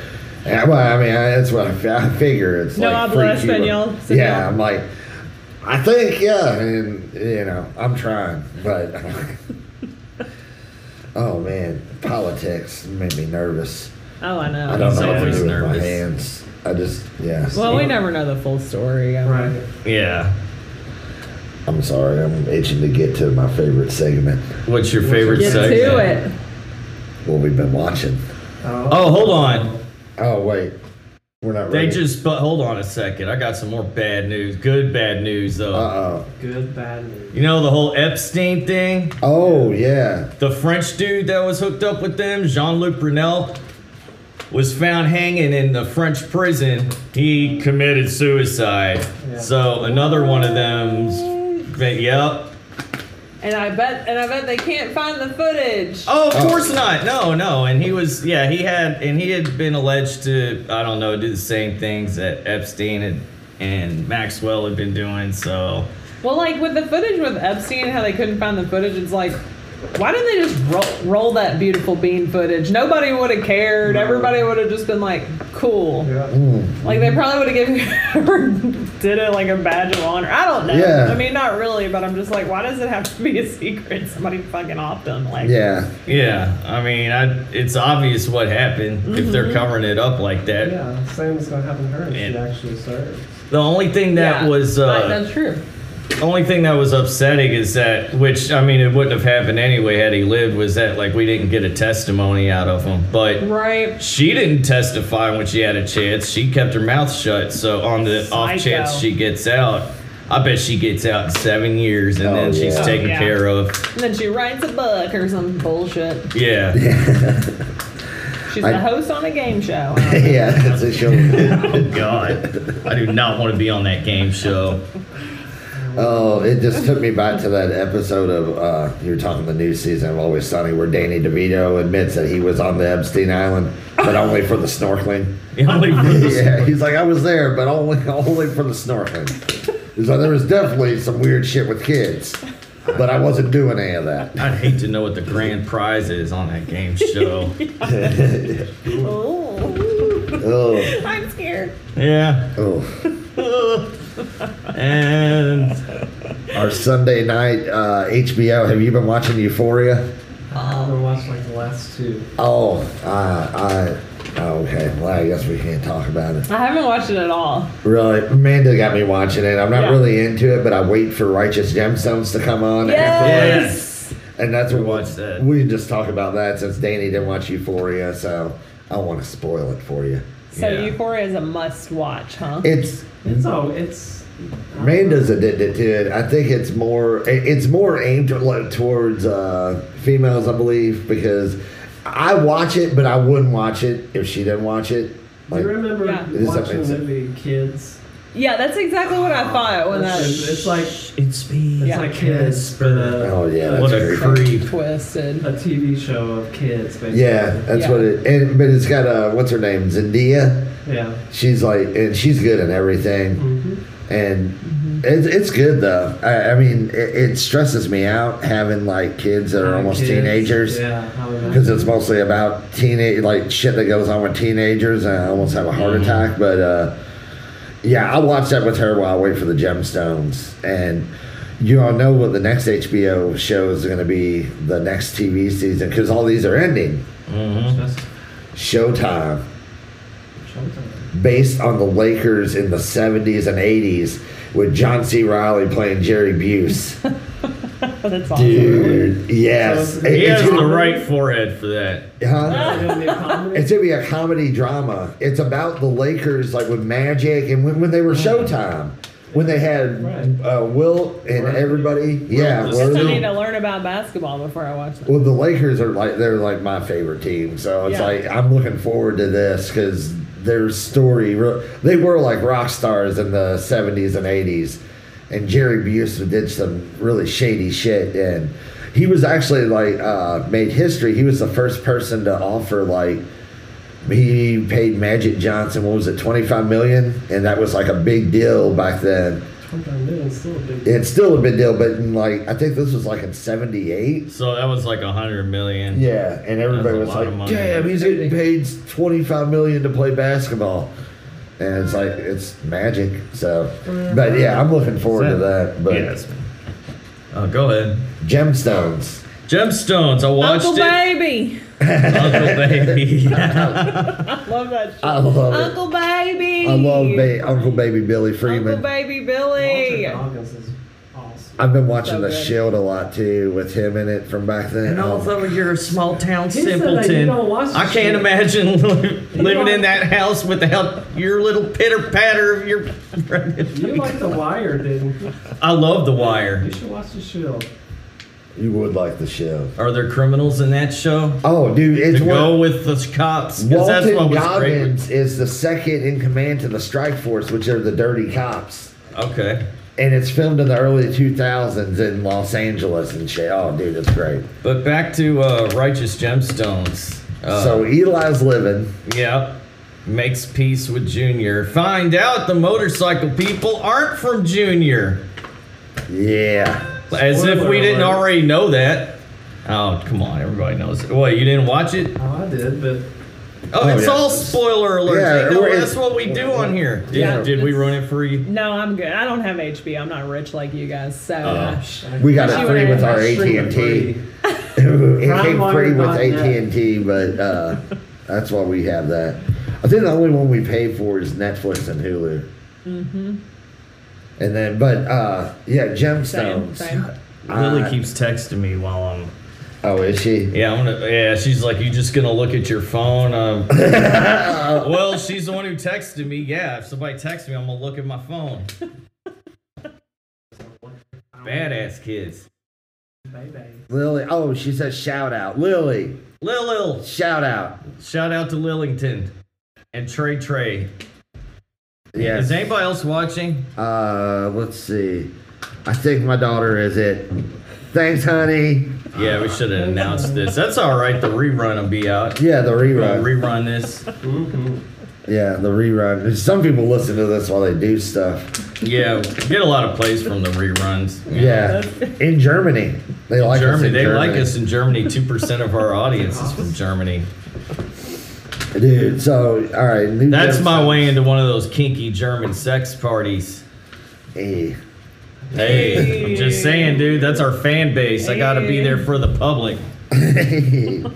B: And, well, I mean, I, that's what I, fi- I figure. It's
D: No
B: like
D: habla
B: free Cuba.
D: español, señor.
B: Yeah, I'm like, I think yeah, and you know, I'm trying, but oh man, politics made me nervous.
D: oh, I know.
B: I don't
A: He's
B: know what to
A: always
B: do with my
A: nervous.
B: hands. I just yeah.
D: Well, we never know the full story. I mean.
C: Right.
A: yeah.
B: I'm sorry. I'm itching to get to my favorite segment.
A: What's your favorite
D: Get
A: segment?
D: to it.
B: What we've been watching.
A: Oh, hold on.
B: Oh wait, we're not.
A: They
B: ready.
A: just, but hold on a second. I got some more bad news. Good bad news, though.
B: Uh oh.
C: Good, bad news.
A: You know the whole Epstein thing?
B: Oh yeah.
A: The French dude that was hooked up with them, Jean Luc Brunel, was found hanging in the French prison. He committed suicide.
C: Yeah.
A: So another one of them's. that- Yep.
D: And I bet, and I bet they can't find the footage.
A: Oh, of
B: Oh.
A: course not. No, no. And he was, yeah, he had, and he had been alleged to, I don't know, do the same things that Epstein had, and Maxwell had been doing. So,
D: Well, like with the footage with Epstein, how they couldn't find the footage, it's like, why didn't they just roll, roll that beautiful bean footage? Nobody would have cared. Everybody would have just been like, cool.
C: Yeah.
A: Mm.
D: Like they probably would have given did it like a badge of honor. I don't know.
B: Yeah.
D: I mean, not really, but I'm just like, why does it have to be a secret? Somebody fucking off them. Like,
B: Yeah.
A: yeah, I mean, I, it's obvious what happened if
D: Mm-hmm.
A: they're covering it up like that.
C: Yeah, same as what happened to her. She
A: Man.
C: actually served.
A: The only thing that
D: Yeah.
A: was,
D: Like,
A: uh,
D: that's true.
A: only thing that was upsetting is that, which I mean, it wouldn't have happened anyway had he lived, was that like we didn't get a testimony out of him, but.
D: Right.
A: She didn't testify when she had a chance. She kept her mouth shut. So on the off
D: Psycho.
A: chance she gets out, I bet she gets out in seven years, and
B: Oh,
A: then she's
B: yeah.
A: taken
D: Yeah.
A: care of.
D: And then she writes a book or some bullshit.
A: Yeah.
D: She's
B: I-
D: the host on a game show.
B: yeah. That's a show.
A: Oh God, I do not want to be on that game show.
B: oh, it just took me back to that episode of uh, you were talking the new season of Always Sunny, where Danny DeVito admits that he was on the Epstein Island, but only for the snorkeling.
A: The only
B: Yeah, he's like, I was there, but only only for the snorkeling. He's like, there was definitely some weird shit with kids, but I wasn't doing any of that.
A: I'd hate to know what the grand prize is on that game show.
D: oh,
B: Oh,
D: I'm scared.
A: yeah.
B: oh.
A: And
B: Our Sunday night uh, HBO. Have you been watching Euphoria?
D: Oh.
C: I haven't watched like the last two.
B: Oh, uh, Oh, okay. Well, I guess we can't talk about it.
D: I haven't watched it at all.
B: Really, Amanda got me watching it. I'm not
D: Yeah.
B: really into it, but I wait for Righteous Gemstones to come on. after work.
D: Yes.
B: and that's what
A: watch that.
B: We can just talk about that since Danny didn't watch Euphoria, so I want to spoil it for you.
D: So
A: Yeah.
D: Euphoria is a must watch, huh?
B: It's
C: It's all. It's.
B: Amanda's addicted to it. I think it's more it- it's more aimed to- like, towards uh, females, I believe, because I watch it, but I wouldn't watch it if she didn't watch it.
C: Do
B: Like,
C: you remember
D: Yeah.
B: It is
C: watching the
B: amazing.
C: movie Kids?
D: yeah, that's exactly what I thought when Oh, that
C: It's, it's like it's
A: It's me.
D: Yeah.
C: like Kids, but uh,
B: Oh, yeah,
C: uh,
B: that's
A: What a
B: great.
A: creep.
D: twisted.
C: a TV show of kids, basically.
B: yeah, that's
D: Yeah.
B: what it. And but it's got uh, what's her name, Zendaya.
C: Yeah.
B: She's like, and she's good in everything.
C: hmm
B: and it's, it's good though. I, I mean, it, it stresses me out having like kids that are almost teenagers
C: Yeah. I would
B: because
C: imagine.
B: it's mostly about teenage like shit that goes on with teenagers. And I almost have a heart attack, but uh, yeah, I watched that with her while I wait for the gemstones, and you all know what the next HBO show is going to be the next TV season because all these are ending.
A: Mm-hmm.
C: Just
B: Showtime
C: Showtime.
B: based on the Lakers in the 70s and 80s with John C. Riley playing Jerry Buse.
D: That's awesome.
B: Dude, yes.
C: So
B: It-
A: He
B: it's,
A: has the
B: gonna,
A: right forehead for that.
B: huh?
C: It'll be a comedy.
B: it's gonna be a comedy drama. It's about the Lakers, like with Magic and when, when they were Showtime. When they had
C: Right.
B: uh, Wilt and
C: Right.
B: everybody. Yeah,
A: Wilt
D: I guess I need
B: Wilt.
D: to learn about basketball before I watch that.
B: Well, the Lakers are like they're like my favorite team, so it's
D: Yeah.
B: like I'm looking forward to this because their story. re- They were like rock stars in the '70s and '80s, and Jerry Buse did some really shady shit, and he was actually like uh, made history. He was the first person to offer like he paid Magic Johnson what was it 25 million, and that was like a big deal back then.
C: Showtime, dude, it's still a big
B: It's still a big deal, but in like I think this was like in '78.
A: So that was like a hundred million.
B: Yeah, and everybody
A: a
B: was
A: lot of
B: like,
A: money.
B: "Damn, he's getting paid twenty-five million to play basketball," and it's like it's magic. So,
D: Mm-hmm.
B: but yeah, I'm looking forward to that. But
A: Yes. Oh, go ahead.
B: gemstones,
A: Gemstones. I watched
D: Uncle
A: it.
D: Baby.
A: Uncle Baby.
D: I love that shit.
B: I love it.
D: Uncle Baby.
B: I love ba- Uncle Baby Billy
D: Uncle
B: Freeman.
D: Baby
C: Walter
D: Billy.
C: Goggins is awesome.
B: I've been watching
D: So
B: The
D: good.
B: Shield a lot too, with him in it from back then.
A: And
B: Oh,
A: although you're a small town
C: He said that you
A: simpleton,
C: don't watch
A: I can't
C: the shit.
A: imagine living
C: like-
A: in that house without your little pitter patter of your.
C: You like The Wire, dude.
A: I love The
C: You
A: Wire.
C: should watch The Shield.
B: you would like The Shield.
A: Are there criminals in that show?
B: Oh, dude, it's
A: to
B: one.
A: go with the cops. 'Cause that's
B: Walton
A: what was great. with-
B: Goggins is the second in command to the Strike Force, which are the dirty cops.
A: Okay,
B: And it's filmed in the early 2000s in Los Angeles and shit. Oh, dude, it's great.
A: but back to uh, Righteous Gemstones. Uh,
B: so Eli's living.
A: Yep. Makes peace with Junior. Find out the motorcycle people aren't from Junior.
B: Yeah.
A: As if we
C: Spoiler
A: didn't
C: alert.
A: already know that. Oh, come on. Everybody knows it. What, you didn't watch it?
C: Oh, I did, but
A: Oh,
B: Oh,
A: it's
B: yeah.
A: all spoiler alerts.
B: Yeah,
A: They know
B: it-
A: that's what we do on here. Did,
B: Yeah.
A: did we ruin it for you?
D: No, I'm good. I don't have HBO. I'm not rich like you guys. So
B: Oh,
D: uh,
B: We got
D: She
B: it free
D: went
B: with
D: in.
B: our
C: That's
B: AT&T.
C: streaming
B: It
C: free.
B: came
C: Prime
B: free with
C: Wire dot net.
B: AT&T, but uh, that's why we have that. I think the only one we pay for is Netflix and Hulu. Mm-hmm. And then, but uh, yeah,
D: same,
B: Gemstones.
D: same.
A: Lily
B: Uh,
A: keeps texting me while I'm.
B: Oh, is she?
A: Yeah, I'm gonna. Yeah, she's like, you just gonna look at your phone. Um, well, she's the one who texted me. Yeah, if somebody texts me, I'm gonna look at my phone. Badass kids.
C: Baby.
B: Lily. Oh, she says shout out. Lily,
A: Lil Lil.
B: shout out.
A: Shout out to Lillington and Trey Trey.
B: Yes.
A: Is anybody else watching?
B: Uh, let's see. I think my daughter is it. Thanks, honey.
A: Yeah, we should have announced this. That's all right. The rerun will be out.
B: Yeah, the
A: We'll
B: rerun.
A: rerun this.
C: Mm-hmm.
B: yeah, the rerun. Some people listen to this while they do stuff.
A: Yeah, get a lot of plays from the reruns.
B: Yeah, in Germany, they like
A: Germany,
B: us.
A: they
B: in Germany.
A: like us in Germany. Two percent of our audience is from Germany.
B: dude. So, all right, new
A: That's my
B: Gemstones.
A: way into one of those kinky German sex parties.
B: Eh.
A: Hey, I'm just saying, dude. That's our fan base. I gotta be there for the public.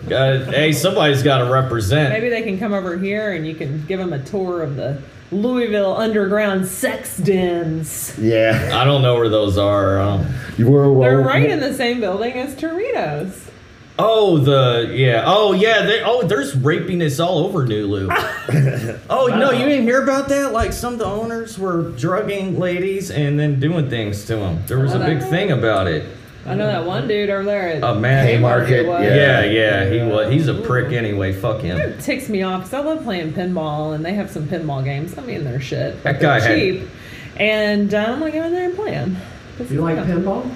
A: Gotta- hey, somebody's gotta represent.
D: Maybe they can come over here and you can give them a tour of the Louisville underground sex dens.
B: yeah.
A: I don't know where those are. I don't-
B: You were
D: They're right in the same building as Torino's.
A: Oh, the yeah. Oh, yeah. They, oh, there's rapiness all over Nulu. oh no, you didn't hear about that? Like some of the owners were drugging ladies and then doing things to them. There was a big thing about it.
D: I know
B: Uh-huh.
D: that one dude over there. At,
A: A man.
B: Haymarket,
D: Haymarket was.
A: Yeah, yeah. He was. He's a prick anyway. Fuck him.
D: It ticks me off because I love playing pinball and they have some pinball games. I mean, they're shit.
A: That
D: but
A: guy
D: they're
A: had-
D: cheap. And uh, I'm like, go in there and play 'em. This
C: You
D: is
C: like
D: fun.
C: pinball?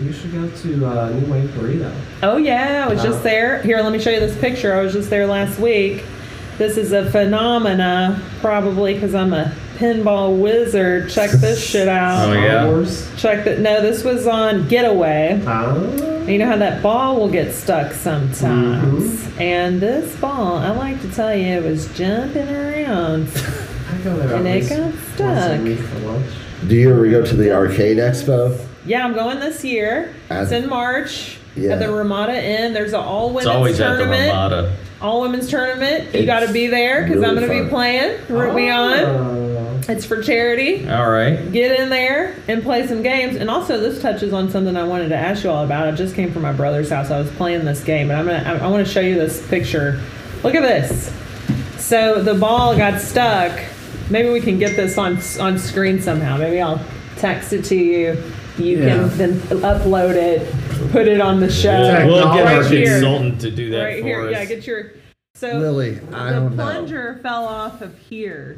C: You should go to uh, New Wave Burrito.
D: Oh yeah, I was
C: Oh.
D: just there. Here, let me show you this picture. I was just there last week. This is a phenomena, probably because I'm a pinball wizard. Check this shit out.
A: Oh, yeah?
C: Star Wars.
D: Check that. No, this was on Getaway.
C: Ah.
D: You know how that ball will get stuck sometimes.
C: Mm-hmm.
D: And this ball, I like to tell you, it was jumping around.
C: I go there at
D: And it
C: least
D: got
C: once a
D: stuck.
C: week for lunch.
B: Do you ever go to the arcade expo?
D: Yeah, I'm going this year.
B: As-
D: it's in March
B: Yeah.
D: at the Ramada Inn. There's an all
A: It's
D: women's
A: always at the
D: tournament.
A: Ramada.
D: all women's tournament. You
B: It's
D: got to be there because I'm
B: really
D: going to
B: fun.
D: be playing. Root
A: Oh.
D: me on.
C: Oh.
D: It's for charity.
A: All right.
D: Get in there and play some games. And also, this touches on something I wanted to ask you all about. I just came from my brother's house. I was playing this game, and I'm gonna. I, I want to show you this picture. Look at this. So the ball got stuck. Maybe we can get this on on screen somehow. Maybe I'll text it to you. You
C: Yeah.
D: can then upload it, put it on the show.
C: Exactly.
A: We'll get our
D: Right here.
A: consultant to do that
D: Right
A: for
D: here,
A: us.
D: yeah. Get your so
B: Lily, I
D: the
B: don't know.
D: plunger fell off of here,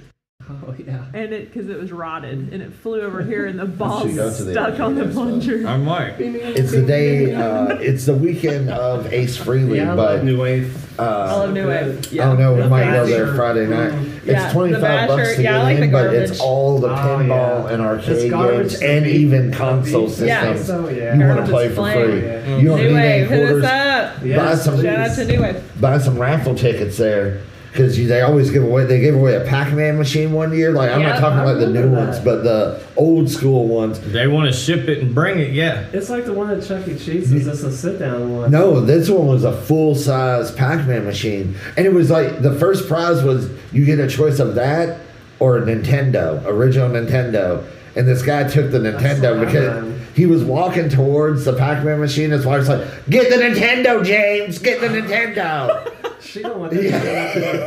C: oh, yeah.
D: and it because it was rotted, and it flew over here, and the
B: ball
D: ball
B: should Mm-hmm. go to the
D: stuck on the
B: internet, so-
D: plunger.
A: I might.
B: It's the day. Uh, it's the weekend of Ace Freely,
C: Yeah, I love
B: but
C: New Wave.
D: I
B: uh,
D: love New Wave.
B: oh no, we
D: The
B: might go
D: Basher. Mm-hmm.
B: there Friday night. It's
D: Yeah, the
B: twenty five bucks
D: Basher.
B: to
D: Yeah, I
B: get
D: like the
B: in, but it's
D: garbage.
B: all the
C: Oh,
B: pinball
C: yeah.
B: and
C: It's
B: arcade
C: garbage
B: games, and
C: to
B: even
C: beat.
B: console
D: Yeah.
B: systems.
C: So, yeah.
B: You want to
D: Garbage
B: play for
D: flame.
B: free?
C: Yeah.
B: You don't
D: New
B: need
D: Wave,
B: any
D: hit
B: quarters.
D: us up.
C: Yeah.
B: Buy some,
D: Shout out to New Wave.
B: buy some raffle tickets there. Because they always give away, they gave away a Pac-Man machine one year. Like I'm not
D: Yeah,
B: talking
C: I
B: about the new
C: remember
B: ones,
C: that.
B: but the old school ones.
A: They want to ship it and bring it. Yeah.
C: It's like the one at Chuck E. Cheese. It's just a sit down one.
B: No, this one was a full size Pac Man machine. And it was like the first prize was you get a choice of that or a Nintendo, original Nintendo. And this guy took the Nintendo
C: not
B: because
C: right.
B: he was walking towards the Pac Man machine. His wife's like, Get the Nintendo, James! Get the Nintendo!
C: She don't want that shit out of her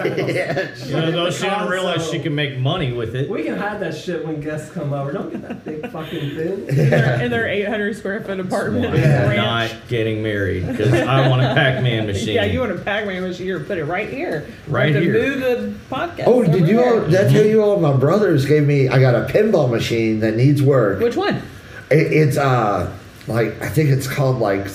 B: yeah.
C: house.
A: You know, though she didn't realize she could make money with it.
C: We can hide that shit when guests come over. Don't get that big fucking thing.
D: In their, in their 800 square foot apartment.
A: I'm
D: in the ranch.
A: not getting married because I want a Pac-Man machine.
D: Yeah, you want to pack my machine here, put it right here. We
A: Right
D: have
A: here.
D: To move the podcast.
B: Oh,
D: over
B: did you all,
D: there.
B: did I tell you all my brothers gave me, I got a pinball machine that needs work.
D: Which one?
B: It, it's uh like I think it's called like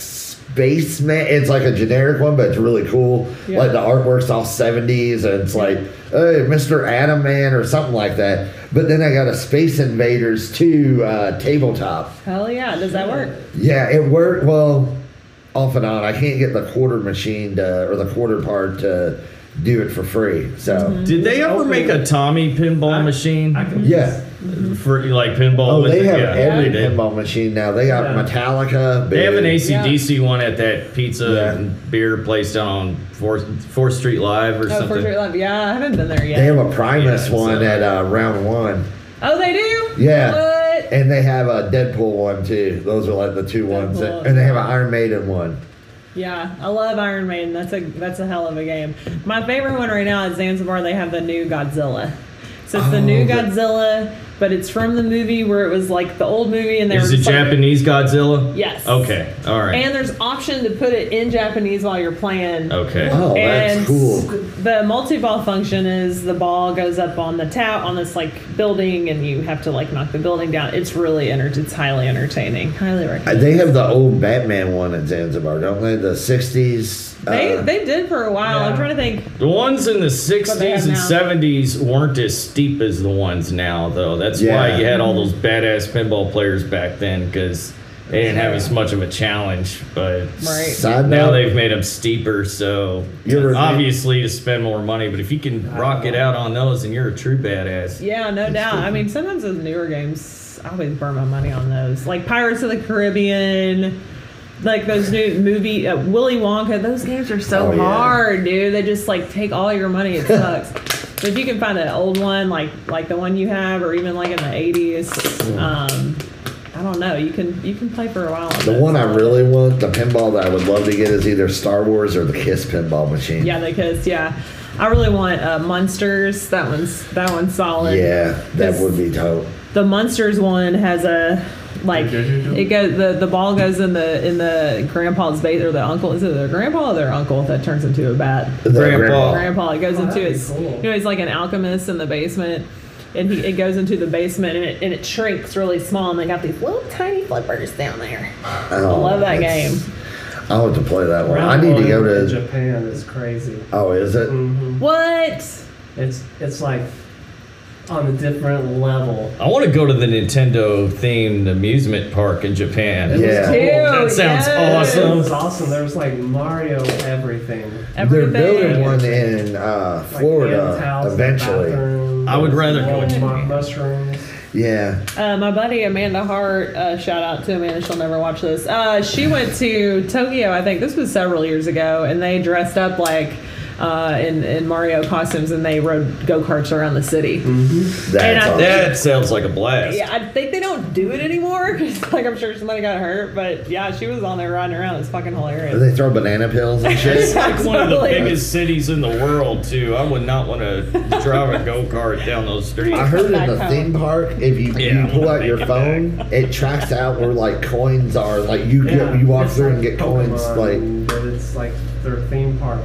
B: Spaceman. It's like a generic one, but it's really cool.
D: Yeah.
B: Like the artwork's all seventies, and it's like hey, Mr. Adam Man or something like that. But then I got a Space Invaders two uh, tabletop.
D: Hell yeah! Does that work?
B: Yeah, it worked well off and on. I can't get the quarter machine to, or the quarter part to do it for free. So
A: Did they ever make a Tommy pinball machine
C: I can
B: yeah.
A: for like pinball?
B: Oh,
A: with
B: they
A: it?
B: have
A: yeah.
B: every
A: they did.
B: pinball machine now. They got
C: Yeah.
B: Metallica.
A: They have an
B: Big.
A: ACDC one at that pizza
B: Yeah.
A: and beer place down on Fourth Fourth Street Live or
D: Oh,
A: something.
D: Fourth Street Live. Yeah, I haven't been there yet.
B: They have a Primus
A: Yeah, so-
B: one at uh, round one.
D: Oh, they do.
B: Yeah.
D: What?
B: And they have a Deadpool one too. Those are like the two ones. that-
D: Deadpool.
B: and they have an Iron Maiden one.
D: Yeah, I love Iron Maiden. That's a that's a hell of a game. My favorite one right now at Zanzibar. They have the new Godzilla. So it's
B: Oh,
D: the new
B: the-
D: Godzilla, but it's from the movie where it was like the old movie, and they
A: Is
D: were
A: it
D: just like-
A: Japanese Godzilla?
D: Yes.
A: Okay. All right.
D: And there's option to put it in Japanese while you're playing.
A: okay.
B: Oh,
D: and
B: that's cool.
D: The multi-ball function is the ball goes up on the tap on this like building, and you have to like knock the building down. It's really enter- It's highly entertaining. Highly
B: Uh,
D: recommend.
B: They have the old Batman one at Zanzibar, don't they? The '60s. uh,
D: They they did for a while. I'm
C: Yeah.
D: trying to think.
A: The ones in the 60s and
D: now.
A: 70s weren't as steep as the ones now, though. That's
B: Yeah.
A: why you had all those badass pinball players back then because they didn't have as much of a challenge. But
D: Right.
B: Side
A: now
B: note,
A: they've made them steeper, so
B: You ever-
A: obviously to spend more money. But if you can rock it out on those, and you're a true badass.
D: Yeah, no doubt. I mean, sometimes those newer games, I always burn my money on those. Like Pirates of the Caribbean, like those new movie uh, Willy Wonka. Those games are so
B: Oh, yeah.
D: hard, dude. They just like take all your money. It sucks. But if you can find an old one, like like the one you have, or even like in the eighties, um, I don't know. You can you can play for a while. on
B: The
D: those.
B: one I really want, the pinball that I would love to get is either Star Wars or the Kiss pinball machine.
D: Yeah, they kiss. Yeah, I really want uh, Munsters. That one's that one's solid.
B: Yeah, that
D: This-
B: would be dope.
D: The Munsters one has a like it goes the, the ball goes in the in the grandpa's base or the uncle is it their grandpa or their uncle that turns into a bat.
B: The
A: Grandpa.
D: Grandpa it goes
C: Oh,
D: into
C: that'd be
D: his
C: cool.
D: you know he's like an alchemist in the basement. And he, it goes into the basement and it, and it shrinks really small and they got these little tiny flippers down there.
B: Oh,
D: I love that
B: that's-
D: game.
B: I'll have to play that one. I need to go
C: Round one in
B: to.
C: Japan. It's crazy.
B: Oh, is
A: Mm-hmm.
B: it?
C: hmm
D: What?
C: It's it's like on a different level.
A: I want to go to the Nintendo themed amusement park in Japan.
B: Yeah.
C: It was
D: Ew,
C: cool.
A: That sounds
D: yes.
C: It
A: awesome.
C: was awesome. There was like Mario everything.
D: Everything.
B: They're building one in uh,
C: Like
B: Florida
C: Anne's house,
B: eventually.
C: bathrooms,
A: I would rather go
C: wild
A: to
C: mu-
A: Japan.
C: mushrooms.
B: Yeah.
D: Uh, my buddy Amanda Hart, uh, shout out to Amanda, she'll never watch this. Uh, she went to Tokyo, I think this was several years ago, and they dressed up like uh, in, in Mario costumes and they rode go karts around the city. And
B: That's
D: I-
B: awesome.
A: That sounds like a blast.
D: Yeah, I think they don't do it anymore. 'cause, like, I'm sure somebody got hurt, but yeah, she was on there riding around. It's fucking hilarious.
B: they throw banana pills and shit.
A: It's like one of the
D: Totally.
A: biggest cities in the world, too. I would not want to drive a go kart down those streets.
B: I heard in the theme park, if you,
A: Yeah,
B: you pull
A: I'll
B: out your
A: take it
B: phone, it tracks out where like coins are. Like you
C: Yeah,
B: get, you walk
C: it's
B: through and
C: like
B: get coins. Like
C: Pokemon, but it's like their theme park.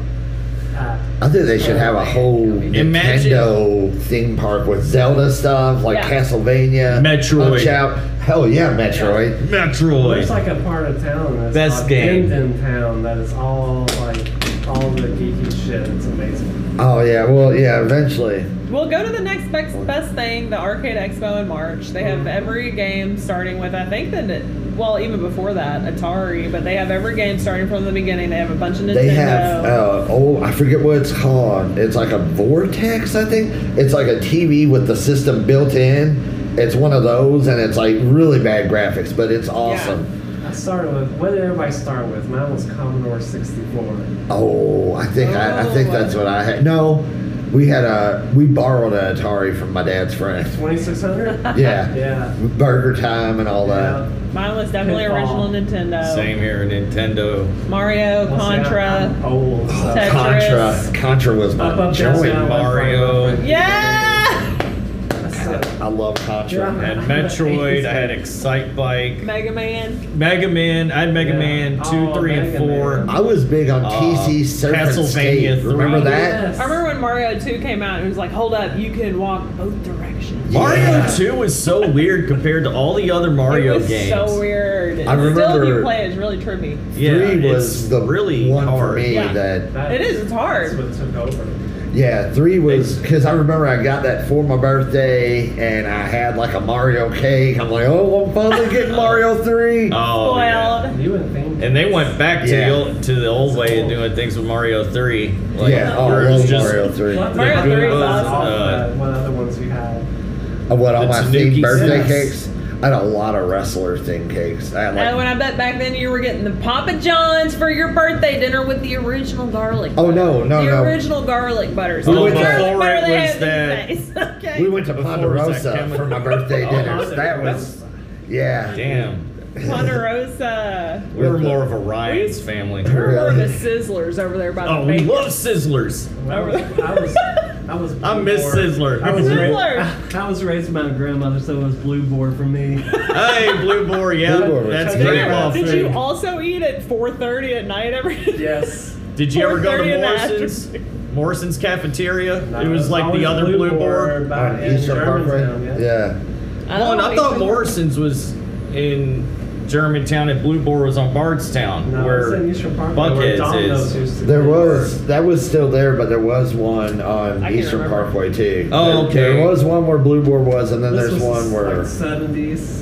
C: app.
B: I think they should have a whole
A: Imagine-
B: Nintendo theme park with Zelda stuff, like
D: Yeah.
B: Castlevania,
A: Metroid.
B: Punch Out. Hell yeah, Metroid.
A: Metroid.
C: There's like a part of town that's
A: Best
C: called
A: game.
C: Gendon Town that is all like all the geeky shit. It's amazing.
B: Oh yeah, well yeah, eventually.
D: We'll go to the next best, best thing, the Arcade Expo in March. They have every game starting with, I think, the, well, even before that, Atari, but they have every game starting from the beginning. They have a bunch of Nintendo.
B: They have uh, oh I forget what it's called. It's like a vortex, I think. It's like a TV with the system built in. It's one of those, and it's like really bad graphics, but it's awesome.
C: I started with what did everybody start with? Mine was Commodore 64.
B: Oh, I think I, I think
D: Oh.
B: that's what I had. No, we had a we borrowed an Atari from my dad's friend.
C: 2600.
B: Yeah,
C: yeah.
B: Burger Time and all that.
C: Yeah.
D: Mine was definitely
C: Pitfall.
D: original Nintendo.
A: Same here, Nintendo.
D: Mario,
C: Well, see, I'm- I'm
D: Contra.
C: old. so-
D: Tetris.
B: Contra, Contra was
C: Up,
B: my
C: up, down,
B: joy.
C: down, left,
A: Mario.
C: right, left, right.
D: Yeah!
C: That's it.
B: I love Contra.
A: I had Metroid. I had Excite Bike.
D: Mega Man.
A: Mega Man. I had Mega
C: Yeah.
A: Man two,
C: Oh,
A: three, and
C: Mega
A: four.
C: Man.
B: I was big on TC
A: Uh,
B: Surf and
A: Castlevania
B: Skate. Remember
C: Oh,
A: three.
B: that?
D: I remember when Mario 2 came out and it was like, hold up, you can walk both directions.
A: Mario
B: Yeah.
A: Two was so weird compared to all the other Mario
D: it was
A: games.
D: so weird.
B: I
D: Still, if you
B: remember-
D: play it, it's really trippy.
A: Yeah,
B: three
A: it's
B: was the
A: really
B: one
A: hard.
B: for me
D: Yeah.
B: that
C: That-
D: It is, it's hard.
C: That's what took over.
B: yeah three was because I remember I got that for my birthday and I had like a Mario cake. I'm like, oh, I'm finally getting Mario three.
A: Oh, yeah.
D: Spoiled.
C: You would think.
A: and they went back to
B: Yeah.
A: the old, to the old way of doing things with Mario Three. Like,
B: yeah, oh,
A: where
B: I
A: it was
B: love
A: just-
B: Mario three.
C: What
B: Uh,
C: the
D: Mario
C: fuck
D: three is
C: was
D: awesome.
C: off
A: Uh,
C: that? What other ones you had?
B: Uh, What all
A: the
B: my
A: Tanuki
B: themed birthday
C: Yes.
B: cakes? I had a lot of wrestler themed cakes. I had
D: And when
B: like,
D: I bet back then you were getting the Papa John's for your birthday dinner with the original garlic.
B: oh no, no,
D: the
B: no.
D: original garlic butter.
A: Oh,
D: the
B: before
D: garlic butter
A: it
D: they
A: was
D: had
A: that-
D: these days. okay.
B: We went to
A: Before it was that
B: Ponderosa
A: chemical-
B: for my birthday
A: Oh,
B: dinners. That
C: That's-
B: was yeah.
A: Damn,
D: Ponderosa.
A: we were
B: With the-
A: more of a Ryan's family.
D: We were more of the
B: Really?
D: Sizzlers over there by the
A: Oh, we
D: bacon.
A: love Sizzlers.
C: I was, I was, I was.
A: I miss
C: blue
A: Sizzler.
C: I was, ra-
D: Sizzler.
C: I was raised by my grandmother, so it was blue board for me.
A: Hey, Blue Boar, yeah,
B: Blue Boar was
A: that's
B: good.
A: great.
D: Yeah,
A: ball
D: Did you
A: food.
D: also eat at 4:30 at night every?
C: yes.
A: Did you ever go
D: 4:30
A: to
D: in the
A: Morrison's? Morrison's cafeteria. it was like the
C: always
A: other Blue Boar.
C: back
B: On
C: in
B: Eastern
C: Germantown,
B: Parkway. Yeah.
D: I,
A: Well,
D: don't
A: and I
D: eat
A: thought
D: them.
A: Morrison's was in Germantown and Blue Boar was on Bardstown,
C: No,
A: where
C: it's in Eastern Parkway where
A: Buckheads
C: Domino's
A: is.
C: used to
B: There
C: be.
B: was that was still there, but there was one on
D: I can't
B: Eastern
D: remember.
B: Parkway too.
A: Oh,
B: There-
A: okay.
B: There was one where Blue Boar was, and then
C: This
B: there's
C: was
B: one where
C: like seventies.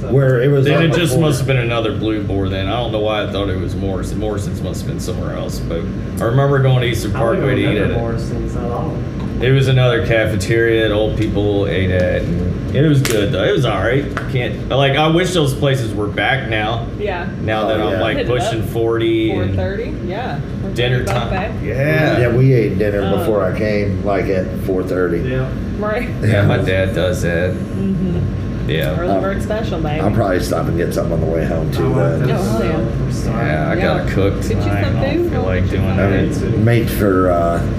C: So.
B: where it was.
A: Then
B: on
A: it
B: my
A: just
B: board.
A: must have been another blue boar. Then I don't know why I thought it was Morrison. Morrison's must have been somewhere else. But I remember going to Eastern
C: I don't even
A: Parkway to eat
C: remember
A: at it.
C: Morrison's at all.
A: It was another cafeteria that old people ate at. and It was good though. It was all right. Can't like I wish those places were back now.
D: Yeah.
A: Now that
B: Oh,
A: I'm
B: yeah.
A: like
D: Hit it up.
A: pushing forty
D: Four
A: and
D: thirty. Yeah. We're
A: dinner
D: talking about
A: time.
B: Yeah.
A: Yeah.
B: we ate dinner
D: Oh.
B: before I came, like at four thirty.
C: Yeah.
D: that. Right.
B: Oh.
A: Yeah, my dad does that.
D: Mm-hmm.
A: Yeah.
D: Early bird special, baby.
B: I'll probably stop and get something on the way home too.
C: I
B: but
C: want
D: Oh,
C: to-
D: yeah.
C: I'm sorry.
A: Yeah, I gotta
D: Yeah.
A: cook
D: Did you
A: tonight. I
D: something?
A: don't feel like doing
D: I
B: I'm
A: that.
C: too.
B: made for. Uh,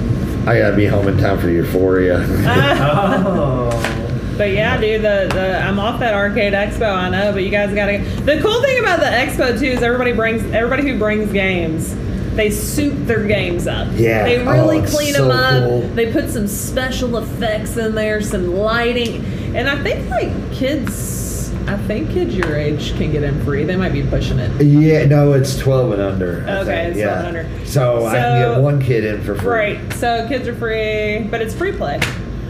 B: I gotta be home in time for
D: Ah.
B: Euphoria.
C: Oh.
D: But yeah, dude, the, the I'm off that arcade expo. I know, but you guys gotta. The cool thing about the expo too is everybody brings everybody who brings games. They soup their games up.
B: Yeah.
D: They
B: Oh,
D: really
B: it's
D: clean
B: so
D: them up.
B: cool.
D: They put some special effects in there, some lighting, and I think like kids, I think kids your age can get in free. They might be pushing it.
B: yeah, no, it's twelve and under. I
D: Okay,
B: think,
D: it's
B: yeah.
D: 12 and under.
B: So, I can
D: So-
B: get one kid in for free.
D: Right. So kids are free, but it's free play.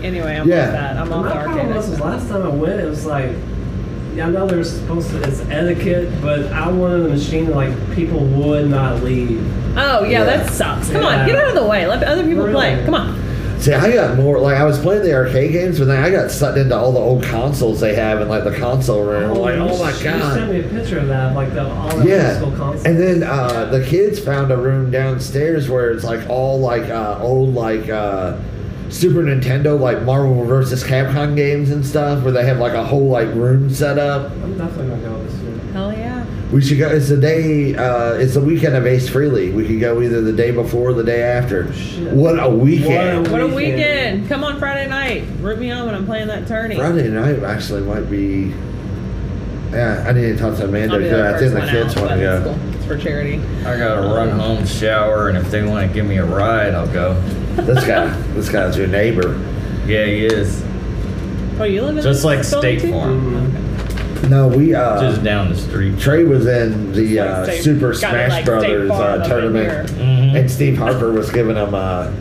D: Anyway, I'm
B: Yeah.
D: off that. I'm off the
C: My
D: arcade.
C: problem was,
D: expo.
C: was last time I went, it was like, yeah, I know there's supposed to, it's etiquette, but I wanted a machine that, like people would not leave.
D: Oh yeah,
B: Yeah.
D: that sucks. Come
C: Yeah.
D: on, get out of the way. Let other people play.
C: Really?
D: Come on.
B: See, I got more like I was playing the arcade games, but then I got sucked into all the old consoles they have in like the console room. like,
C: you
B: oh my
C: sh- You sent
B: god.
C: me a picture of that, like the all the old
B: Yeah,
C: school console.
B: and then uh, the kids found a room downstairs where it's like all like uh, old like uh, Super Nintendo like Marvel versus Capcom games and stuff where they have like a whole like room set up.
C: I'm definitely gonna go this year.
D: Hell yeah.
B: We should go. It's the day. Uh, it's the weekend of Ace Freely. We could go either the day before or the day after.
C: Shit.
B: What a weekend!
D: What a
C: Weekend.
D: weekend. Come on Friday night. Root me on when I'm playing that tourney.
B: Friday night actually might be. Yeah, I need to talk to Amanda
D: I'll be
B: because
D: the
B: I
D: first
B: think the
D: one
B: kids
D: out, but
B: want to
D: it's
B: go.
D: cool. It's for charity.
A: I gotta run home, shower, and if they want to give me a ride, I'll go.
B: This guy, this guy's your neighbor.
A: Yeah, he is.
D: Oh, you live in
A: Just
D: the
A: like
D: building
A: State
D: too?
A: Farm,
B: Mm-hmm. No, we uh,
A: just down the street.
B: Trey was in the
D: Like
B: uh,
D: State-
B: Super
D: kinda
B: Smash
D: like State
B: Brothers
D: Farm
B: uh,
D: up in
B: tournament,
D: here. Mm-hmm.
A: Mhm.
B: and Steve Harper was giving him uh,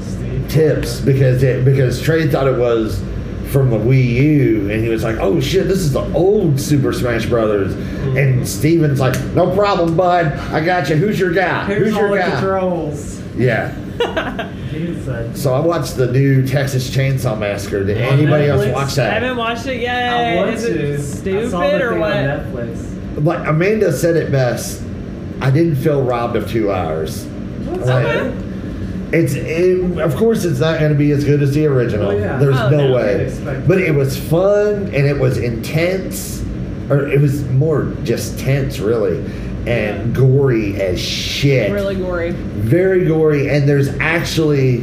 C: Steve.
B: tips because it because Trey thought it was from the Wii U, and he was like, "Oh shit, this is the old Super Smash Brothers." And Steven's like, "No problem, bud. I got you. Who's your guy?
C: Here's
B: Who's
C: all
B: your
C: the
B: guy?"
C: controls.
B: Yeah.
C: Jesus.
B: So I watched the new Texas Chainsaw Massacre. Did
C: On
B: anybody else
C: Netflix?
B: watch
D: I
B: that?
D: haven't watched it yet.
C: I want
D: Is
C: to.
D: it
C: I saw the
D: stupid or
C: thing
D: what?
C: On Netflix.
B: But Amanda said it best. I didn't feel robbed of two hours. Like,
D: Okay.
B: It's it, of course it's not going to be as good as the original.
C: Oh, yeah.
B: There's
D: Oh,
B: no,
D: no.
B: way.
C: Expect-
B: But it was fun and it was intense, or it was more just tense really, and
C: Yeah.
B: gory as shit.
D: Really gory.
B: very gory, and there's actually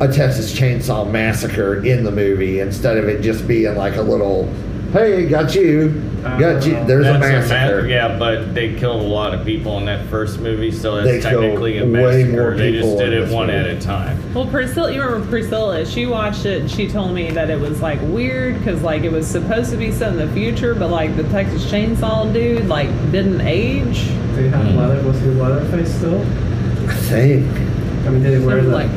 B: a Texas Chainsaw Massacre in the movie instead of it just being like a little, "Hey, got you, got you."
C: Oh.
B: There's a
A: That's
B: massacre.
A: ma- yeah, but they killed a lot of people in that first movie, so that's
B: They killed
A: technically a
B: way
A: massacre.
B: more
A: they just
B: people
A: did
B: in
A: it
B: this
A: one at
B: movie.
A: a time.
D: Well, Priscilla, you remember Priscilla? She watched it and she told me that it was like weird because like it was supposed to be set in the future, but like the Texas Chainsaw dude like didn't age.
C: Do you have
B: Hmm.
A: Mm.
C: leather? Was he Leatherface still?
B: I think.
C: I mean, did he wear
D: So,
C: the?
D: like,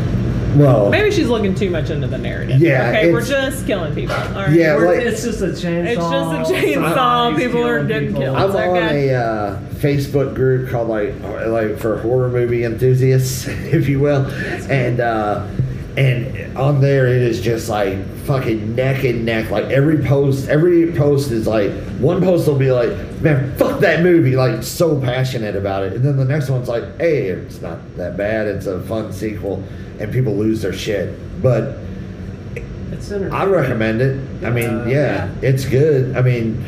B: Well,
D: Maybe she's looking too much into the narrative.
B: Yeah,
D: Okay, we're
B: it's-
D: just killing people. All right.
B: Yeah,
D: We're-
C: Or
B: like-
C: it's just a chainsaw.
D: It's just a chainsaw.
C: Somebody's
D: People are
C: killing
D: getting
C: people.
D: killed.
B: I'm on
D: okay.
B: a uh, Facebook group called like uh, like for horror movie enthusiasts, if you will, and uh, and on there it is just like fucking neck and neck. Like every post, every post is like one post will be like, man, fuck that movie, like so passionate about it, and then the next one's like, hey, it's not that bad, it's a fun sequel, and people lose their shit, but.
C: It's entertaining.
B: I recommend it. I mean,
C: Uh,
B: yeah, it's good. I mean,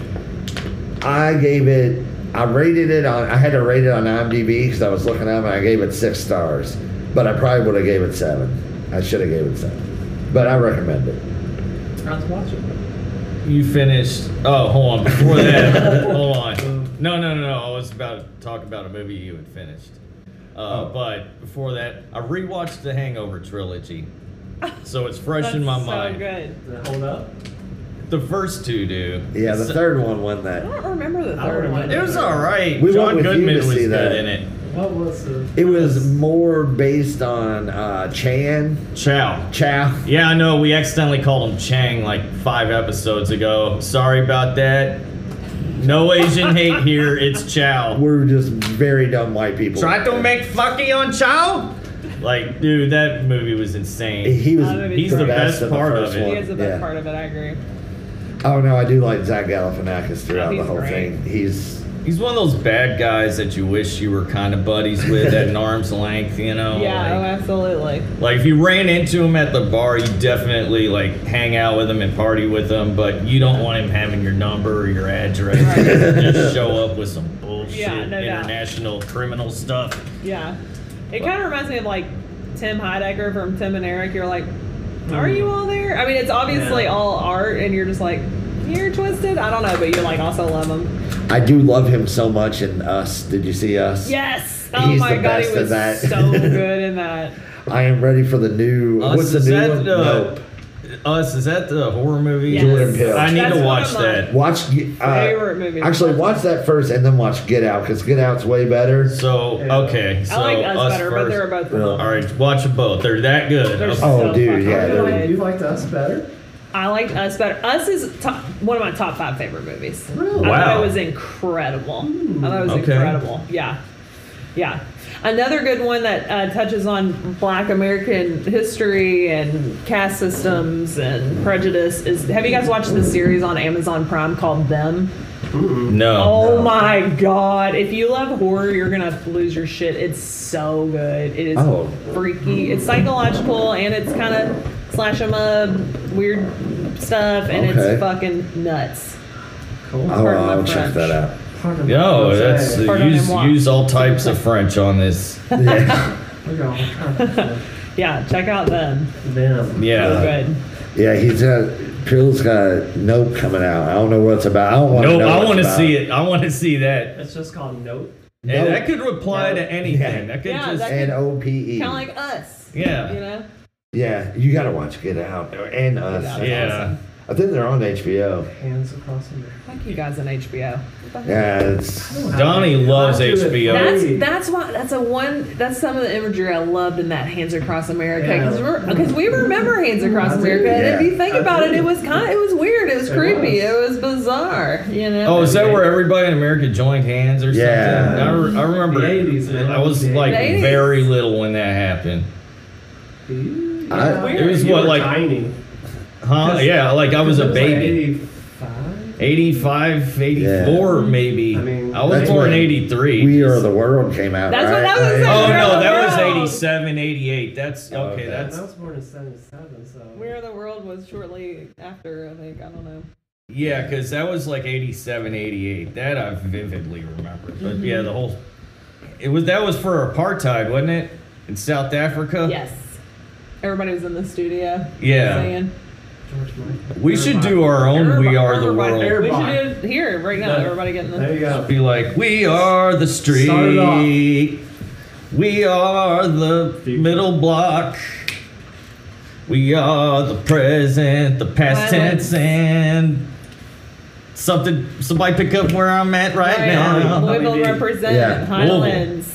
B: I gave it. I rated it on. I had to rate it on IMDb because I was looking up, and I gave it six stars. But I probably would have gave it seven. I should have gave it seven. But I recommend it.
C: Let's watch it.
A: You finished. Oh, hold on. Before that, hold on. No, no, no, no. I was about to talk about a movie you had finished. Uh,
D: Oh.
A: But before that, I rewatched the Hangover trilogy, so it's fresh
D: That's
A: in my
D: so
A: mind.
D: good.
C: Does it hold up?
A: The first two do.
B: Yeah, the
A: So-
B: third one won
D: I
B: that.
D: don't remember the
C: I don't
D: third one.
C: remember.
A: It was all right.
B: We went
A: John
B: with you
A: Goodman
B: to
A: was
B: see
A: good
B: that.
A: in it.
C: What was the?
B: It was more based on uh, Chan
A: Chow.
B: Chow.
A: Yeah, I know. We accidentally called him Chang like five episodes ago. Sorry about that. No Asian hate here. It's chow.
B: We're just very dumb white people.
A: Try to make fucky on chow. Like, dude, that movie was insane.
B: He was.
D: Oh, that'd be He's the
A: best part of
B: first
A: it.
B: one.
D: He is the best
B: Yeah.
D: part of it. I agree.
B: Oh no, I do like Zach Galifianakis throughout
D: Oh, He's
B: the whole
D: great.
B: thing. He's
A: He's one of those bad guys that you wish you were kind of buddies with at an arm's length, you know?
D: yeah, oh,
A: Like,
D: absolutely.
A: like, if you ran into him at the bar, you definitely like hang out with him and party with him, but you don't want him having your number or your address.
D: Right.
A: Just show up with some bullshit
D: Yeah, no doubt.
A: international criminal stuff.
D: Yeah. It kind of reminds me of like Tim Heidecker from Tim and Eric. You're like,
A: Hmm.
D: are you all there? I mean, it's obviously
C: Yeah.
D: all art, and you're just like, you're twisted. I don't know, but you like also love him.
B: I do love him so much in Us. Did you see Us?
D: Yes. Oh
B: He's
D: my
B: the
D: god,
B: best
D: he
B: at
D: was
B: that.
D: so good in that.
B: I am ready for the new.
A: Us,
B: what's the
A: is
B: new
A: that the-
B: one? Nope.
A: Us, is that the horror movie?
D: Yes. Jordan
B: Peele.
A: I need
D: That's
A: to
D: one
A: watch
D: of mine.
A: that.
B: Watch. Uh,
D: Favorite movie.
B: Actually, watch that first and then watch Get Out because Get Out's way better.
A: So,
C: Yeah.
A: okay. So,
D: I like Us,
A: us
D: better,
A: first.
D: but they were both.
B: Yeah.
A: All right, watch them both. They're that good.
D: they're
A: Okay.
D: so
B: Oh, dude,
D: fucking
B: yeah, they're-
D: good.
C: You liked us better?
D: I liked Us better. Us is top, one of my top five favorite movies.
C: Really?
D: I thought
A: Wow.
D: it was incredible. I thought it was
A: Okay.
D: incredible. Yeah. Yeah. Another good one that uh, touches on black American history and caste systems and prejudice is have you guys watched the series on Amazon Prime called Them?
A: No.
D: Oh my god. If you love horror, you're going to lose your shit. It's so good. It is
B: Oh.
D: freaky. It's psychological and it's kind of slash 'em up weird stuff and
B: Okay.
D: it's fucking nuts.
C: Cool.
B: Oh,
D: Pardon my
B: I'll check
D: French.
B: that out.
C: Pardon me.
A: No,
C: Okay.
A: that's
D: Pardon
A: use
D: moi.
A: use all types of French on this.
B: Yeah,
C: We're going. Huh.
D: Yeah, check out them.
C: Them.
D: They're
A: Yeah.
D: good.
B: yeah. He's got Peel's got Nope coming out. I don't know what it's about. I don't want to
A: Nope,
B: know.
A: I
B: want to
A: see it. I want to see that.
C: It's just called Note.
A: And
B: Nope.
A: that could reply to anything. That could
D: Yeah,
A: just
D: that-
B: And O P E.
D: Kind of like us.
A: yeah.
D: You know?
B: Yeah, you gotta watch Get Out and Us.
A: yeah.
B: I think they're on HBO.
C: Hands across America.
D: Thank you guys on HBO. What the heck?
B: Yeah, it's
A: Donnie loves
C: I do it.
A: HBO.
D: That's that's why that's a one that's some of the imagery I loved in that Hands Across America
C: Yeah.
D: because because we remember Hands Across
C: I do.
D: America and if
B: Yeah.
D: you think
C: I
D: about it
C: do.
D: it was kind it was weird it was
C: It
D: creepy
C: was.
D: it was bizarre you know
A: Oh, is that where everybody in America joined hands or
B: Yeah.
A: something? I, re- I remember.
C: The 80s, man.
A: I was like
D: The 80s.
A: very little when that happened.
B: I-
C: Yeah.
A: it was
C: You
A: what,
C: were
A: like-
C: tiny.
A: Huh?
C: Because-
A: Yeah, like I was
C: It
A: a
C: like
A: baby.
C: 85?
A: 85, 84 maybe.
C: I mean-
A: I was
B: That's
A: born in
B: when
A: 83.
B: We Are the World came out.
D: That's what
B: right?
D: I was
B: Like,
D: saying.
A: Oh
D: We're
A: no,
D: the
A: that was
D: world.
A: 87, 88. That's okay.
B: Okay.
A: That's
C: I was born in 77, so.
D: Where the World was shortly after I think I don't know
A: yeah, because that was like 87, 88. That I vividly remember. But yeah, the whole it was that was for apartheid, wasn't it? In South Africa.
D: yes everybody was in the studio
A: Yeah.
D: saying,
C: George Michael.
A: We should do our own. We
D: Everybody-
A: are the
D: everybody-
A: world.
D: we
C: Everybody.
D: should do it here right now
C: There-
D: everybody getting
C: There
D: the
C: you go.
A: Be like, we are the
C: Start it off.
A: street. We are the middle block. We are the present, the past
D: Violence.
A: tense, and something. Somebody pick up where I'm at right,
D: Right
A: now.
D: on. Louisville
C: Honeybee.
D: represent
B: Yeah.
D: Highlands,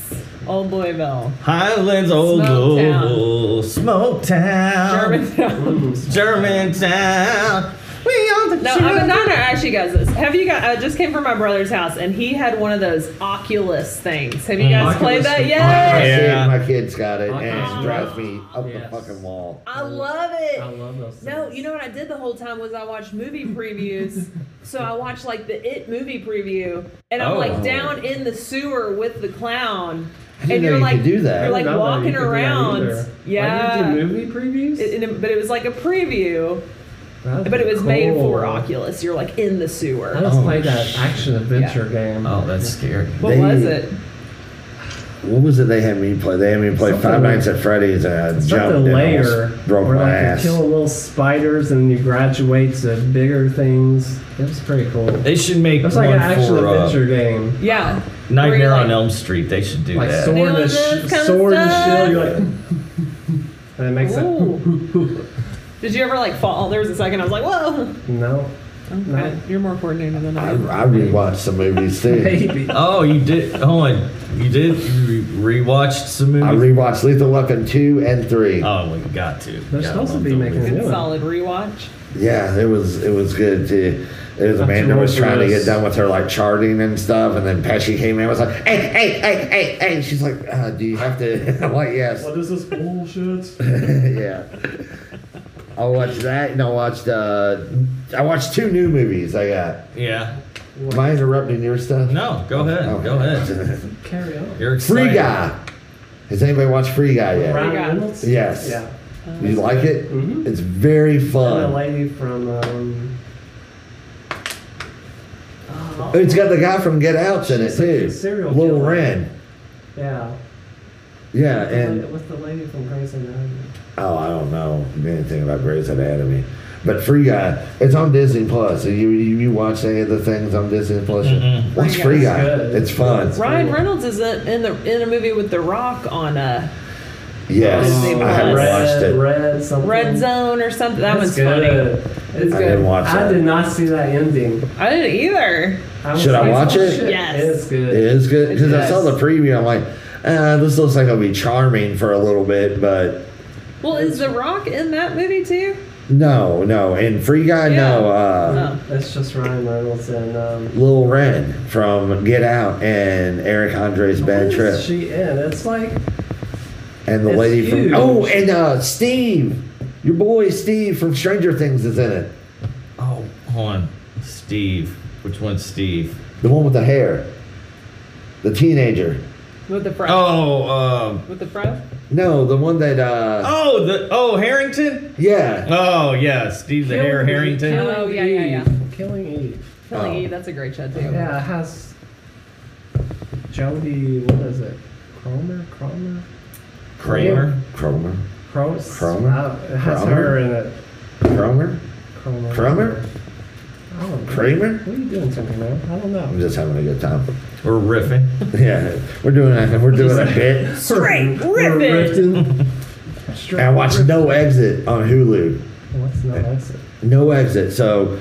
D: Old Louisville,
A: Highlands, old
D: Smoketown.
A: Louisville, Smoketown,
D: Germantown.
A: Germantown. We are the
D: No, I'm
A: children.
D: not gonna ask you guys this. Have you guys? I just came from my brother's house, and he had one of those Oculus things. Have you guys
C: Mm. Oculus
D: played that
C: thing. Oh,
D: yet?
B: My,
A: Yeah.
B: kid, my has got it, and
C: Uh-huh.
B: it drives me up
C: Yes.
B: the fucking wall.
D: I love it.
C: I love those.
D: No,
C: things.
D: you know what I did the whole time was I watched movie previews. so I watched like the It movie preview, and I'm
A: Oh.
D: like down in the sewer with the clown,
B: didn't
D: and
B: know
D: you're
B: you
D: like
B: could do that.
D: you're like
C: I didn't know you
D: walking
C: could do that either.
D: around.
C: Why
D: Yeah.
C: do you do movie previews?
D: It- and it- but it was like a preview,
C: That's
D: but it was made for
C: cool.
D: Oculus. You're like in the
C: I
D: sewer.
C: just
B: Oh,
C: played that action adventure game.
A: Oh, that's scary.
D: What
B: They-
D: was it?
B: What was it they had me play? They had me play Five
C: Something-
B: Nights at Freddy's, and I
C: It's like
B: jumped
C: the
B: and
C: layer
B: almost broke
C: where
B: my
C: like
B: ass.
C: you kill little spiders and you graduate to bigger things. It was pretty cool. It
A: They should make
C: was
A: one
C: like an action
A: for uh,
C: adventure game.
D: Yeah. Where
A: Nightmare
D: you're
A: on
D: like-
A: Elm Street. They should do
C: Like
A: that.
C: sword
D: They
C: and
D: love
C: sh-
D: this kind of
C: sword and
D: stuff.
C: shield. You're like, and it makes it.
D: Ooh. Did you ever like fall? There was a second I was like, whoa.
C: No,
D: Okay, You're more coordinated than
B: I,
D: I am.
B: I rewatched some movies too.
C: maybe.
A: Oh, you did. Hold on. You did. You re- rewatched some
B: I
A: movies.
B: rewatched Lethal Weapon two and three.
A: oh, we got to.
C: They're
A: Got
C: supposed to
A: one
C: be
A: thing
C: making
A: we-
D: Good
C: Yeah.
D: solid rewatch.
B: Yeah, it was it was good too. It was
C: I'm
B: Amanda
C: too
B: was
C: old for
B: trying to
C: this.
B: get done with her like charting and stuff, and then Pesci came in and was like, "Hey, hey, hey, hey, hey!" She's like, uh, "Do you have to?" I'm like, "Yes,
C: What is this bullshit?
B: yeah." I watched that, and I watched uh, I watched two new movies. I got.
A: Yeah.
B: Am I interrupting your stuff?
A: No, go ahead.
C: Oh,
B: Okay.
A: Go ahead.
C: Carry on.
A: You're excited.
B: Free Guy. Has anybody watched Free Guy yet?
C: Ryan
D: Yeah.
C: Reynolds?
B: Yes. Uh,
C: Yeah.
B: You like it?
C: Mhm.
B: It's very
C: And the
B: fun.
C: lady from. Um, oh,
B: It's got the guy from Get Out's in it
C: She's a
B: too.
C: serial
B: Lil
C: killer.
B: Ren.
C: yeah.
B: Yeah,
C: What's the la-
B: and
C: what's the lady from Grey's Anatomy?
B: oh, I don't know anything about Grey's Anatomy, but Free Guy. It's on Disney Plus. You you, you watch any of the things on Disney Plus?
C: Mm-hmm.
A: Mhm.
B: Watch
D: Free
B: Free
C: Guy's
B: Guy.
C: good.
B: It's fun.
D: Ryan Reynolds is in in the in a movie with The Rock on a
B: Yes,
D: Disney
B: Oh, I
D: Plus.
B: haven't
C: red,
B: watched it.
C: Red something.
D: Red Zone or something. That
C: That's
D: one's funny.
C: good. It's
B: I
C: good.
B: didn't watch
C: I
B: that.
C: did not see that ending.
D: I didn't either.
C: I was
B: Should I
C: like,
B: watch
C: oh,
B: it?
C: shit,
D: Yes.
C: It's good.
B: It is good because I saw
C: Yes.
B: the preview. I'm like, uh, this looks like it'll be charming for a little bit, but
D: Well, is The Rock in that movie too?
B: no, no. And Free Guy, no. Uh,
D: No.
C: That's just Ryan Reynolds and um,
B: Lil Ren from Get Out and Eric Andre's Bad
C: who
B: Trip
C: is she in? It's like
B: and the
C: It's
B: lady
C: huge.
B: from oh, and uh, Steve, your boy Steve from Stranger Things is in it.
A: Oh, hold on. Steve. Which one's Steve?
B: The one with the hair, the teenager.
D: With the fro.
A: Oh, um.
D: With the fro.
B: No, the one that uh,
A: Oh, the oh Harrington.
C: Uh,
B: yeah.
A: Oh yeah, Steve the Hare Harrington.
D: Oh, yeah, yeah, yeah.
C: Eve. Killing Eve.
D: Killing
B: Oh.
D: Eve. That's a great show too.
C: Yeah, it has Jody. What is it? Cromer. Cromer.
A: Kramer.
B: Cromer,
C: Cromer.
B: Cromer?
C: Uh, It has
B: Cromer?
C: her in it.
B: Cromer,
C: Cromer.
B: Cromer,
C: I don't know.
B: Kramer.
C: What are you doing to me, man? I don't
B: I'm
C: know.
B: just having a good time.
A: We're riffing.
B: Yeah, we're doing that. We're doing a bit.
D: Straight
C: We're
D: ripping.
C: riffing. Straight
B: And I watched
C: riffing.
B: No Exit on Hulu.
C: What's no exit?
B: No Exit. So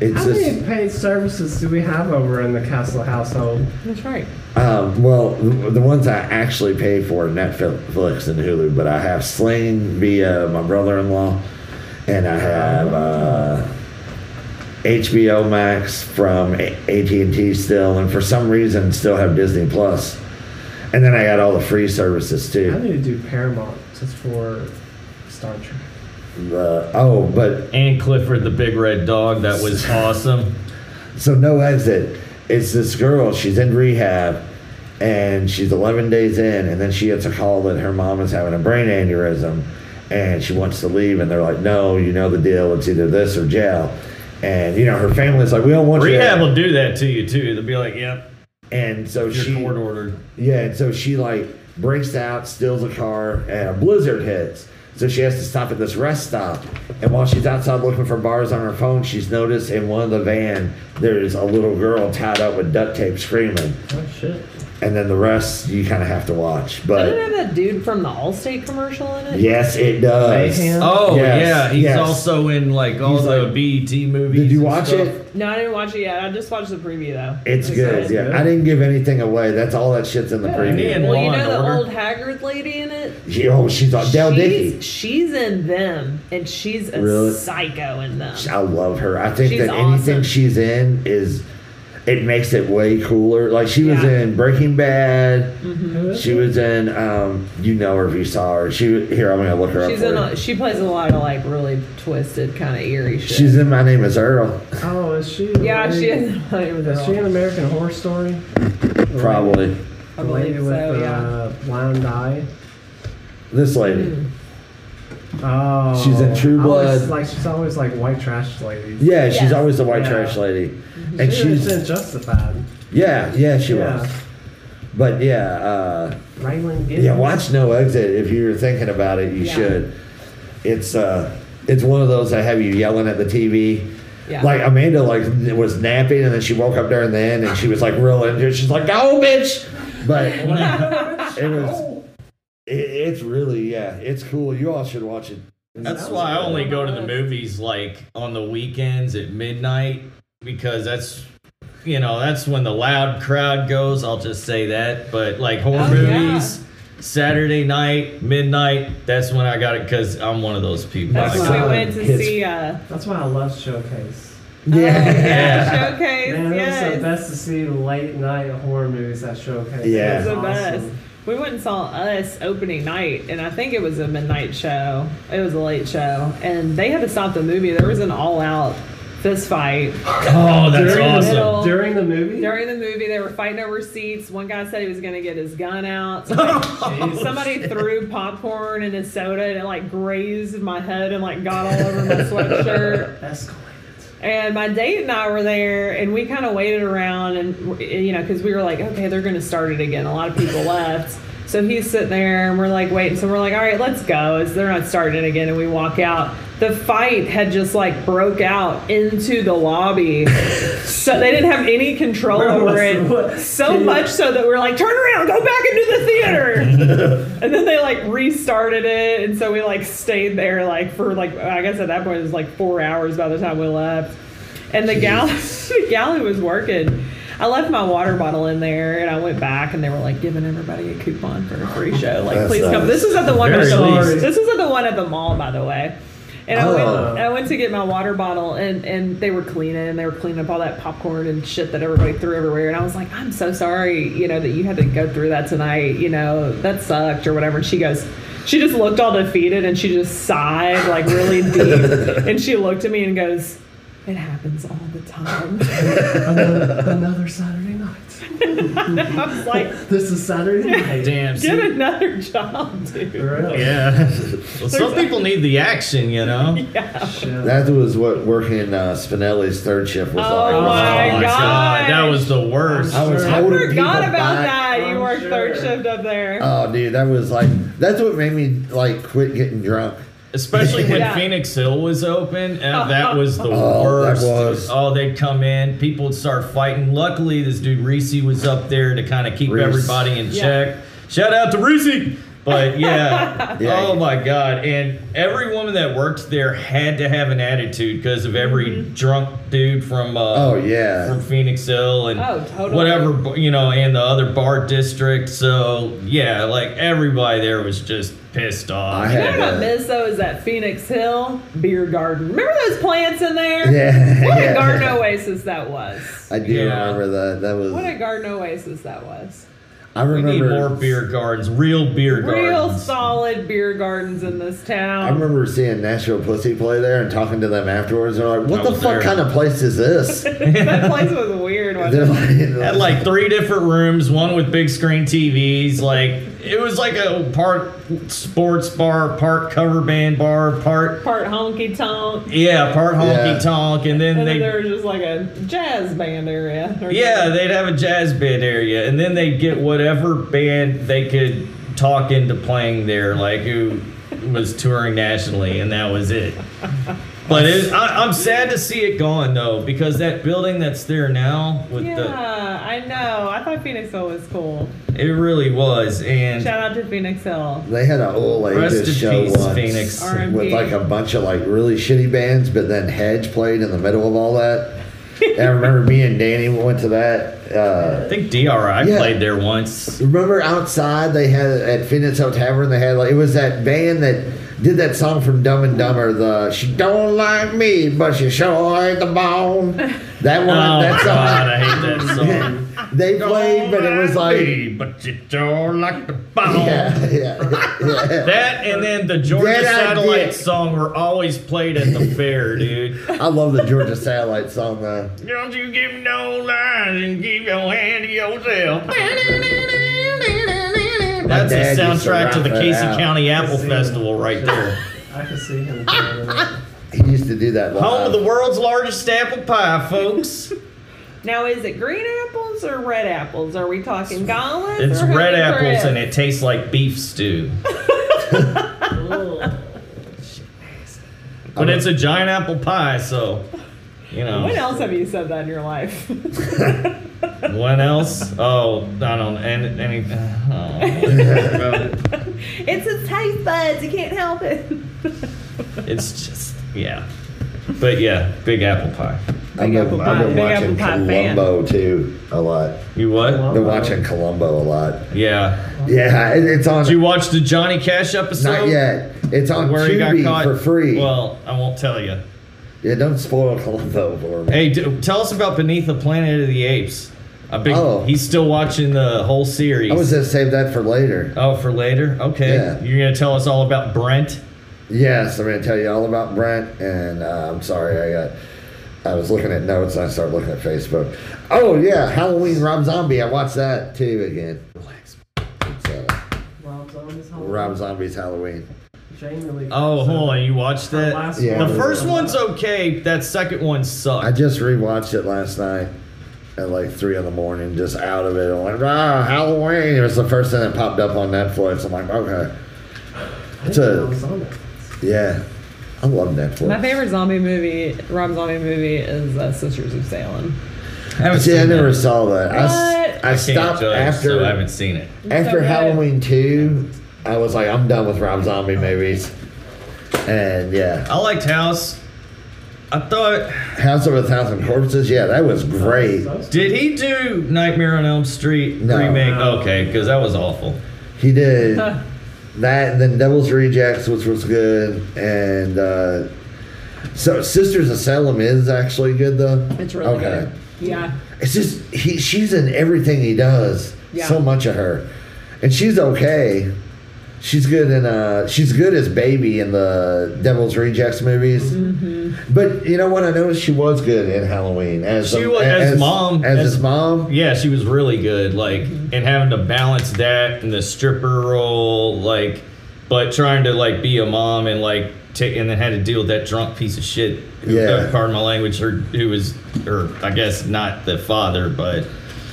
B: it's
C: How
B: just
C: many paid services do we have over in the Castle household?
D: That's right.
B: um, well the ones I actually pay for are Netflix and Hulu, but I have Sling via my brother-in-law, and I have uh, HBO Max from AT and T still, and for some reason still have Disney Plus. And then I got all the free services too.
C: I need to do Paramount just for Star Trek.
B: The- oh, but
A: And Clifford the Big Red Dog. That was awesome.
B: So no exit. It's this girl. She's in rehab, and she's 11 days in, and then she gets a call that her mom is having a brain aneurysm, and she wants to leave, and they're like, "No, you know the deal. It's either this or jail." And you know her family's like, "We don't want
A: Rehab
B: you."
A: will do that to you too. They'll be like, "Yep,
B: And so
A: you're
B: she,
A: court ordered."
B: yeah, and so she like breaks out, steals a car, and a blizzard hits. So she has to stop at this rest stop. And while she's outside looking for bars on her phone, she's noticed in one of the van there's a little girl tied up with duct tape screaming.
C: Oh shit!
B: And then the rest you kind of have to watch.
D: Didn't it
B: But
D: have that dude from the Allstate commercial in it?
B: yes, it does.
C: Mayhem?
A: Oh
B: Yes,
A: yeah, he's
B: yes.
A: also in like all
B: He's
A: the
B: like-
A: BET movies.
B: Did you
A: and
B: watch
A: stuff.
B: it?
D: No, I didn't watch it yet. I just watched the preview though.
B: It's good.
C: sounds
B: Yeah,
C: good.
B: I didn't give anything away. That's all that shit's in the preview.
A: man.
D: Well,
A: Law
D: you
A: and
D: know the
A: Order.
D: old Haggard lady in it.
B: She, oh, she's on Dell Dickey.
D: she's, she's in them, and she's a
B: Really?
D: psycho in them.
B: I love her. I think
D: She's
B: that anything
D: awesome.
B: she's in is it makes it way cooler. Like she was
D: Yeah. Mm-hmm.
B: in Breaking Bad.
C: Who is
B: She
C: it?
B: was in um, you know her if you saw her. She here I'm gonna look her
D: She's
B: up.
D: in.
B: for
D: A,
B: you.
D: she plays a lot of like really twisted, kind of eerie shit.
B: She's in My Name Is Earl.
C: Oh, is she?
D: yeah,
C: the
D: she
C: lady-
D: is.
C: Is she an American Horror Story?
B: Probably
D: I
C: The lady
D: believe
C: with uh,
D: so.
C: the
D: Yeah.
C: blind eye.
B: this lady.
D: Mm-hmm.
C: Oh,
B: She's in True
C: I always-
B: Blood.
C: like she's always like white trash lady.
B: Yeah, she's
D: Yes. Mm-hmm.
B: always the white
C: Yeah.
B: trash lady, and
C: she was in
B: she's
C: Justified.
B: yeah, yeah, she
C: yeah,
B: was. But yeah, uh,
C: Raylan Gibbons.
B: yeah, watch No Exit if you're thinking about it. You
D: Yeah.
B: should. It's uh, it's one of those that have you yelling at the TV.
D: Yeah.
B: Like Amanda, like was napping, and then she woke up during the end, and she was like real into it. She's like, "Go, bitch!" But it was, it, it's really, yeah, it's cool. You all should watch it.
A: That's why I only go to the movies like on the weekends at midnight because that's you know that's when the loud crowd goes. I'll just say that. But like horror
D: Oh, yeah.
A: movies, Saturday night, midnight. That's when I got it because I'm one of those people.
D: That's
A: I
D: when
A: go-
D: we went to
B: uh, His-
D: see. Uh,
C: That's why I love Showcase.
B: Yeah.
A: Yeah.
D: Showcase.
C: Man, it was
D: yes.
C: the best to see late night horror movies at Showcase.
B: Yeah.
C: It was
D: the best.
C: awesome.
D: We went and saw Us opening night, and I think it was a midnight show. It was a late show, and they had to stop the movie. There was an all-out fist fight
A: Oh, that's
C: during
A: awesome.
C: The,
D: middle-
C: During the movie?
D: during the movie. They were fighting over seats. One guy said he was going to get his gun out. Somebody, somebody threw popcorn and his soda, and it like grazed my head and like got all over my sweatshirt.
C: Escalated.
D: And my date and I were there, and we kind of waited around, and you know, because we were like, okay, they're going to start it again. A lot of people left, so he's sitting there, and we're like waiting. So we're like, all right, let's go. As they're not starting it again, and we walk out. The fight had just like broke out into the lobby, so they didn't have any control
C: Where was
D: over
C: the-
D: it.
C: what-
D: So
C: can you-
D: much so that we're like, turn around, go back into the theater. and then they like restarted it, and so we like stayed there like for like I guess at that point it was like four hours by the time we left. And the gal, the gal who was working, I left my water bottle in there, and I went back, and they were like giving everybody a coupon for a free show. Like,
B: That's
D: please come.
B: nice.
D: This is at the one. At
A: Very
D: the,
A: nice.
D: this is at the one at the mall, by the way. And I,
B: Oh.
D: went, I went to get my water bottle, and, and they were cleaning, and they were cleaning up all that popcorn and shit that everybody threw everywhere. And I was like, I'm so sorry, you know, that you had to go through that tonight. You know, that sucked or whatever. And she goes, she just looked all defeated, and she just sighed like really deep, and she looked at me and goes, "It happens all the time."
C: another, another Saturday night.
D: I was like,
C: This is Saturday night.
A: Damn.
D: "Get
A: see-
D: another job, dude."
C: Really?
A: Yeah. Well, some people need the action, you know.
D: Yeah.
C: Shit.
B: That was what working uh, Spinelli's third shift was
D: Oh
B: like.
D: my
A: Oh,
D: God.
A: that was the worst.
B: I was
C: Sure.
D: Oh, I
B: holding people
D: forgot about
B: back.
D: that. You
C: I'm
D: worked third
C: sure.
D: shift up there.
B: Oh, dude, that was like that's what made me like quit getting drunk.
A: Especially when
D: Yeah. Uh,
A: Phoenix Hill was open, and that was the
B: Oh, that
A: worst.
B: was.
A: Oh, they'd come in, people would start fighting. Luckily, this dude Reese was up there to kind of keep
B: Reese.
A: everybody in
D: Yeah.
A: check. Shout out to Reese. But yeah.
B: Yeah.
A: oh my God! And every woman that worked there had to have an attitude because of every
D: Mm-hmm.
A: drunk dude from uh,
B: Oh yeah.
A: from Phoenix Hill and
D: Oh, totally.
A: whatever you know, and the other bar district. So yeah, like everybody there was just pissed off.
B: I
D: You know
B: had
D: what I
B: uh,
D: miss though is that Phoenix Hill beer garden. Remember those plants in there?
B: Yeah,
D: What
B: yeah.
D: a garden oasis that was.
B: I do
A: Yeah.
B: remember that. That was
D: What a garden oasis that was.
B: I
A: we
B: remember
A: need more beer gardens, real beer
D: Real
A: gardens.
D: solid beer gardens in this
B: I
D: town.
B: remember seeing Nashville Pussy play there and talking to them afterwards. They're like, "What
A: I
B: the
A: was
B: fuck
A: there.
B: kind of place is this?"
D: that place was weird. Wasn't
B: They're
D: it?
B: like,
A: Had like three different rooms, one with big screen TVs. Like it was like a part sports bar, part cover band bar, part
D: Part honky tonk.
A: yeah, part honky
B: Yeah.
A: tonk, and then
D: And
A: they
D: then there was just like a jazz band area. or
A: Yeah, they'd have a jazz band area, and then they'd get whatever band they could talk into playing there, like who was touring nationally, and that was it. But it, I, I'm sad to see it gone though, because that building that's there now with
D: Yeah, I know. I thought Phoenix Hill was cool.
A: the it really was, and
D: Shout out to Phoenix Hill.
B: they had an old
A: Rest in
B: ladies show
A: peace,
B: once
A: Phoenix.
B: with
D: R.I.P.
B: like a bunch of like really shitty bands, but then Hedge played in the middle of all that. And I remember me and Danny went to that. Uh,
A: I think DRI
B: Yeah.
A: played there once.
B: Remember outside they had at Phoenix Hill Tavern they had like it was that band that did that song from Dumb and Dumber the she don't like me but she sure ain't the bone that
A: Oh
B: one
A: my god,
B: that song
A: I hate that song.
B: they played but it was like
A: Hey, but you don't like the bone.
B: yeah yeah, yeah.
A: That and then the Georgia
B: That I
A: Satellite
B: did.
A: song were always played at the fair, dude.
B: I love the Georgia Satellite song though
A: Don't you give no lines and keep your hand to yourself. That's
B: dad
A: the
B: used
A: soundtrack
B: to
A: to
B: rap
A: the
B: that
A: Casey
B: out.
A: County Apple
C: Casey.
A: Festival right there.
C: I can see him. doing that.
B: he used to do that live.
A: Home of the world's largest apple pie, folks.
D: Now, is it green apples or red apples? Are we talking galas?
A: It's
D: or
A: red
D: honey
A: apples
D: crisp?
A: and it tastes like beef stew. But it's a giant apple pie, so you know.
D: When else have you said that in your life?
A: What else? Oh, I don't. And uh, any. Oh,
D: it's his taste buds. You can't help it.
A: oh. it's just yeah, but yeah, big apple pie.
B: I've
D: Big
B: been,
D: Apple
B: I've
D: Pie-
B: been
D: Big
B: watching
D: Apple Pie fan.
B: Columbo too a lot
A: You what?
B: I've been watching Columbo a lot
A: Yeah.
B: yeah it, it's on
A: Oh. Did you watch the Johnny Cash episode?
B: not yet it's on
A: Where he got
B: Tubi
A: caught
B: for free
A: Well, I won't tell you.
B: Yeah, don't spoil Columbo for me.
A: Hey, d- tell us about Beneath the Planet of the Apes. I big,
B: Oh.
A: he's still watching the whole series.
B: I was gonna save that for later.
A: oh, for later. Okay,
B: Yeah.
A: you're gonna tell us all about Brent.
B: Yes, I'm gonna tell you all about Brent, and uh, I'm sorry I got. I was looking at notes and I started looking at Facebook. Oh yeah, Halloween Rob Zombie. I watched that too again. Relax. It's, uh,
C: Rob Zombie's home.
B: Rob Zombie's Halloween.
C: Shane really.
A: Oh, hold on, you watched
C: The
A: that?
C: last
B: Yeah.
A: The
B: one.
A: first one's okay. That second one
B: I
A: sucked.
B: just rewatched it last night at like three in the morning, just out of it. I'm like, ah, Halloween. It was the first thing that popped up on Netflix. I'm like, okay, it's a- yeah. I love Netflix.
D: My favorite zombie movie, Rob Zombie movie, is uh, Sisters of Salem.
A: I haven't
B: See, I
A: seen
B: never
A: that.
B: saw that. I, s-
D: What?
B: I
A: I can't
B: stopped
A: judge,
B: after
A: so I haven't seen it.
D: so
B: after
D: good.
B: Halloween two. I was like, I'm done with Rob Zombie movies. And yeah,
A: I liked House. I thought,
B: House of a Thousand Corpses. Yeah, that was great.
A: did he do Nightmare on Elm Street
B: No.
A: remake?
C: No.
A: Okay, because that was awful.
B: He did
D: Huh.
B: that, and then Devil's Rejects, which was good, and uh, so Sisters of Salem is actually good though.
D: It's really good. Yeah.
B: It's just he, she's in everything he does.
D: Yeah.
B: So much of her, and she's okay. She's good in uh, she's good as baby in the Devil's Rejects movies.
D: Mm-hmm.
B: But you know what? I noticed she was good in Halloween as
A: She
B: the-
A: was- as mom,
B: as,
A: as-
B: his mom.
A: Yeah, she was really good. Like, and having to balance that and the stripper role, like, but trying to like be a mom and like take, and then had to deal with that drunk piece of shit. Who,
B: Yeah.
A: uh, pardon my language. Or who was, or I guess not the father, but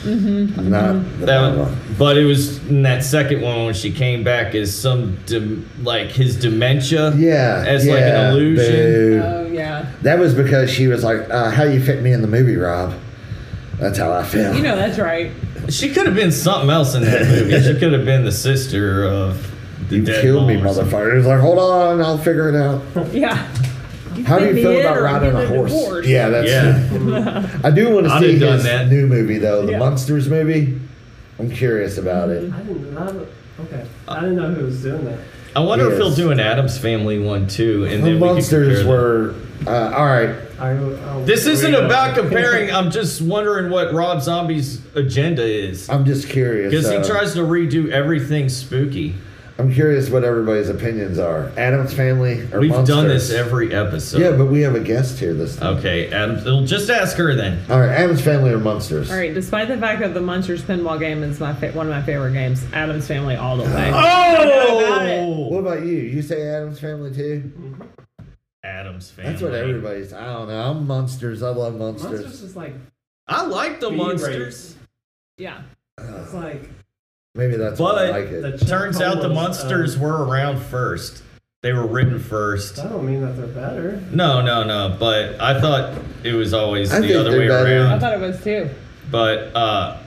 D: Mm-hmm.
B: Not the
A: that.
B: mama.
A: But it was in that second one when she came back as some dem, like his dementia.
B: Yeah,
A: as like
B: yeah,
A: an illusion.
B: boo.
D: Oh yeah.
B: That was because she was like, uh, "How you fit me in the movie, Rob?" That's how I feel.
D: You know that's right.
A: She could have been something else in that movie. she could have been the sister of. The
B: you
A: dead mom
B: killed me,
A: or something.
B: motherfucker. He's like, "Hold on, I'll figure it out."
D: Yeah.
B: How do
D: fit
B: you
D: me
B: feel
D: in
B: about
D: or
B: riding
D: get
B: a
D: a
B: horse?
D: divorce.
B: Yeah, that's.
A: Yeah.
B: I do want to
A: I'd
B: see
A: have done
B: his
A: that.
B: new movie though, the
D: Yeah. Mm-hmm.
B: Monsters movie. I'm curious about it.
C: I didn't. I, don't- okay. I didn't know who was doing that.
A: I wonder if he'll
B: Yes.
A: do an Adams Family one too, and
B: The
A: then we
B: Monsters
A: can compare them.
B: were uh, all right.
C: I, I,
A: This
C: we
A: isn't
C: don't-
A: about comparing. I'm just wondering what Rob Zombie's agenda is,
B: I'm just curious.
A: because he
B: uh,
A: tries to redo everything spooky.
B: I'm curious what everybody's opinions are. Adam's Family or
A: We've done
B: Monsters?
A: this every episode.
B: Yeah, but we have a guest here this time.
A: Okay, Adams. Well, just ask her then.
B: All right, Adam's Family or Monsters?
D: All right. Despite the fact that the Munsters pinball game is my fa- one of my favorite games, Adam's Family all the way.
B: Ah. What
A: Oh,
B: about you? You say Adam's Family too?
A: Adams Family.
B: That's what everybody's. I don't know. I'm monsters. I love monsters.
C: Monsters is like
A: I like the
C: B
A: monsters.
D: Yeah.
C: it's like
B: Maybe that's why
A: But
B: I like it.
C: the
A: it turns out the
C: Chipmunks,
A: monsters
C: um,
A: were around first. They were written first.
C: I don't mean that they're better.
A: No, no, no. But I thought it was always
B: I
A: the
B: think
A: other
B: they're
A: way
B: better.
A: around.
D: I thought it was too.
A: but uh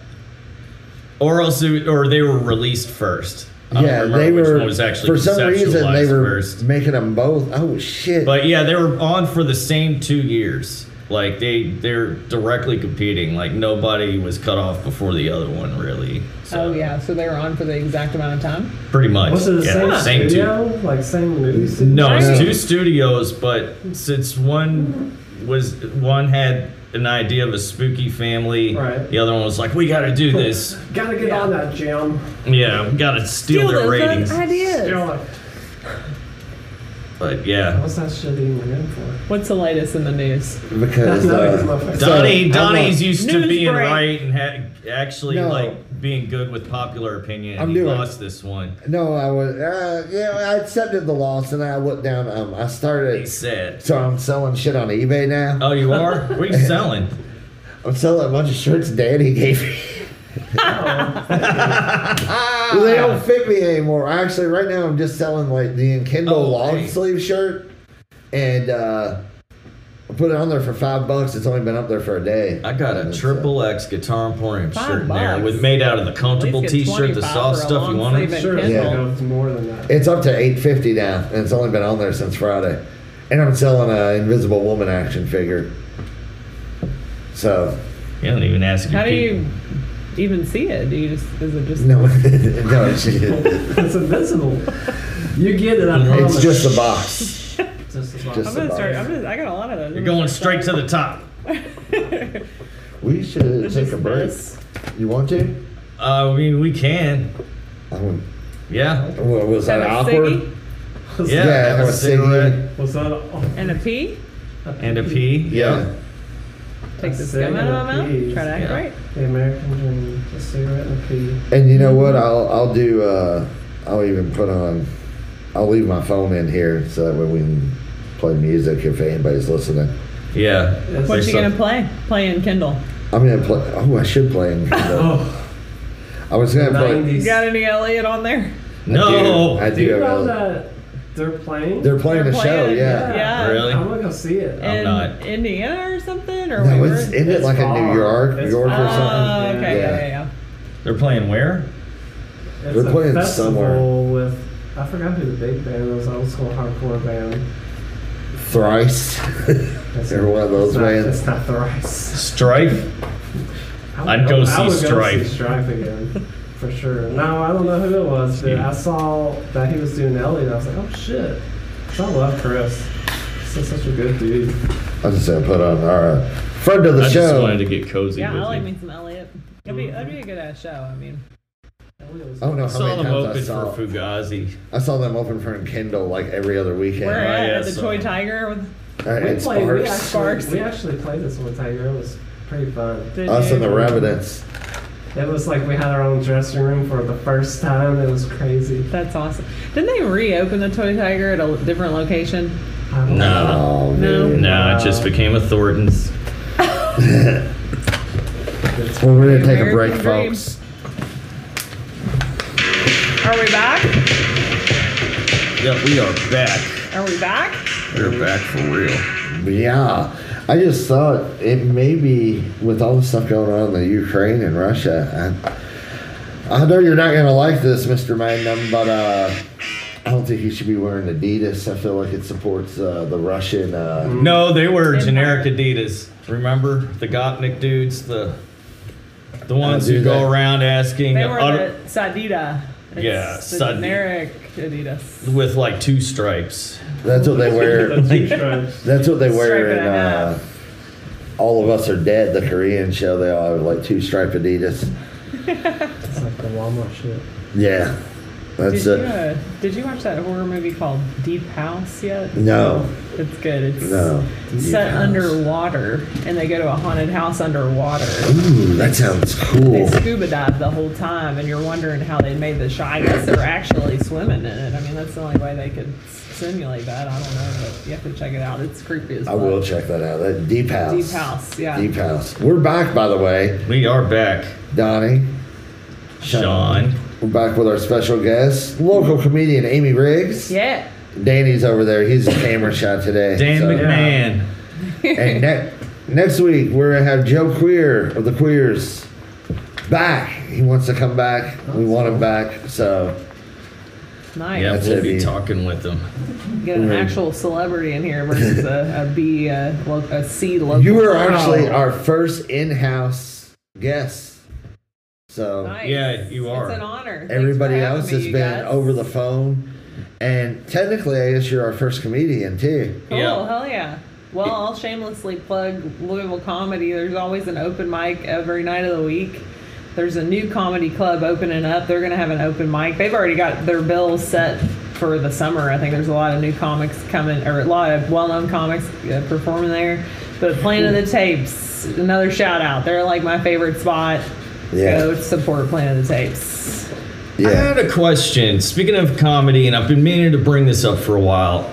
A: or else it, or they were released first I
B: yeah,
A: don't remember
B: they
A: which
B: were.
A: one was actually
B: for some reason, they
A: conceptualized
B: were
A: first
B: making them both. Oh shit!
A: but yeah they were on for the same two years like they they're directly competing like nobody was cut off before the other one really so
D: Oh yeah. So they were on for the exact amount of time.
A: pretty much
C: Was it the
A: yeah, same
C: same,
A: two
C: studio? Like same movie studio?
A: No,
B: Right.
A: it's two studios, but since one was one had an idea of a spooky family,
C: Right.
A: the other one was like, "We got to do this."
C: Gotta get
D: Yeah.
C: on that jam.
A: yeah, we got to steal, their ratings.
C: You know,
D: ideas.
C: like,
A: But yeah,
C: what's that shit even in for?
D: What's the latest in the news?
B: because
C: No,
B: uh,
C: it's my favorite.
B: so,
A: Donnie
B: I'm
A: Donnie's
B: not-
A: used to
D: News
A: being
D: break.
A: right and ha- actually
B: No.
A: like being good with popular opinion.
B: I'm
A: he
B: doing-
A: lost this one.
B: No, I was. Uh, yeah, I accepted the loss, and I looked down. Um, I
A: He
B: started.
A: said,
B: So I'm selling shit on eBay now.
A: "Oh, you are? What are you selling?"
B: I'm selling a bunch of shirts Daddy gave me.
C: Oh,
A: Ah.
B: they don't fit me anymore. Actually, right now I'm just selling like the Enkindle
A: Oh,
B: long
A: hey.
B: sleeve shirt, and uh, I put it on there for five bucks. It's only been up there for a day.
A: I got a
B: It's, uh,
A: triple X guitar emporium
D: Five
A: shirt in there
D: bucks.
A: with made out of the comfortable
D: At least get
A: T-shirt, the
D: 25
A: soft
D: for a
A: stuff. You
D: long
A: want it?
D: sleeve
C: Sure, it's
D: Yeah.
C: gonna go for more than that.
B: It's up to eight fifty now, and it's only been on there since Friday. And I'm selling an Invisible Woman action figure. So
A: You don't even ask. your
D: How do
A: people.
D: you even see it? Do you just is it just
B: no, no, she,
C: it's invisible. You get it, I promise.
B: it's just a box.
C: Just a
B: Just
D: I'm gonna
B: about.
D: start. I'm gonna, I got a lot of those.
A: You're going straight to the top.
B: We should
D: This
B: take
D: is
B: a break.
D: this.
B: You want to?
A: Uh, I mean, we can.
B: I would
A: Yeah.
B: was that
D: Have a
B: awkward?
D: ciggy
C: What's
A: Yeah.
C: that?
A: have
B: Yeah,
A: a
B: or a
A: cigarette.
B: cigarette.
C: What's that? Oh,
D: and a pee.
A: And a P.
B: Yeah.
D: Take the
C: That's
D: scum
C: it,
D: out of
C: and
D: my
C: a
D: mouth.
C: pee.
D: Try to act
A: Yeah.
D: right.
C: The American dream. A cigarette and a pee.
B: And you know what? I'll I'll do. Uh, I'll even put on. I'll leave my phone in here so that way we can play music if anybody's listening.
A: Yeah.
D: What
C: Yes.
A: There's
D: you gonna
A: some-
D: play? Play in Kindle.
B: I'm gonna play. Oh, I should play. in Kindle.
C: Oh,
B: I was gonna play.
D: You
C: 90s.
D: got any Elliot on there?
A: No.
B: I do. I
C: Do
B: do
C: you
B: have
C: know
B: a-
C: that they're playing?
B: They're playing
D: They're
B: the show.
D: playing,
B: Yeah.
D: Yeah.
A: Really?
C: I want to go see it.
A: I'm
D: in
A: not.
D: Indiana or something or
B: No,
D: wherever?
B: it's, isn't it
C: It's
B: like in New
C: far.
B: York,
C: It's
B: York or
C: far.
D: Oh,
B: something?
D: okay.
B: Yeah.
D: Yeah, yeah, yeah.
A: They're playing where?
C: It's
B: They're
C: a
B: playing
C: festival
B: somewhere.
C: with I forgot who the big band was. Old school hardcore band.
B: Thrice.
C: That's
B: Every one of those
C: it's not,
B: bands.
C: It's not thrice.
A: Strife.
C: I would
A: I'd go see
C: I would Go
A: Strife.
C: see Strife again, for sure. No, I don't know who it was, but
A: Yeah.
C: I saw that he was doing Ellie, and I was like, oh shit. 'Cause I love Chris. He's such a good dude.
B: I just said put on our uh, friend of the
A: I just
B: show.
A: wanted to get cozy
D: Yeah,
A: with
D: I like
A: you. Mm-hmm.
D: me some Elliot. That'd be, that'd be a good ass show. I mean,
C: Ellie was-
B: I don't know
A: I
B: how
A: saw
B: many
A: them
B: times
A: open
B: I saw.
A: for Fugazi.
B: I saw them open for Kindle like every other weekend.
D: where
A: yeah,
D: at? at the
A: so-
D: Toy Tiger with
B: Uh,
C: We
B: and
C: played, we,
B: Sparks.
C: actually,
D: Sparks.
C: we actually played this one time. It was pretty fun.
D: the
B: Us and the
D: dude?
B: Revenants.
C: It was like we had our own dressing room for the first time. It was crazy.
D: That's awesome. Didn't they reopen the Toy Tiger at a different location?
C: I don't know.
A: Uh-huh.
B: Oh,
D: No.
B: dude.
A: No, it just became a Thornton's.
B: Well, we're going to take a
D: American
B: break,
D: Dream.
B: folks.
D: Are we back?
A: Yep, we are back.
D: Are we back?
A: We're back for real.
B: Yeah. I just thought it may be with all the stuff going on in the Ukraine and Russia. I, I know you're not going to like this, Mr. Magnum, but uh, I don't think you should be wearing Adidas. I feel like it supports uh, the Russian. Uh,
A: No, they were
D: Empire.
A: generic Adidas. Remember the Gopnik dudes, the the ones
B: do
A: who go
B: that.
A: around asking
D: They were
A: auto-
D: the Sadida. It's
A: Yeah,
D: the
A: Sadida.
D: generic Adidas.
A: with like two stripes.
B: that's what they wear.
C: The two stripes.
B: That's what they wear
D: Stripe and
B: in
D: a
B: uh, All of Us Are Dead, the Korean show. They all have like two stripe Adidas.
C: It's like the Walmart shit.
B: Yeah.
D: Did
B: That's
D: you,
B: it.
D: uh, did you watch that horror movie called Deep House yet?
B: No.
D: It's good. It's
B: No.
D: set
B: Yeah.
D: underwater, and they go to a haunted house underwater.
B: Ooh, that sounds cool.
D: They scuba dive the whole time, and you're wondering how they made the shot. I guess they're actually swimming in it. I mean, that's the only way they could simulate that. I don't know, but you have to check it out. It's creepy as
B: I
D: fuck.
B: will check that out. That deep house.
D: Deep House, yeah.
B: Deep house. We're back, by the way,
A: We are back,
B: Donnie.
A: Sean.
B: We're back with our special guest, local comedian Amy Riggs.
D: Yeah.
B: Danny's over there. He's a camera shot today.
A: Dan
B: so-
A: McMahon.
B: And ne- next week we're gonna have Joe Queer of the Queers back. He wants to come back. We want him back. So
D: Nice.
A: Yeah,
B: That's
A: we'll
B: heavy.
A: be talking with them.
D: Get an actual celebrity in here versus a, a B, a, lo- a C local.
B: you were actually our first in-house guest. So
D: Nice.
A: Yeah, you are.
D: It's an honor. Thanks
B: Everybody
D: for having
B: else
D: me,
B: has
D: you guys.
B: been over the phone. And technically, I guess you're our first comedian, too.
D: Cool.
A: Yeah.
D: Hell yeah. Well, I'll shamelessly plug Louisville Comedy. There's always an open mic every night of the week. There's a new comedy club opening up. They're going to have an open mic. They've already got their bill set for the summer. I think there's a lot of new comics coming, or a lot of well known comics uh, performing there. But Planet of the Tapes, another shout out. They're like my favorite spot.
B: Yeah.
D: Go support Planet of the Tapes.
A: I
B: Yeah.
A: had a question. Speaking of comedy, and I've been meaning to bring this up for a while.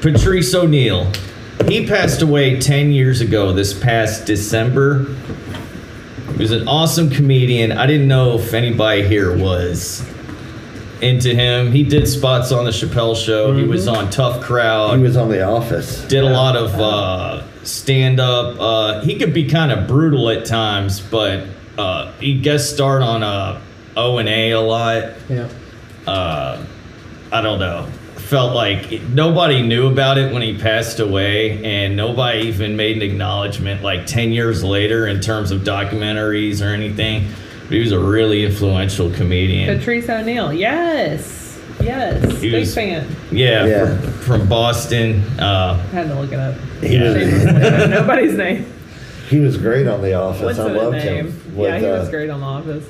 A: Patrice O'Neill, he passed away 10 years ago this past December. He was an awesome comedian. I didn't know if anybody here was into him. He did spots on the Chappelle show. He was on Tough Crowd
B: Mm-hmm. He was on The Office.
A: did a lot of uh, stand up. Uh, he could be kind of brutal at times, but uh, he guest starred on uh, O and A a lot.
C: Yeah.
A: Uh, I don't know. Felt like it- nobody knew about it when he passed away, and nobody even made an acknowledgement like 10 years later in terms of documentaries or anything. But he was a really influential comedian.
D: Patrice O'Neill, yes. Yes,
A: He
D: big
A: was-
D: fan.
A: Yeah,
B: Yeah.
A: From, from Boston. Uh,
D: I had to look it up.
B: He
A: Yeah.
B: was,
D: Shamelessly, I know Nobody's name.
B: he was great on The Office.
D: What's
B: I
D: his
B: loved
D: name?
B: him.
D: yeah,
B: With,
D: he was
B: uh,
D: great on The Office.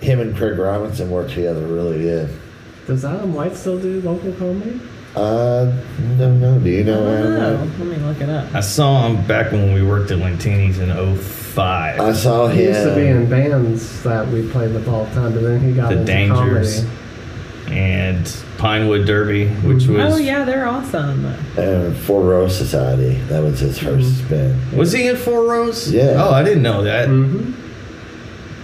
B: Him and Craig Robinson worked together really good.
C: Does Adam White still do local comedy?
B: Uh, no, no. Do you
D: I
B: know
D: don't
B: Adam?
D: know.
B: White?
D: Oh, Let me look it up.
A: I saw him back when we worked at Lantini's in 05.
B: I saw him.
C: He used to be
B: uh,
C: in bands that we played with all the time, but then he got
A: The
C: into
A: Dangers.
C: comedy.
A: and Pinewood Derby, which was.
D: Oh yeah, they're awesome.
B: and Four Row Society. That was his 1st
D: Mm-hmm.
B: spin.
A: Was he in Four Rows?
B: Yeah.
A: Oh, I didn't know that.
C: hmm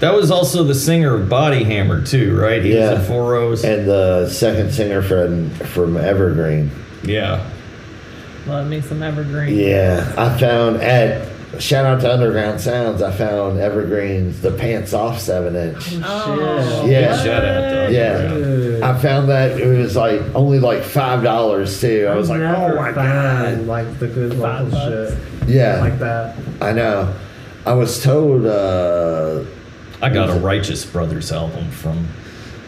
A: That was also the singer of Body Hammer too, right? He
B: Yeah.
A: was in Four Rows.
B: And the second singer from from Evergreen.
A: yeah.
D: Love me some Evergreen.
B: Yeah, I found at shout out to Underground Sounds. I found Evergreen's the Pants Off seven inch.
D: Oh,
B: Yeah.
D: what?
A: Shout out to Underground.
C: Dude,
B: I found that it was like only like five dollars too. I was like, oh
C: never
B: my
C: find,
B: god,
C: like the good
D: Five
C: local
D: bucks.
C: shit like
B: yeah,
C: that.
B: I know. I was told uh,
A: I got a Righteous Brothers album from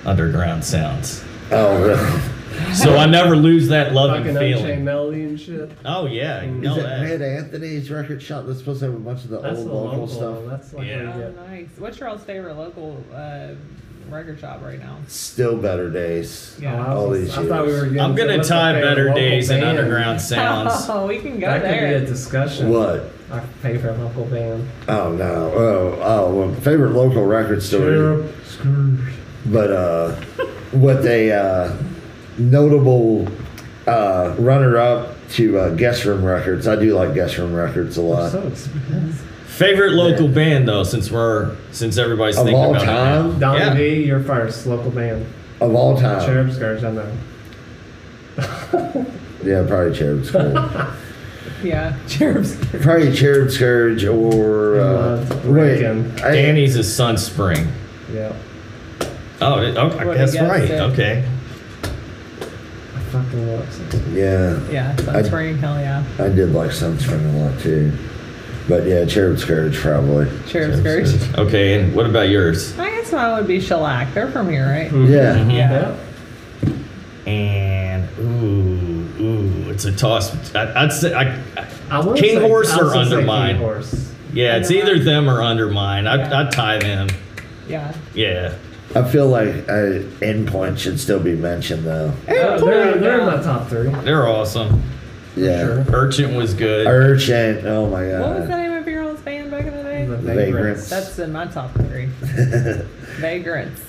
A: Underground Sounds.
B: oh,
A: So I never lose that love
C: Fucking
A: and
C: Unchained
A: feeling.
C: Melody and shit.
A: Oh yeah, you
B: is
A: know
B: it
A: that.
B: Red Anthony's record shop that's supposed to have a bunch of the
C: That's
B: old
C: the
B: local
C: local
B: stuff?
C: one. That's like
A: Yeah.
C: yeah.
D: Oh, nice. What's your all's favorite local uh, record shop right now?
B: Still better days.
D: Yeah.
C: I,
B: Oh, All
C: was,
B: these
C: I thought we
B: years.
C: were getting
A: I'm
C: to
A: gonna
C: what's our
A: tie
C: favorite
A: Better
C: local
A: Days and
C: band.
A: Underground Sounds.
D: Oh, we can go
C: That could
D: there.
C: be a discussion.
B: What?
C: Our favorite local band.
B: Oh no! Oh, oh well, favorite local record store. But uh, what they uh, notable uh, runner up to uh, Guest Room Records. I do like Guest Room Records a lot.
C: So expensive.
A: Favorite local band though, since we're since everybody's
B: Of
A: thinking
B: all
A: about it.
B: time,
A: now.
C: Donnie
A: Yeah.
C: B, your first local band.
B: of all time,
C: Cherub Scourge, I know.
B: yeah, probably Cherub Scourge.
D: Yeah. Cherubs.
B: probably Cherub Scourge or uh,
C: Love
B: wait,
C: Reagan.
B: I-
A: Danny's is Sunspring.
C: Yeah.
A: Oh, it, okay,
D: What he
A: that's
D: got
A: right.
D: said.
A: Okay.
C: I fucking love Sunspring.
B: Yeah,
D: Yeah. Sunspring. Hell yeah.
B: I did like Sunspring a lot too. But yeah, Cherub Scourge probably.
D: Cherub Scourge.
A: Okay, and what about yours?
D: I guess mine would be Shellac. They're from here, right?
A: Mm-hmm.
B: Yeah.
C: Yeah.
A: And ooh, ooh, it's a toss. I, I'd say, I, I-
C: I wanna
A: King
C: say-
A: Horse
C: I was
A: or
C: gonna say
A: Undermine?
C: King Horse.
A: yeah, it's either them or Undermine. I,
D: Yeah.
A: I'd tie them.
D: Yeah.
A: Yeah.
B: I feel like uh, Endpoint should still be mentioned though.
C: Oh, they're, they're in my top three.
A: They're awesome.
B: Yeah.
C: Sure.
A: Urchin was good.
B: Urchin. Oh my god.
D: What was the name of your old band back in the
C: The
D: day?
B: Vagrants.
C: Vagrants.
D: That's in my top three. Vagrants.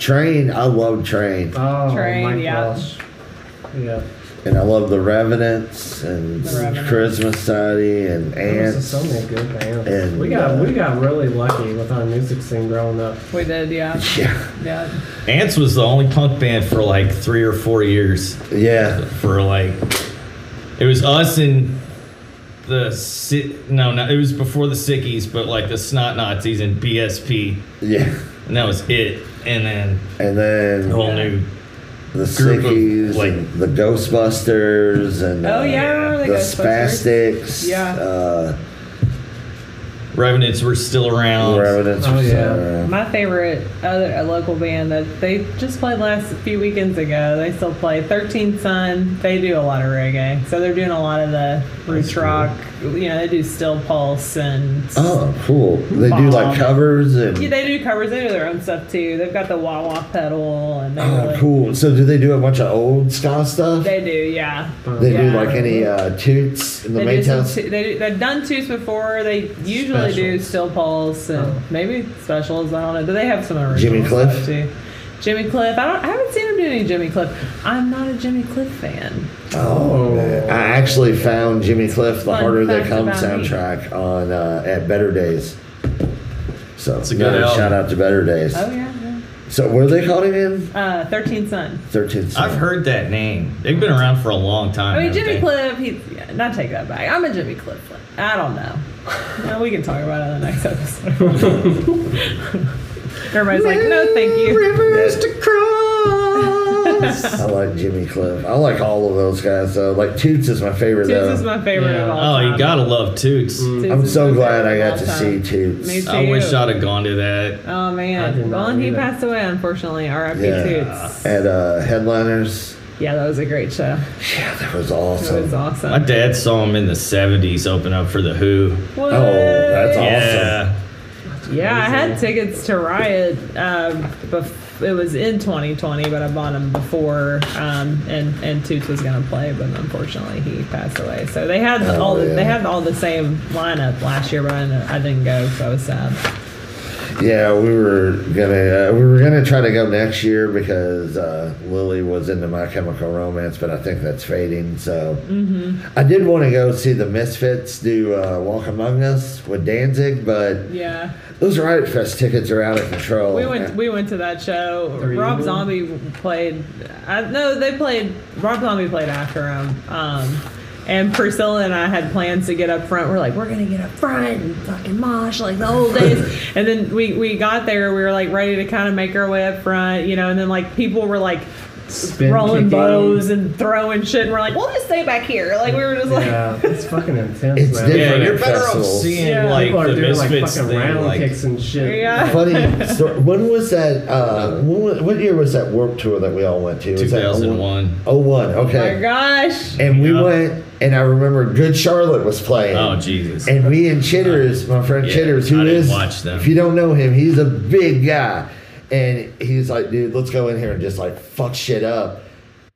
B: Train. I love Train,
C: Oh,
D: Train,
C: Mike
D: yeah.
C: Welsh. Yeah.
B: and I love the Revenants and
D: The Revenants.
B: Christmas Society and
C: There was
B: Ants.
C: so many good bands.
B: and,
C: we got
B: uh,
C: we got really lucky with our music scene growing up.
D: We did, yeah.
B: Yeah,
D: Yeah.
A: Ants was the only punk band for like three or four years.
B: yeah.
A: For like, it was us and the si- no, no, it was before the sickies, but like the snot Nazis and BSP,
B: yeah.
A: and that was it. And then
B: And then
A: a whole new
B: the
A: group of,
B: Sickies,
A: like-
B: and the Ghostbusters, and uh,
D: Oh, yeah. I remember
B: the
D: the Ghostbusters.
B: Spastics.
D: Yeah.
B: Uh,
A: Revenants were still around.
B: the Revenants.
C: Oh,
B: were still
C: yeah.
B: around.
D: My favorite other a local band that they just played last few weekends ago. They still play Thirteen Sun. They do a lot of reggae, so they're doing a lot of the roots rock. You know, they do Still Pulse and
B: Oh, cool. They do
D: Bomb.
B: like covers and.
D: yeah, they do covers. They do their own stuff too. They've got the wah wah pedal and they
B: Oh,
D: really-
B: cool. So, do they do a bunch of old ska stuff?
D: They do, yeah.
B: They do
D: Yeah.
B: like any uh, toots in the
D: they do some,
B: Maytown.
D: to- they do, they've done twos before. They usually do
B: Specials.
D: still pulse and
C: Oh.
D: maybe specials. I don't know. Do they have some original
B: Jimmy Cliff?
D: stuff, too? Jimmy Cliff. I don't. I haven't seen him do any Jimmy Cliff. I'm not a Jimmy Cliff fan.
B: Oh, man. I actually found Jimmy Cliff, the
D: Fun
B: Harder They
D: fact
B: Come
D: about me.
B: soundtrack on uh, at Better Days. So
A: a good
B: another
A: album.
B: shout out to Better Days.
D: Oh yeah.
B: So what are they called again?
D: yeah. Uh, Thirteen Sun.
B: Thirteen.
A: I've heard that name. They've been around for a long time.
D: I mean
A: haven't
D: Jimmy
A: they?
D: Cliff. He. Yeah, not take that back. I'm a Jimmy Cliff. fan. I don't know. No, we can talk about it on the next episode. Everybody's like, no, thank you.
B: Rivers to cry. I like Jimmy Cliff. I like all of those guys though. Like Toots is my favorite
D: Toots
B: though.
D: is my favorite
C: Yeah.
D: of all
A: Oh,
D: time.
A: you gotta love Toots.
C: Mm.
D: Toots
B: I'm
D: is
B: so
D: my
B: glad
D: favorite
B: I
D: of
B: got
D: all
B: to see
D: time.
B: Toots.
D: Me too.
A: I wish I'd have gone to that.
D: Oh
C: I did
D: man.
C: not
D: Well, and he
C: either.
D: passed away unfortunately. R.I.P.
B: Yeah.
D: Toots.
B: At uh, headliners.
D: Yeah, that was a great show.
B: Yeah, that was
D: That
B: awesome.
D: was awesome.
A: My dad saw him in the '70s open up for the Who.
D: What?
B: Oh, that's awesome.
A: Yeah,
D: Yeah, I had tickets to Riot. Um, bef- it was in 2020, but I bought them before. Um, and and Toots was gonna play, but unfortunately he passed away. So they had
B: Oh,
D: all the,
B: yeah.
D: they had all the same lineup last year, but I didn't, I didn't go, so I was sad.
B: Yeah, we were gonna uh, we were gonna try to go next year because uh, Lily was into My Chemical Romance, but I think that's fading. So
D: Mm-hmm.
B: I did want to go see the Misfits do uh, Walk Among Us with Danzig, but
D: Yeah,
B: those Riot Fest tickets are out of control.
D: we went we went to that show.
C: The
D: Rob
C: reunion?
D: Zombie played. I, no, they played. Rob Zombie played after him. Um, and Priscilla and I had plans to get up front. We're like, we're gonna get up front and fucking mosh like the old days. and then we we got there. We were like ready to kind of make our way up front, you know. And then like people were like
C: Spin
D: rolling
C: kicking.
D: bows and throwing shit. And we're like, we'll just stay back here. Like we were just like,
C: Yeah, it's fucking intense,
B: It's
C: man.
B: different.
A: yeah. You're
B: at
A: better off
B: festivals.
A: seeing
D: Yeah.
A: like
C: People are
A: the
C: doing like
A: Misfits
C: fucking
A: than
C: round
A: like
C: kicks and shit.
D: yeah.
B: Funny. story. when was that? Uh, when was, what year was that Warp tour that we all went to? Was that
A: 2001.
B: Oh
D: Oh my
B: one. Okay.
D: gosh.
B: and we
A: Yeah.
B: went, and I remember Good Charlotte was playing.
A: Oh Jesus.
B: And me and Chitters, my friend
A: Yeah,
B: Chitters, who
A: I
B: is
A: didn't watch them.
B: if you don't know him, he's a big guy. And he's like, dude, let's go in here and just like fuck shit up.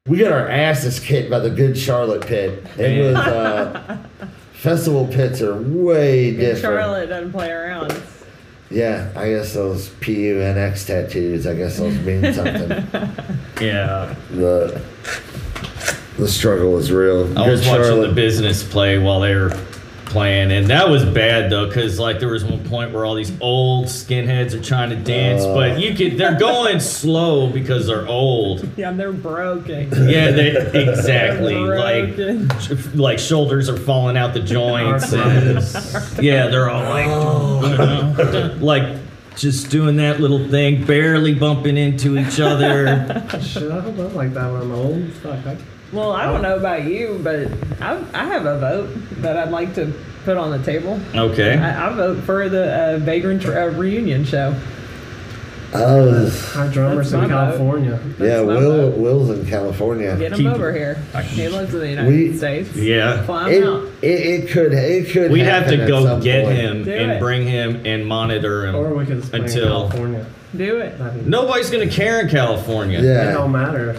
B: We got our asses kicked by the good Charlotte pit. It
A: Man.
B: was uh festival pits are way different.
D: Charlotte doesn't play around.
B: Yeah, I guess those PUNX tattoos, I guess those mean something.
A: Yeah.
B: the the struggle is real.
A: I was watching the business play while they were playing, and that was bad though, because like there was one point where all these old skinheads are trying to dance, but you could they're going slow because they're old.
D: Yeah, they're broken.
A: Yeah, they, exactly.
D: Broken.
A: like, sh- like shoulders are falling out the joints. and,
C: Arthritis.
A: yeah, they're all like, like just doing that little thing, barely bumping into each other.
C: Shit, I hope I'm like that when I'm old. Fuck, I,
D: Well, I don't know about you, but I, I have a vote that I'd like to put on the table.
A: Okay.
D: I, I vote for the uh, Vagrant uh, reunion show.
B: Oh,
C: our drummer's
D: That's
C: from
D: my vote.
C: California.
D: my
B: yeah, Will
D: vote.
B: Will's in California.
D: Get him
A: Keep-
D: over here.
A: I-
D: He lives in the United
B: We-
D: States.
A: Yeah.
D: Fly
B: It,
D: him out.
B: it, it could it could
A: We'd have
B: happen
A: to
B: at
A: go
B: some
A: get
B: point.
A: him
D: Do
A: and
D: it.
A: bring him and monitor him.
C: Or we could just play
A: Until-
C: in California.
D: Do it.
C: That'd be-
A: Nobody's gonna care in California.
B: Yeah.
C: It don't matter.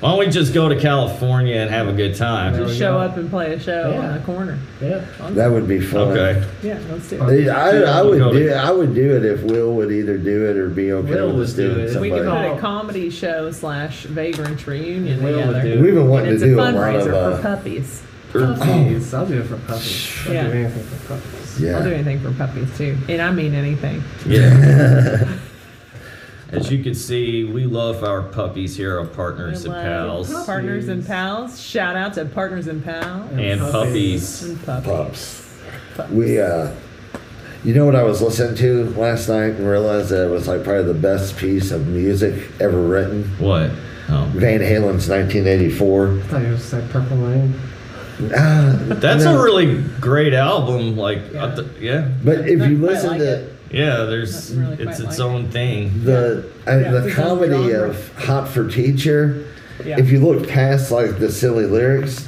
A: Why don't we just go to California and have a good time?
D: Just
C: we
D: show
C: go.
D: up and play a show
C: Yeah.
D: on the corner.
C: Yeah.
D: Oh.
B: That would be fun.
A: Okay.
D: Yeah, let's do it.
B: They- I, I
A: We'll go
B: would do
A: to-
B: I would do it if Will would either do it or be okay
C: Will
B: with
C: would
B: us
C: do
B: doing
C: it.
D: We
B: somebody.
D: could put
C: Somebody.
D: a comedy show slash Vagrant reunion
C: Will would
D: together.
C: do it.
B: We've been
D: And
B: wanting to
D: it's a
B: do a lot
D: fundraiser for
B: of uh,
D: puppies.
C: Puppies. I'll do it for puppies. I'll
D: Yeah.
C: do anything for puppies.
D: I'll do
B: yeah.
D: anything for puppies too, and I mean anything.
A: Yeah. As you can see, we love our puppies here on Partners and
D: Hello,
A: Pals.
D: Partners and pals. Shout out to partners and pals.
A: And puppies.
D: And puppies.
B: pups. We uh, you know what I was listening to last night and realized that it was like probably the best piece of music ever written.
A: What? Oh.
B: Van Halen's 1984.
C: I thought you said Purple Rain.
B: Ah,
A: That's
B: No.
A: a really great album. Like, I
D: Yeah.
A: th- yeah.
B: but if
D: Not
B: you
D: quite
B: listen
D: like
B: to
D: it.
A: Yeah, there's,
D: Nothing really
A: it's
D: quite
A: its
D: like
A: own thing.
B: the I mean,
D: Yeah,
B: the
D: it's a genre.
B: comedy of Hot for Teacher,
D: Yeah.
B: if you look past like the silly lyrics,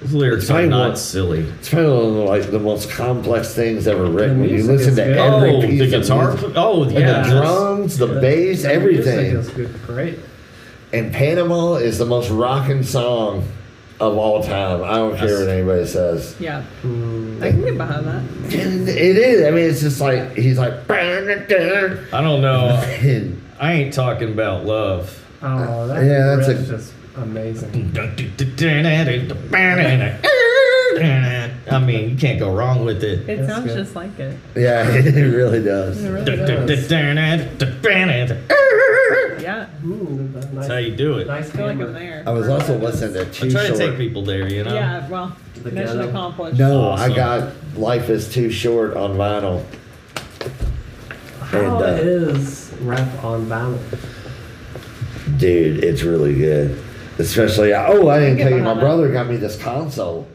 A: Those lyrics
B: Tell
A: are
B: you
A: not
B: what.
A: silly.
B: It's probably one of like the most complex things ever written. When you
C: music
B: listen
C: is
B: to
C: good.
B: every
A: Oh,
B: piece
A: the
B: of
A: guitar.
B: music,
A: Oh,
B: and
A: yeah.
B: the drums, the bass,
C: Music
B: everything.
C: is good. Great.
B: And Panama is the most rocking song of all time. I don't care what anybody says.
D: Yeah.
B: Hmm.
D: I can get behind that.
B: And it is. I mean, it's just like he's like. "Bah-da-da,"
A: I don't know.
B: and
A: I ain't talking about love.
C: Oh, that
B: Uh, Yeah, that's
C: riff
B: a-
C: is just amazing.
A: I mean, you can't go wrong with it.
D: It
C: That's
D: sounds
C: good.
D: just like it.
B: Yeah, it really does.
D: It really does.
A: That's
D: Yeah.
C: Mm, that's nice.
A: how you do it. I
C: Nice
D: I feel like
C: hammer.
D: I'm there.
B: I was also listening to Too
A: try to
B: Short.
A: take people there, you know.
D: Yeah. Well,
C: The
D: mission
C: piano.
D: accomplished.
B: No,
A: Awesome.
B: I got Life is Too Short on vinyl.
C: How
B: And, uh,
C: is rap on vinyl?
B: Dude, it's really good. Especially, oh, I didn't
D: Get
B: tell you, my
D: behind that.
B: brother got me this console.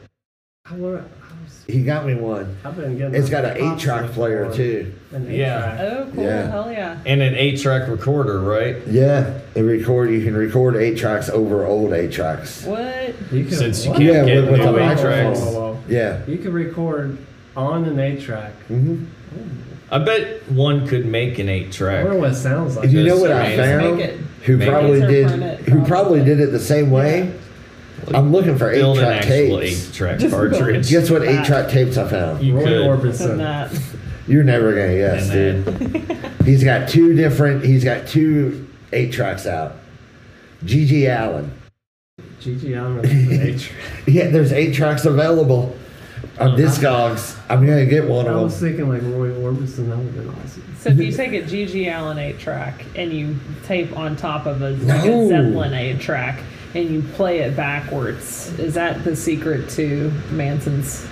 C: I wanna, I was,
B: He got me one.
C: I've been getting.
B: It's
C: on
B: got an
C: the
B: eight track
C: console
B: player
C: for
B: too.
C: An eight
A: Yeah.
C: track.
D: Oh, cool.
B: Yeah.
D: Hell yeah.
A: And an eight track recorder, right?
B: Yeah, it record. You can record eight tracks over old eight tracks.
D: What?
C: You can,
A: Since you
C: what?
A: can't
B: Yeah,
A: get
B: with- with
A: new
B: the
A: eight
B: microphones.
A: tracks.
C: Whoa, whoa, whoa.
B: Yeah.
C: You can record on an eight track.
B: Mm-hmm.
A: I bet one could make an eight
C: I
A: track.
C: wonder what it sounds like.
B: You know
A: Just
B: what
A: make
B: I
A: it-
B: found?
D: make it-
B: Who
A: make it-
B: probably
D: Answer
B: did?
D: from it,
B: Who probably
D: probably.
B: did it the same way? I'm looking for eight
A: Build an
B: track
A: actual
B: tapes.
A: eight track
D: Just build
A: cartridge.
B: Guess what eight
D: Back.
B: track tapes I found?
A: You
C: Roy
A: could.
D: Than
C: Orbison.
D: that.
B: You're never gonna guess,
A: And
B: dude.
A: then
B: He's got two different. He's got two eight tracks out. Gigi Allen.
C: Gigi Allen released an eight track.
B: Yeah, there's eight tracks available on Discogs. I'm gonna get one
C: I
B: of
C: was
B: them.
C: thinking like Roy Orbison. That would have been awesome.
D: So if you take a GG Allen 8 track and you tape on top of a, like
B: No.
D: a Zeppelin 8 track and you play it backwards, is that the secret to Manson's?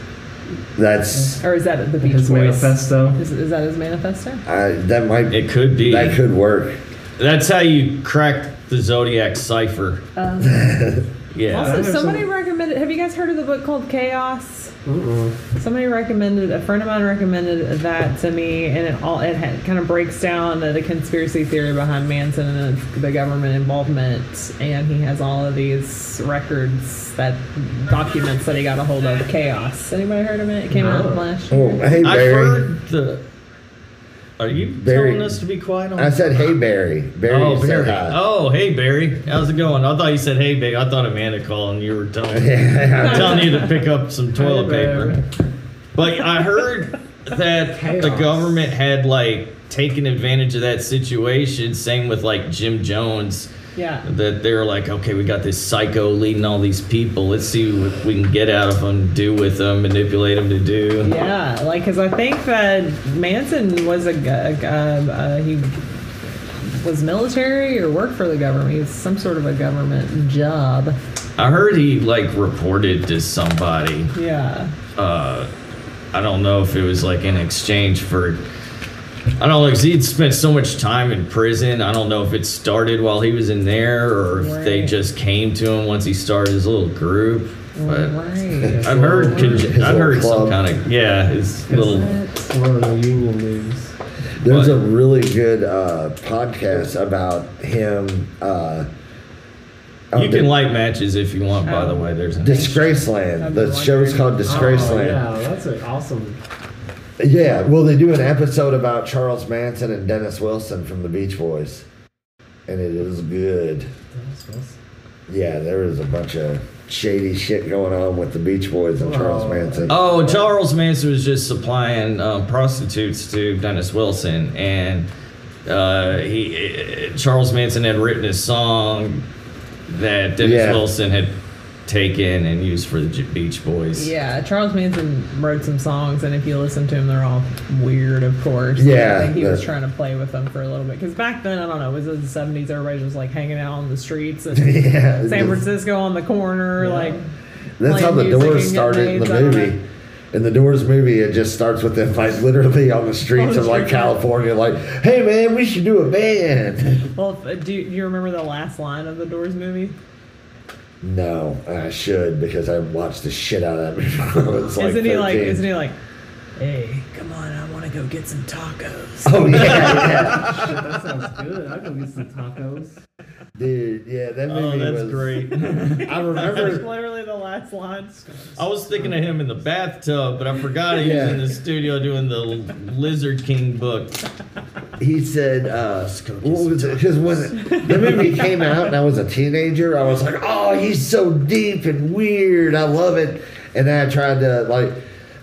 B: That's
D: Or is that the Beach
C: His
D: Boys?
C: manifesto.
D: Is, is that his manifesto?
B: I, that might
A: It could be.
B: that could work.
A: That's how you crack the zodiac cipher. yeah.
C: Um,
D: Also,
C: there's
D: somebody
C: some-
D: recommended. Have you guys heard of the book called Chaos?
C: Mm-mm.
D: Somebody recommended. A friend of mine recommended that to me, and it all it had, kind of breaks down the, the conspiracy theory behind Manson and the, the government involvement. And he has all of these records that documents that he got a hold of. Chaos. Anybody heard of it? It came out
C: No.
D: last year.
B: Oh,
A: I've
B: hey Barry.
A: heard the. Are you
B: Barry.
A: telling us to be quiet on
B: I said, "Hey Barry." Barry
A: Oh, Barry.
B: said hi.
A: Oh, hey, Barry. How's it going? I thought you said, hey, babe. I thought Amanda called and you were telling, telling you to pick up some toilet
C: Barry.
A: paper. But I heard that the
C: Chaos.
A: government had, like, taken advantage of that situation. Same with, like, Jim Jones.
D: Yeah.
A: That they were like, okay, we got this psycho leading all these people. Let's see what we can get out of them, do with them, manipulate them to do.
D: Yeah, like because I think that Manson was a, g- a g- um, uh, he was military or worked for the government. He was some sort of a government job.
A: I heard he, like, reported to somebody.
D: Yeah.
A: uh, I don't know if it was like in exchange for. I don't know, like he'd spent so much time in prison. I don't know if it started while he was in there or if they
D: Right.
A: just came to him once he started his little group. But
D: Right.
A: I've heard,
B: His
A: conj- I've
B: little
A: heard some
B: club.
A: kind of yeah, his little.
C: We're on the union news.
B: There's a
A: What?
B: really good uh, podcast about him. Uh,
A: You can light matches if you want. By the way, there's an
B: Disgraceland. The
D: I'm
B: show's called
C: Oh,
B: Disgraceland.
C: yeah, that's an awesome.
B: yeah. well, they do an episode about Charles Manson and Dennis Wilson from the Beach Boys, and it is good.
C: That's awesome.
B: Yeah, there was a bunch of shady shit going on with the Beach Boys and Charles
C: Oh.
B: Manson.
A: Oh, Charles Manson was just supplying um, prostitutes to Dennis Wilson, and uh, he uh, Charles Manson had written a song that Dennis
B: Yeah.
A: Wilson had taken and used for the J- Beach Boys.
D: Yeah, Charles Manson wrote some songs, and if you listen to them, they're all weird, of course.
B: Yeah,
D: I think he was
B: the-
D: trying to play with them for a little bit. Because back then, I don't know, it was in the 70s, everybody was like hanging out on the streets and
B: yeah,
D: San Francisco on the corner. Like,
B: That's how
D: playing
B: the
D: music and
B: Doors
D: getting
B: started in the
D: AIDS, I don't
B: movie.
D: know.
B: In the Doors movie, it just starts with them like literally on the streets
D: Oh,
B: of like
D: sure.
B: California, like, "Hey man, we should do a band."
D: well, if- do, you- do you remember the last line of the Doors movie?
B: No, I should because I watched the shit out of that movie. when I was, like,
D: isn't he like,
B: 13.
D: isn't he like, hey, come on, I want to go get some tacos?
B: Oh yeah, yeah,
C: That sounds good. I go get some tacos.
B: dude, yeah, that movie
A: Oh, that's
B: was.
A: great.
B: I
D: That's
B: remember.
D: literally the last line.
A: I was thinking of him in the bathtub, but I forgot he
B: Yeah.
A: was in the studio doing the Lizard King book.
B: He said, uh,
A: go get
B: "What
A: some
B: was it?" Because when the movie came out and I was a teenager, I was like, "Oh, he's so deep and weird. I love it." And then I tried to like,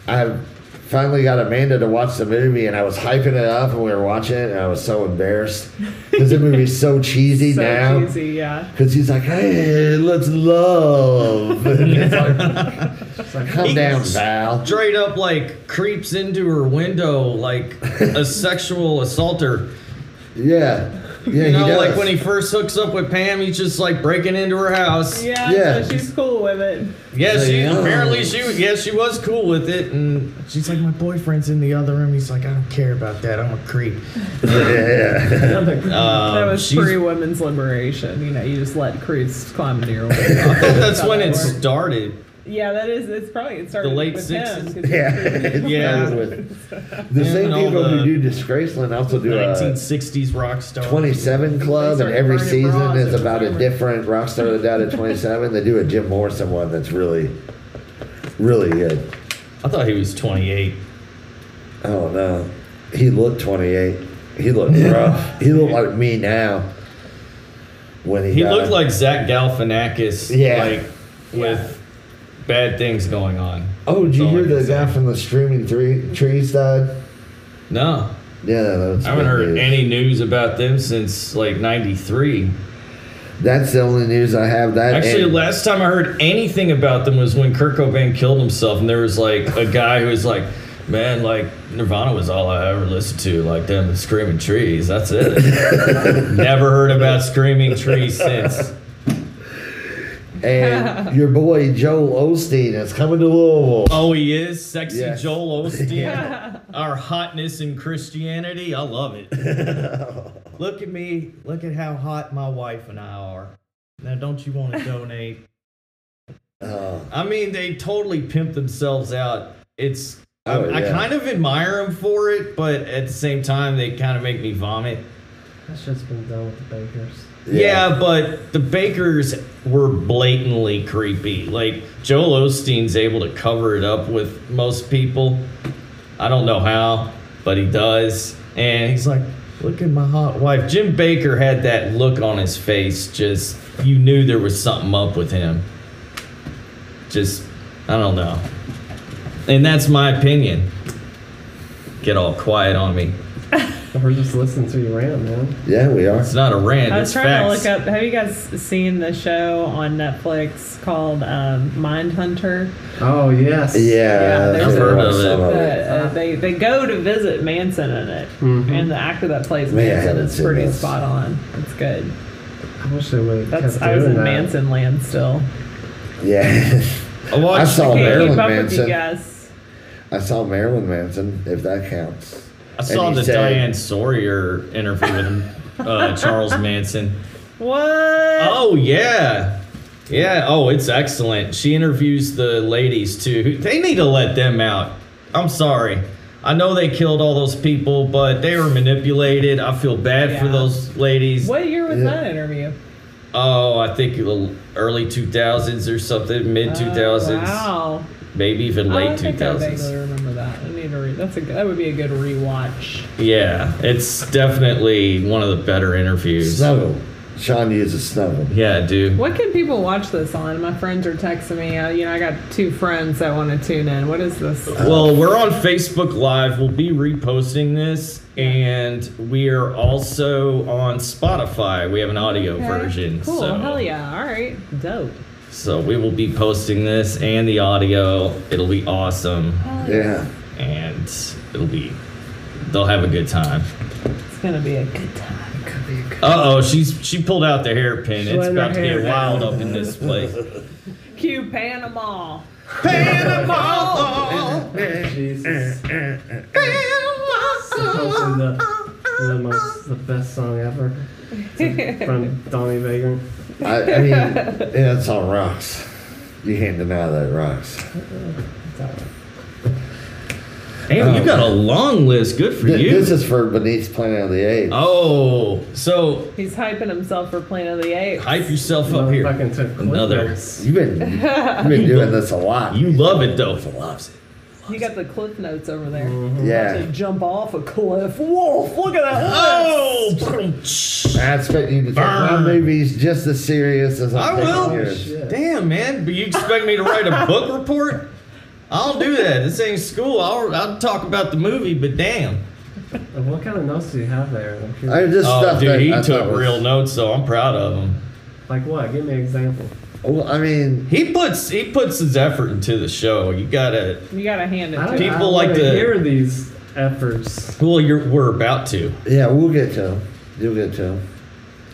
B: I finally got Amanda to watch the movie, and I was hyping it up, and we were watching it, and I was so embarrassed because the movie's so cheesy
D: So
B: now.
D: cheesy, yeah.
B: Because he's like, "Hey, let's love." And it's like,
C: It's like,
B: Calm down, Val.
A: straight up like creeps into her window like a sexual assaulter.
B: Yeah. Yeah,
A: you
B: he
A: know,
B: does.
A: like when he first hooks up with Pam, he's just like breaking into her house.
D: Yeah,
B: Yeah.
D: so she's cool with it.
A: Yeah, she
B: Yeah.
A: apparently she yeah she was cool with it, and she's like, my boyfriend's in the other room. He's like, I don't care about that. I'm a creep.
B: Yeah.
A: Um,
D: that was
A: she's-
D: pre women's liberation. You know, you just let crews climb into your
A: I
D: window.
A: think that's when it
D: That's how that
A: started.
D: yeah, that is. It's probably it started
A: The late
D: with him,
A: 60s.
D: 'cause he
B: Yeah.
D: was creepy.
B: It
A: Yeah.
B: started with- The same
A: and all
B: people
A: the-
B: who do Disgraceland also do uh, a
A: 1960s rock star.
B: 27 Club,
D: They
B: and
D: started
B: every
D: burning
B: season
D: bras
B: is
D: at
B: about a
D: Discovery.
B: different rock star that died at 27. They do a Jim Morrison one that's really, really good.
A: I thought he was 28.
B: I don't know. He looked 28. He looked rough. He looked like me now. When he,
A: He
B: died.
A: looked like Zach Galifianakis.
B: Yeah.
A: Like with bad things going on.
B: Oh, did you
A: That's all
B: hear
A: I can
B: the
A: say.
B: guy from the streaming three, trees died?
A: No,
B: Yeah, that's
A: I haven't
B: big
A: heard
B: news.
A: any news about them since like '93.
B: That's the only news I have. That
A: Actually,
B: and-
A: last time I heard anything about them was when Kurt Cobain killed himself, and there was like a guy who was like, "Man, like Nirvana was all I ever listened to, like them and Screaming Trees. That's it. Never heard about Screaming Trees since."
B: and your boy Joel Osteen is coming to Louisville.
A: Oh, he is sexy
B: Yes.
A: Joel Osteen. Our hotness in Christianity, I love it. look at me. Look at how hot my wife and I are. Now, don't you want to donate?
B: Oh,
A: I mean, they totally pimp themselves out. It's I-
B: Oh,
A: I,
B: yeah.
A: kind of admire them for it, but at the same time, they kind of make me vomit.
C: That shit's been done with the Bakers.
A: Yeah. but the Bakers were blatantly creepy. Like Joel Osteen's able to cover it up with most people. I don't know how, but he does. And he's like, "Look at my hot wife." Jim Baker had that look on his face. Just you knew there was something up with him. Just I don't know. And that's my opinion. Get all quiet on me.
C: We're just listening to you rant, man.
B: yeah, we are.
A: It's not a rant.
D: I was
A: it's
D: trying
A: facts.
D: to look up. Have you guys seen the show on Netflix called um, Mindhunter?
C: Oh yes.
B: Yeah,
D: there's
B: I've
D: a-
B: heard of
A: there's
B: some
A: a-
B: of it.
D: The, uh, they they go to visit Manson in it,
C: Mhm.
D: and the actor that plays
B: Man, I
D: Manson
B: haven't
D: is
B: seen
D: pretty
B: this.
D: spot on. It's good.
C: I wish they would have
D: That's
C: kept
D: I was
C: doing
D: in
C: that.
D: Manson land still.
B: Yeah,
A: I watched
B: I saw
D: Can't
B: Marilyn
D: keep up with you
B: Oh, Manson.
D: guys.
B: I saw Marilyn Manson, if that counts.
A: I saw
B: he
A: the
B: said-
A: Diane Sawyer interview with him, uh, Charles Manson.
D: What?
A: Oh yeah, yeah. Oh, it's excellent. She interviews the ladies too. They need to let them out. I'm sorry. I know they killed all those people, but they were manipulated. I feel bad for
D: Yeah.
A: those ladies.
D: What year was
B: Yeah.
D: that interview?
A: Oh, I think the early 2000s or something, mid 2000s,
D: Oh, wow. Oh,
A: maybe even
D: I
A: late
D: think I
A: 2000s.
D: vaguely remember that. I need to read. That's a good, that would be a good rewatch.
A: Yeah, it's definitely one of the better interviews.
B: Snuggle. Sean uses snuggle.
A: Yeah, dude.
D: What can people watch this on? My friends are texting me. Uh, you know, I got two friends that want to tune in. What is this?
A: Well, we're on Facebook Live. We'll be reposting this, and we are also on Spotify. We have an audio
D: Okay.
A: version.
D: Cool.
A: So,
D: Hell yeah. All right. Dope.
A: So we will be posting this and the audio. It'll be awesome,
B: Yeah.
A: and it'll be. They'll have a good time.
D: It's gonna be a good time. Could be a good.
A: Uh oh, she's she pulled out the hairpin.
C: She
A: it's
C: let her
A: about to
C: hair
A: get wild
C: down.
A: up in this place.
D: Cue Panama.
C: Jesus. Supposedly the, the most the best song ever from Donnie Vagrant.
B: I, I mean, yeah, it's on rocks. You can't deny that rocks.
A: Damn, you got a long list. Good for
B: Th-
A: you.
B: This is for Beneath Planet of the Apes.
A: oh, so
D: He's hyping himself for Planet of the Apes.
A: hype yourself up here.
C: Fucking took quick
A: Another.
C: notes.
B: You've been you've been doing this a lot.
A: You love it though. Loves it.
D: You got the cliff notes over there. To
B: yeah.
D: jump off a cliff. Wolf, look at that.
A: Oh!
B: I expect you to take my
A: Burn.
B: movies just as serious as
A: I
B: I'm taking
A: will.
B: yours.
A: Damn, man. But you expect me to write a book report? I'll do that. This ain't school. I'll, I'll talk about the movie, but damn.
C: And What kind of notes do you have there? I'm
B: I
C: curious.
B: just
A: Oh,
B: stuff
A: dude,
B: that
A: he
B: I
A: took
B: thought was-
A: real notes, so I'm proud of him.
C: Like what? Give me an example.
B: Well, I mean,
A: He puts he puts his effort into the show. You gotta.
D: You gotta hand it
C: I
D: to
C: don't,
D: him.
A: People
C: I don't
A: like
C: wanna
A: to-
C: hear these efforts.
A: Well, you're we're about to.
B: yeah, we'll get to them. You'll get to them.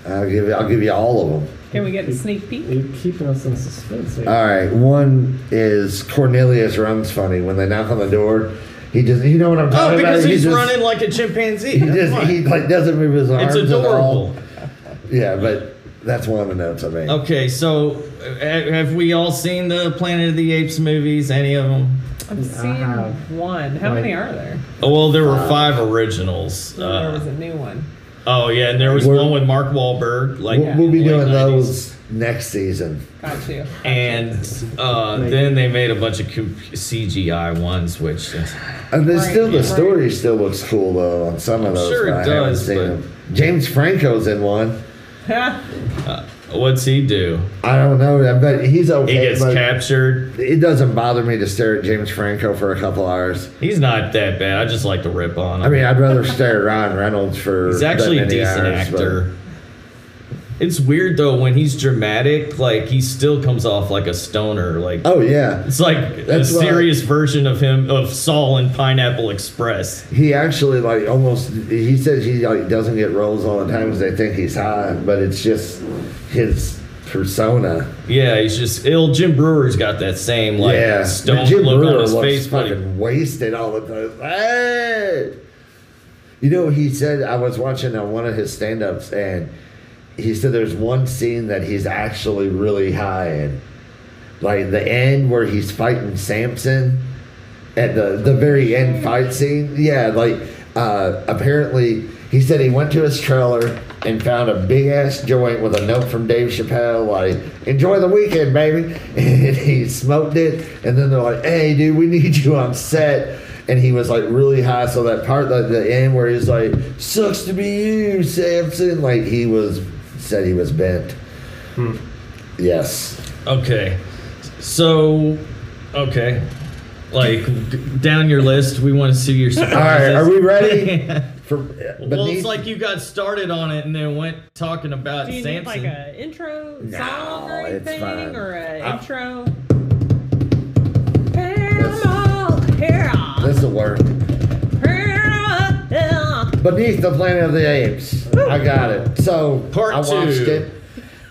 B: I'll give you. I'll give you all of them.
D: Can we get a sneak peek?
C: You're keeping us in suspense. here.
B: All right. One is Cornelius runs funny when they knock on the door. He just. You know what I'm talking
A: Oh,
B: about?
A: because
B: He
A: he's
B: just-
A: running like a chimpanzee.
B: He
A: That's
B: just.
A: fine.
B: He like doesn't move his arms.
A: it's
B: at all.
A: adorable. Oh
B: Yeah, but that's one of the notes I made.
A: Okay, so uh, have we all seen the Planet of the Apes movies? Any of them?
D: I'm seeing
C: have-
D: one. How
C: like-
D: many are there?
A: Oh, well, there were five originals.
D: there was
A: Uh,
D: a new one.
A: oh yeah, and there was
B: We're-
A: one with Mark Wahlberg. Like
B: We'll, we'll be
A: late
B: doing
A: 90s.
B: those next season.
D: Got you.
A: And uh, then they made a bunch of co- CGI ones, which is-
B: And then
D: Right,
B: still, the
D: right.
B: story still looks cool though on some of those.
A: Sure it
B: but I haven't
A: does,
B: seen
A: but-
B: them. James Franco's in one.
A: what's he do?
B: I don't know, but he's okay.
A: He gets
B: but
A: captured.
B: It doesn't bother me to stare at James Franco for a couple hours.
A: He's not that bad. I just like to rip on him.
B: I mean, I'd rather stare at Ryan Reynolds for.
A: he's
B: that
A: actually a
B: many
A: decent
B: hours, but-
A: actor. It's weird though when he's dramatic, like he still comes off like a stoner. Like
B: Oh yeah,
A: It's like
B: That's
A: a
B: why-
A: serious version of him of Saul in Pineapple Express.
B: he actually like almost. He says he like doesn't get roles all the time because they think he's high, but it's just his persona.
A: Yeah, he's just ill. Jim Brewer's got that same like
B: yeah,
A: stone
B: Jim
A: look
B: Brewer
A: on his
B: looks
A: face, but
B: fucking wasted all the time. Hey! You know, he said I was watching uh, one of his stand-ups, and he said there's one scene that he's actually really high in, like the end where he's fighting Samson at the the very end fight scene. Yeah, like uh, apparently he said he went to his trailer and found a big ass joint with a note from Dave Chappelle, like "Enjoy the weekend, baby," and he smoked it. And then they're like, "Hey, dude, we need you on set." And he was like really high, so that part, like the end where he's like, "Sucks to be you, Samson," like he was said he was bent.
A: Hmm.
B: Yes.
A: okay. So, okay, like d- down your list, we want to see your
B: All right,
A: surprises.
B: are we ready? For
A: well,
B: beneath-
A: it's like you got started on it and then went talking about
D: Do you
A: Samson.
D: need like a intro
B: No,
D: song or
B: it's
D: anything,
B: fine.
D: or an
B: I-
D: intro? Panama, here,
B: This will work.
D: here,
B: Beneath the Planet of the Apes. I got it. So
A: Part
B: I watched
A: two.
B: it,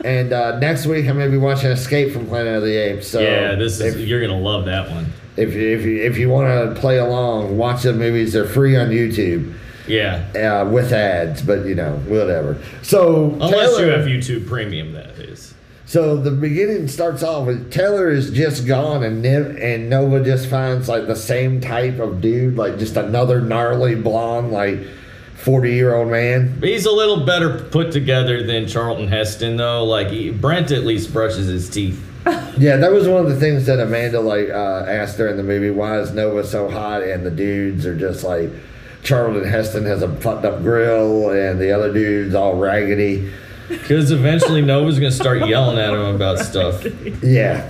B: and uh, next week I'm gonna be watching Escape from Planet of the Apes. So
A: yeah, this is
B: if
A: you're gonna love that one.
B: if you, if you, if you want to play along, watch the movies. They're free on YouTube
A: Yeah,
B: uh, with ads, but you know whatever. So
A: unless
B: Taylor-
A: you have YouTube Premium, that is.
B: So the beginning starts off with Taylor is just gone, and Niv- and Nova just finds like the same type of dude, like just another gnarly blonde, like forty year old man.
A: But He's a little better put together than Charlton Heston, though. Like he, Brent at least brushes his teeth.
B: Yeah, that was one of the things that Amanda like uh, asked her in the movie. Why is Nova so hot? And the dudes are just like Charlton Heston has a fucked up grill, and the other dude's all raggedy.
A: Because eventually Nova's gonna start yelling at him about stuff.
B: Yeah.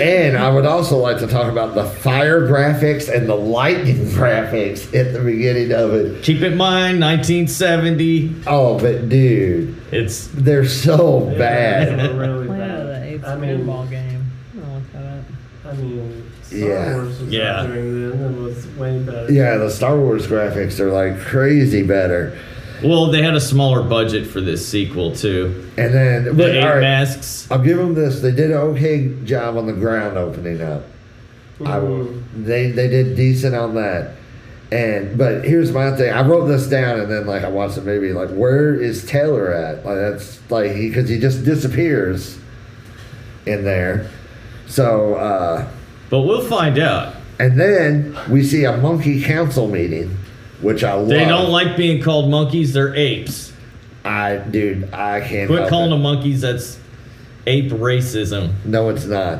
B: And I would also like to talk about the fire graphics and the lightning graphics at the beginning of it.
A: Keep in mind, 1970.
B: Oh, but dude,
A: It's
B: They're so
C: Yeah,
B: bad.
C: they were really
D: Planet
C: bad.
D: of
C: I
D: the Apes pinball
C: mean,
D: game. I'm gonna look that up.
C: I mean, Star
B: Yeah.
C: Wars was
A: Yeah.
C: out during then and was way better.
B: Yeah, the Star Wars graphics are like crazy better.
A: well, they had a smaller budget for this sequel too.
B: And then,
A: The
B: but,
A: eight
B: all right,
A: masks.
B: I'll give them this. They did an okay job on the ground opening up. I will.
C: Mhm.
A: Mm-hmm.
B: They they did decent on that. And but here's my thing. I wrote this down and then like I watched the movie. Like, where is Taylor at? Like that's like he because he just disappears in there. So. uh
A: But we'll find out.
B: And then we see a monkey council meeting, which I love.
A: They don't like being called monkeys. They're apes.
B: I dude, I can't.
A: Quit
B: help
A: calling
B: it.
A: them monkeys. That's ape racism.
B: No, it's not.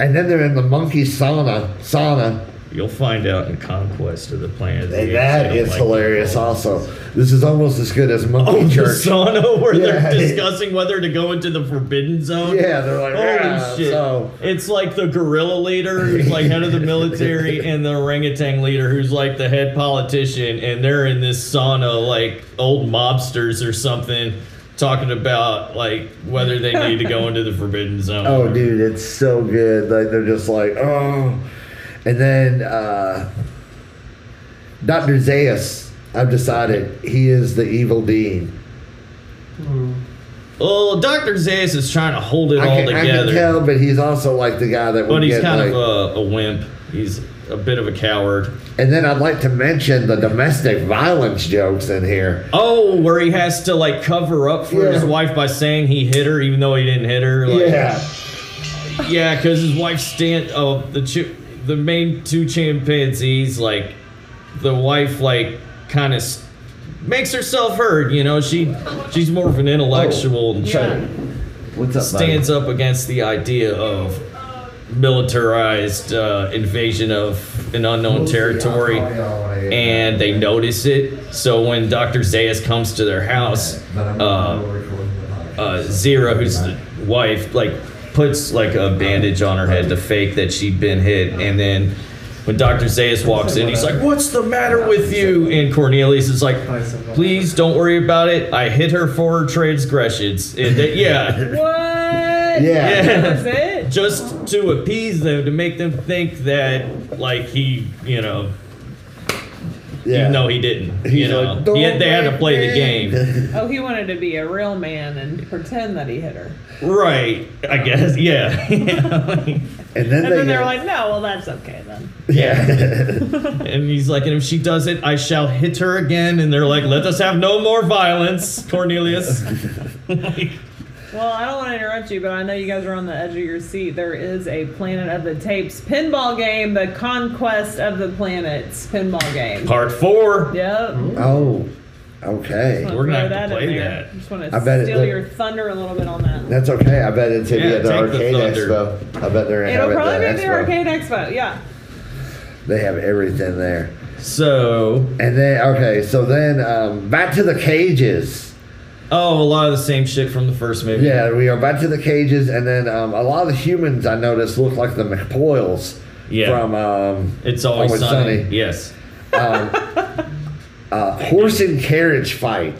B: And then they're in the monkey sauna. Sauna.
A: You'll find out in Conquest of the Planet. of the Apes,
B: And
A: they
B: that
A: don't
B: is
A: like
B: hilarious.
A: being called-
B: Also, this is almost as good as monkey
A: Oh, the
B: church.
A: sauna where
B: Yeah.
A: they're discussing whether to go into the forbidden zone.
B: Yeah, they're like,
A: Holy
B: "Yeah,
A: shit.
B: so
A: It's like the guerrilla leader who's like head of the military and the orangutan leader who's like the head politician and they're in this sauna like old mobsters or something talking about like whether they need to go into the forbidden zone.
B: Oh, dude, it's so good. Like they're just like, oh, and then uh, Doctor Zaius. I've decided he is the evil dean
A: Well, Dr. Zayas is trying to hold it
B: I
A: all
B: can, I can
A: together.
B: tell, but he's also like the guy that would
A: But he's
B: get
A: kind
B: like.
A: of a, a wimp. He's a bit of a coward.
B: and then I'd like to mention the domestic violence jokes in here.
A: Oh, where he has to like cover up for his
B: Yeah.
A: wife by saying he hit her, even though he didn't hit her. Like,
B: yeah.
A: yeah, because his wife stand. Oh, the chi- the main two chimpanzees, like the wife, like kind of s- makes herself heard. You know, she she's more of an intellectual and
D: Yeah.
B: What's up, buddy?
A: stands up against the idea of militarized uh, invasion of an unknown territory and they notice it so when dr zayas comes to their house uh, uh, zira who's the wife like puts like a bandage on her head to fake that she'd been hit and then when dr zayas walks in he's like what's the matter with you and cornelius is like please don't worry about it i hit her for her transgressions and they, yeah
D: What?
B: Yeah.
A: Yeah.
D: That's it.
A: just to appease them to make them think that like he you know
B: yeah.
A: even though he didn't you
B: He's
A: know
B: like,
A: he had, they had to
B: "Don't
A: play the
B: make
A: game
D: Oh, he wanted to be a real man and pretend that he hit her.
A: right i guess yeah
B: and then,
D: And
B: they,
D: then they're like, no, well, that's okay then.
B: yeah.
A: and he's like and if she does it i shall hit her again and they're like let us have no more violence cornelius
D: Well, I don't want to interrupt you, but I know you guys are on the edge of your seat. There is a Planet of the Tapes pinball game, the Conquest of the Planets pinball game.
A: part four
D: Yep.
B: oh, okay.
A: We're gonna have to
D: Hmm. Throw in
A: play
D: there.
A: that.
D: I just want
B: I bet
D: to
B: it
D: steal
B: look-
D: your thunder a little bit on that.
B: That's okay. I bet it's
A: Yeah,
B: yeah,
A: take
B: at the
A: the
B: arcade
A: thunder.
B: expo. I bet they're gonna
D: It'll
B: have
D: probably be
B: it
D: at
B: at
D: the
B: expo.
D: Arcade Expo. Yeah.
B: They have everything there.
A: so
B: And then okay, so then um, back to the cages.
A: oh a lot of the same shit from the first movie
B: Yeah, we are back to the cages, and then um, a lot of the humans I noticed look like the McPoyles
A: Yeah.
B: from um,
A: it's always,
B: Always
A: sunny.
B: Sunny.
A: yes
B: uh, horse and carriage fight.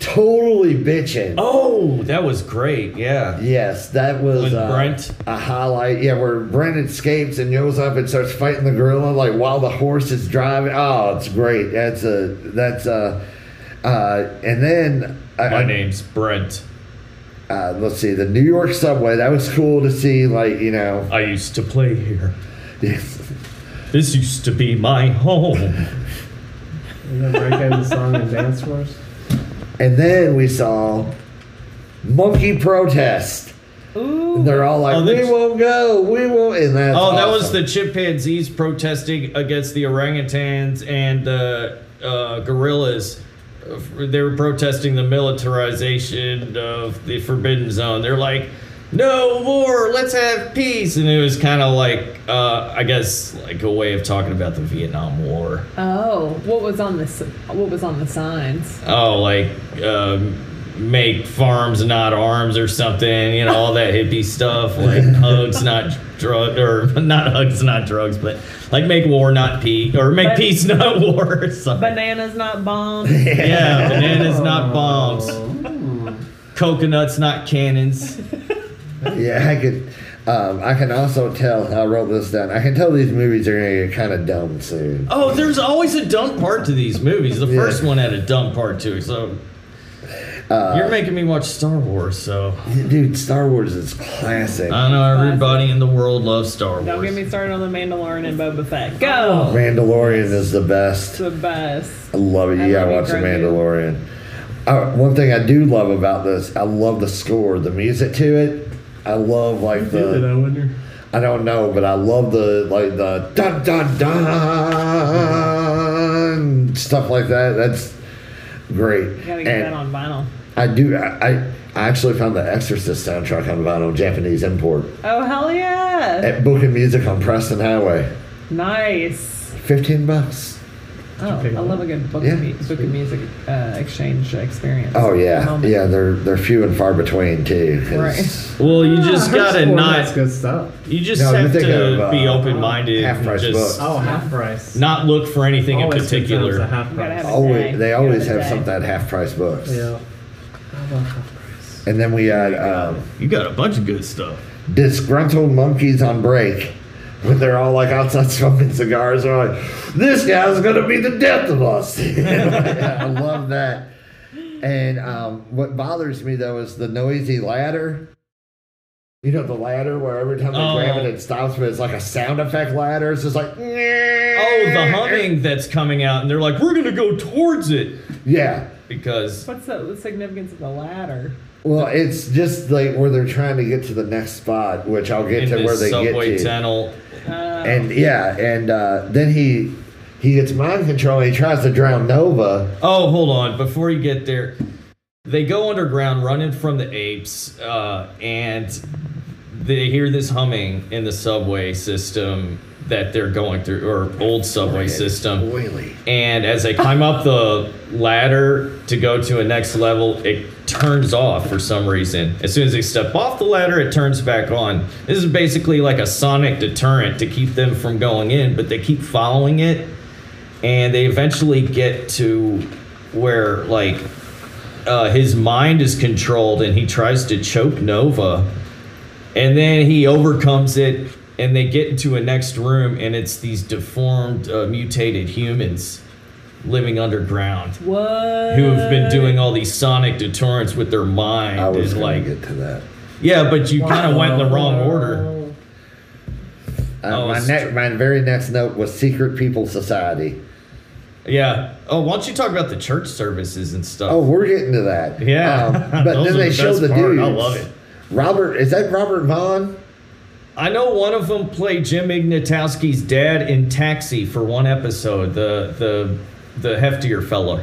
B: Totally bitching.
A: oh that was great yeah
B: Yes, that was
A: With
B: uh,
A: Brent?
B: a highlight. Yeah, where Brent escapes and goes up and starts fighting the gorilla like while the horse is driving. Oh, it's great. That's a that's a. Uh, and then I-
A: my
B: I-
A: name's brent
B: Uh, let's see the New York subway. That was cool to see. Like you know,
A: i used to play here
B: yes.
A: This used to be my home.
C: And then break out the song and dance for us.
B: and then we saw monkey protest.
D: Ooh.
B: They're all like,
A: Oh,
B: "We
A: that's-
B: won't go. We won't." And that's
A: oh, that was
B: awesome.
A: the chimpanzees protesting against the orangutans and the uh, gorillas. Uh, They were protesting the militarization of the Forbidden Zone. They're like, no war, let's have peace. And it was kind of like, uh, I guess, like a way of talking about the Vietnam War.
D: Oh, what was on the s- what was on the signs?
A: Oh, like um, make farms not arms or something, you know, all that hippie stuff, like hugs not drug or not hugs not drugs, but like make war not peace or make
D: But-
A: peace not war or something.
D: Bananas not bombs.
A: yeah, bananas not bombs,
C: Ooh.
A: coconuts not cannons.
B: Yeah, I could. Um, I can also tell. I wrote this down. I can tell these movies are gonna get kind of dumb soon.
A: Oh, there's always a dumb part to these movies. The
B: Yeah.
A: first one had a dumb part too, so you're making me watch Star Wars, so
B: Dude, Star Wars is classic.
A: I know everybody in the world loves Star Wars.
D: Don't get me started on the Mandalorian and Boba Fett. Go.
B: Mandalorian is the best.
D: It's the best.
B: I love it.
D: I
B: You gotta
D: love
B: watch
D: you,
B: the
D: Grogu.
B: Mandalorian. Uh, one thing I do love about this, I love the score, the music to it. I love like
C: Did it, I
B: the.
C: wonder?
B: I don't know, but I love the like the dun dun dun stuff like that. That's great.
D: Gotta get
B: And-
D: that on vinyl.
B: I do. I, I I actually found the Exorcist soundtrack on vinyl, Japanese import,
D: Oh hell yeah!
B: at Book and Music on Preston Highway.
D: Nice.
B: Fifteen bucks.
D: Oh, I
C: pick one?
D: love a good book,
B: Yeah.
D: of, mu- book of music uh, exchange experience.
B: Oh yeah,
D: Moment.
B: yeah. They're they're few and far between too. 'cause-
A: Well, you just
C: Ah, her
A: gotta
C: score,
A: not
C: That's good stuff.
A: You just
B: No,
A: have
B: you're thinking
A: to
B: of, uh,
A: be open minded
B: Half
A: and
B: Price
A: just
B: Books.
C: Oh, half price.
A: not look for anything in
C: Always confirms the
A: particular.
C: half
D: Gotta have
C: price.
D: it.
B: Always, they always
D: Yeah,
B: have
D: okay.
B: something at half price books.
C: Yeah. I love half price.
B: And then we had um,
A: You got a bunch of good stuff.
B: disgruntled monkeys on break. When they're all like outside smoking cigars, they're like, "This guy's gonna be the death of us." I love that. And um, what bothers me though is the noisy ladder. You know the ladder where every time they grab
A: Oh.
B: it, it stops, but it's like a sound effect ladder. It's just like oh,
A: Oh, the
B: the
A: humming that's coming out, and they're like, "We're gonna go towards it,"
B: Yeah.
A: because
D: What's the, the significance of the ladder?
B: Well, it's just like where they're trying to get to the next spot, which I'll get
A: in
B: to where
A: this
B: they
A: subway
B: get to.
A: tunnel,
B: And yeah, and uh, then he he gets mind control. And he tries to drown Nova.
A: Oh, hold on. Before you get there, they go underground running from the apes, uh, and they hear this humming in the subway system that they're going through, or old subway system.
B: Oily.
A: And as they climb up the ladder to go to a next level, it turns off for some reason. As soon as they step off the ladder, it turns back on. This is basically like a sonic deterrent to keep them from going in, but they keep following it. And they eventually get to where, like, uh, his mind is controlled and he tries to choke Nova. And then he overcomes it, and they get into a next room, and it's these deformed, uh, mutated humans living underground
D: What?
A: who have been doing all these sonic deterrents with their mind.
B: I
A: It's
B: was gonna
A: like,
B: get to that.
A: yeah, but you kind of went in the wrong order.
B: Uh,
A: Oh,
B: my
A: it's-
B: next, my very next note was Secret People Society.
A: Yeah. Oh, why don't you talk about the church services and stuff?
B: Oh, we're getting to that. Um,
A: Yeah.
B: but
A: Those
B: then
A: are
B: they
A: the
B: show
A: best
B: the
A: part.
B: dudes.
A: I love it.
B: Robert, is that Robert Vaughn?
A: I know one of them played Jim Ignatowski's dad in Taxi for one episode. The the the heftier fella.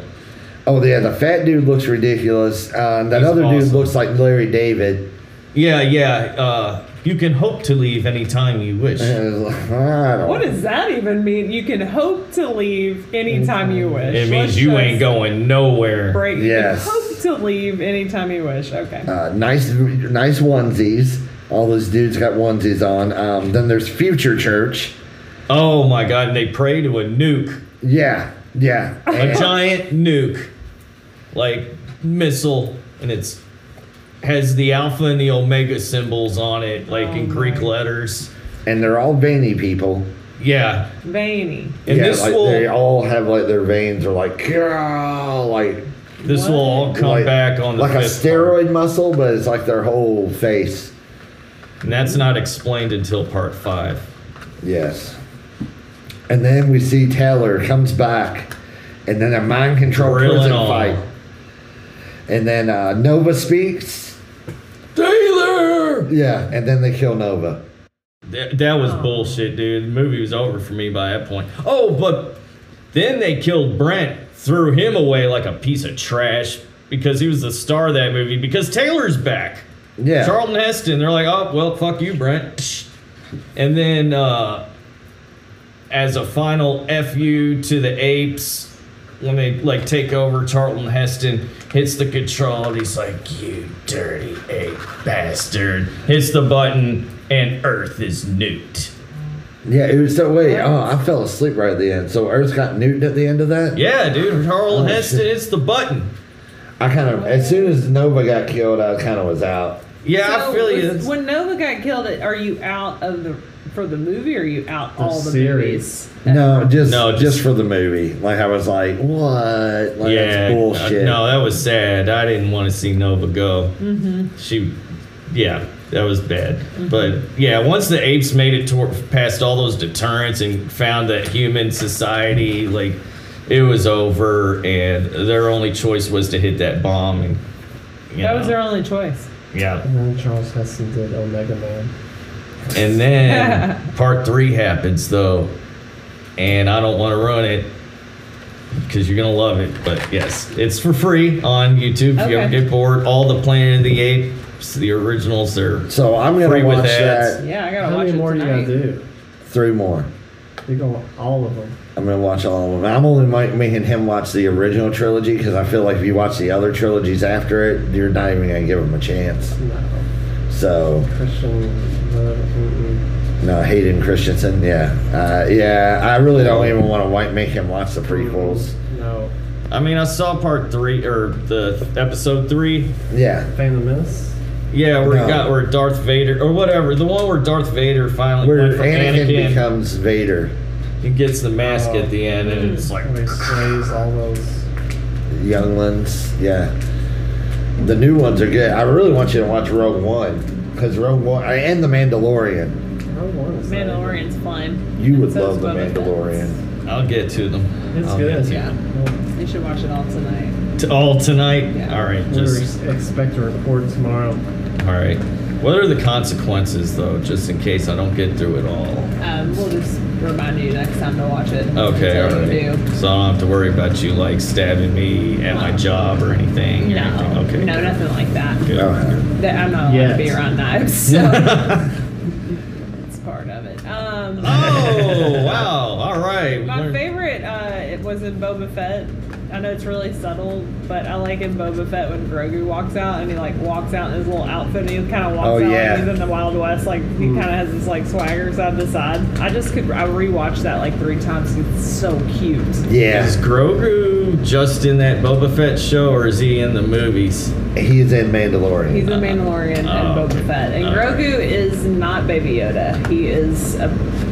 B: Oh yeah, the fat dude looks ridiculous. Uh, that
A: He's
B: other dude
A: awesome.
B: looks like Larry David.
A: Yeah, yeah. Uh, you can hope to leave anytime you wish.
B: And I don't
D: What does that even mean? You can hope to leave anytime you wish.
A: It
D: Let's
A: means you
D: just
A: ain't going nowhere.
D: Break. You
B: Yes.
D: hope to leave anytime you wish. Okay.
B: uh, nice nice onesies. All those dudes got onesies on. Um, then there's Future Church.
A: Oh my god, and they pray to a nuke.
B: Yeah, yeah.
A: A
B: And-
A: giant nuke. Like missile and it's has the alpha and the omega symbols on it like in
D: Oh
A: Greek
D: my.
A: letters.
B: and they're all veiny people.
A: Yeah.
D: Veiny.
A: And
B: yeah,
A: this
B: like
A: will
B: they all have like their veins are like "Grrrr," like
A: this will all come
B: like-
A: back on the
B: like a
A: fifth part.
B: steroid muscle, but it's like their whole face.
A: And that's not explained until part five.
B: Yes. And then we see Taylor comes back, and then a mind control
A: Grilling
B: prison
A: on.
B: fight. And then uh, Nova speaks.
A: Taylor!
B: Yeah, and then they kill Nova.
A: That, that was bullshit, dude. The movie was over for me by that point. Oh, but then they killed Brent, threw him away like a piece of trash because he was the star of that movie because Taylor's back.
B: Yeah.
A: Charlton Heston. They're like, oh, well, fuck you, Brent. And then, uh, as a final FU to the apes, when they like take over, Charlton Heston hits the control and he's like, you dirty ape bastard. Hits the button and Earth is nuked.
B: Yeah, it was so wait. Oh, I fell asleep right at the end. So Earth got Newton at the end of that.
A: Yeah, dude, Charlton
B: Oh,
A: Heston
B: shit.
A: hits the button.
B: I kind of as soon as Nova got killed, I kind of was out.
A: Yeah, I
D: So
A: feel
D: was-
A: you.
D: When Nova got killed, are you out of the for the movie? Or are you out all the
C: series.
D: movies?
B: No, just
A: No,
B: just,
A: just-
B: for the movie. Like I was like, what? Like
A: yeah,
B: that's bullshit.
A: No, that was sad. I didn't want to see Nova go. Mm-hmm. She, yeah, that was bad. But yeah, once the apes made it toward, past all those deterrents and found that human society, like, it was over, and their only choice was to hit that bomb. And you
D: That was
A: know,
D: their only choice.
A: yeah.
C: And then Charles Heston did Omega Man.
A: And then part three happens though, and I don't want to ruin it because you're gonna love it. But yes, it's for free on YouTube. If you ever
D: Okay.
A: get bored, all the Planet of the Apes, the originals, they're
B: So I'm gonna
A: Free with
B: watch
A: ads.
B: that
D: Yeah, I gotta
C: How
D: watch
C: many
D: it
C: more
D: tonight.
C: do you gotta do?
B: three more.
C: You go all of them.
B: I'm gonna watch all of them. I'm only mi- making him watch the original trilogy because I feel like if you watch the other trilogies after it, you're not even gonna give him a chance.
C: No.
B: So
C: Christian. Uh, mm-mm.
B: no, Hayden Christensen. Yeah, uh, yeah. I really don't even want to make him watch the prequels.
C: No.
A: I mean, I saw part three or the episode three.
B: Yeah,
C: Phantom Menace?
A: Yeah, where
B: No.
A: it got where Darth Vader or whatever, the one where Darth Vader finally
B: where
A: went from
B: Anakin,
A: Anakin,
B: becomes Vader.
A: he gets the mask at the end, and it's like
C: Where he slays all those.
B: young ones. Yeah, the new ones are good. I really want you to watch Rogue One because Rogue One and The Mandalorian.
C: Rogue Oh, One is not-
D: Mandalorian's fun.
B: You would
D: So is
B: love The
D: Boba Fett.
B: Mandalorian.
A: I'll get to them.
C: It's
A: I'll
C: good.
A: Get to
D: Yeah.
A: them.
D: You should watch it all tonight.
A: T- all tonight.
D: Yeah.
A: All right,
C: We
A: just
C: expect a report tomorrow.
A: all right. What are the consequences though, just in case I don't get through it all?
D: Um, we'll just remind you next time to watch it.
A: Okay,
D: Tell
A: all
D: you what to
A: right.
D: do.
A: So I don't have to worry about you like stabbing me at my job or anything. or anything.
D: No,
A: Okay.
D: no, nothing like that.
A: Good.
B: Oh,
D: That I'm not allowed
C: Yet.
D: to be around knives, so it's part of it. Um,
A: oh wow! All right. we
D: My
A: learned-
D: favorite uh, it was in Boba Fett. I know it's really subtle, but I like in Boba Fett when Grogu walks out and he like walks out in his little outfit and he kind of walks
B: Oh,
D: out
B: yeah.
D: like he's in the Wild West. Like he kind of has this like swagger side to side. I just could I rewatched that like three times. It's so cute.
A: Is
B: yeah,
A: Grogu just in that Boba Fett show, or is he in the movies?
B: he's in Mandalorian.
D: He's a Mandalorian
A: Oh.
D: and Boba Fett, and
A: All
D: Grogu is not Baby Yoda. He is a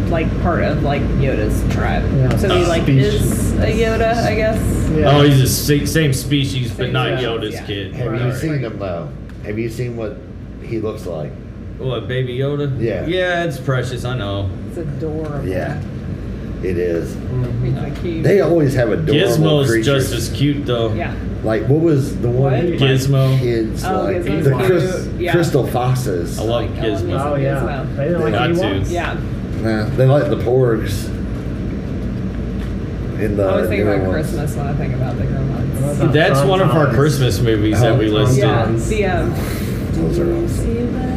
D: like part of like Yoda's tribe.
C: Yeah.
D: So he like
C: Species.
D: is a Yoda, I guess.
C: Yeah.
A: Oh, he's the sa- same species, but
D: Same
A: not
D: species,
A: Yoda's
D: yeah.
A: kid.
B: Have
A: All
B: you
A: right.
B: seen him though? Have you seen what he looks like?
A: What, Baby Yoda?
B: Yeah.
A: Yeah, it's precious. I know.
D: It's adorable.
B: Yeah, it is.
D: He's like cute.
B: They always have adorable
A: Gizmo's
B: creatures.
A: just as cute though.
D: yeah.
B: like what was the one?
D: What?
A: Gizmo.
B: Kids
D: Oh,
B: like
D: Gizmo's
B: the
C: cute.
B: Chris,
D: Yeah.
B: crystal foxes.
A: I love
D: Like, I love
A: Gizmo.
C: Oh yeah.
D: Gizmo.
C: They didn't like
B: Got
A: to.
C: Ewoks.
D: Yeah.
B: Nah, they like the porgs. In the
D: I always think
B: newer
D: about
B: ones.
D: Christmas when I think about the Gremlins.
C: Well,
A: That's
C: Fun
A: one of our
C: times.
A: Christmas movies
C: Oh,
A: that we
C: fun
A: listed.
D: Yeah.
C: Gremlins.
D: The um,
B: Those are awesome.
D: See what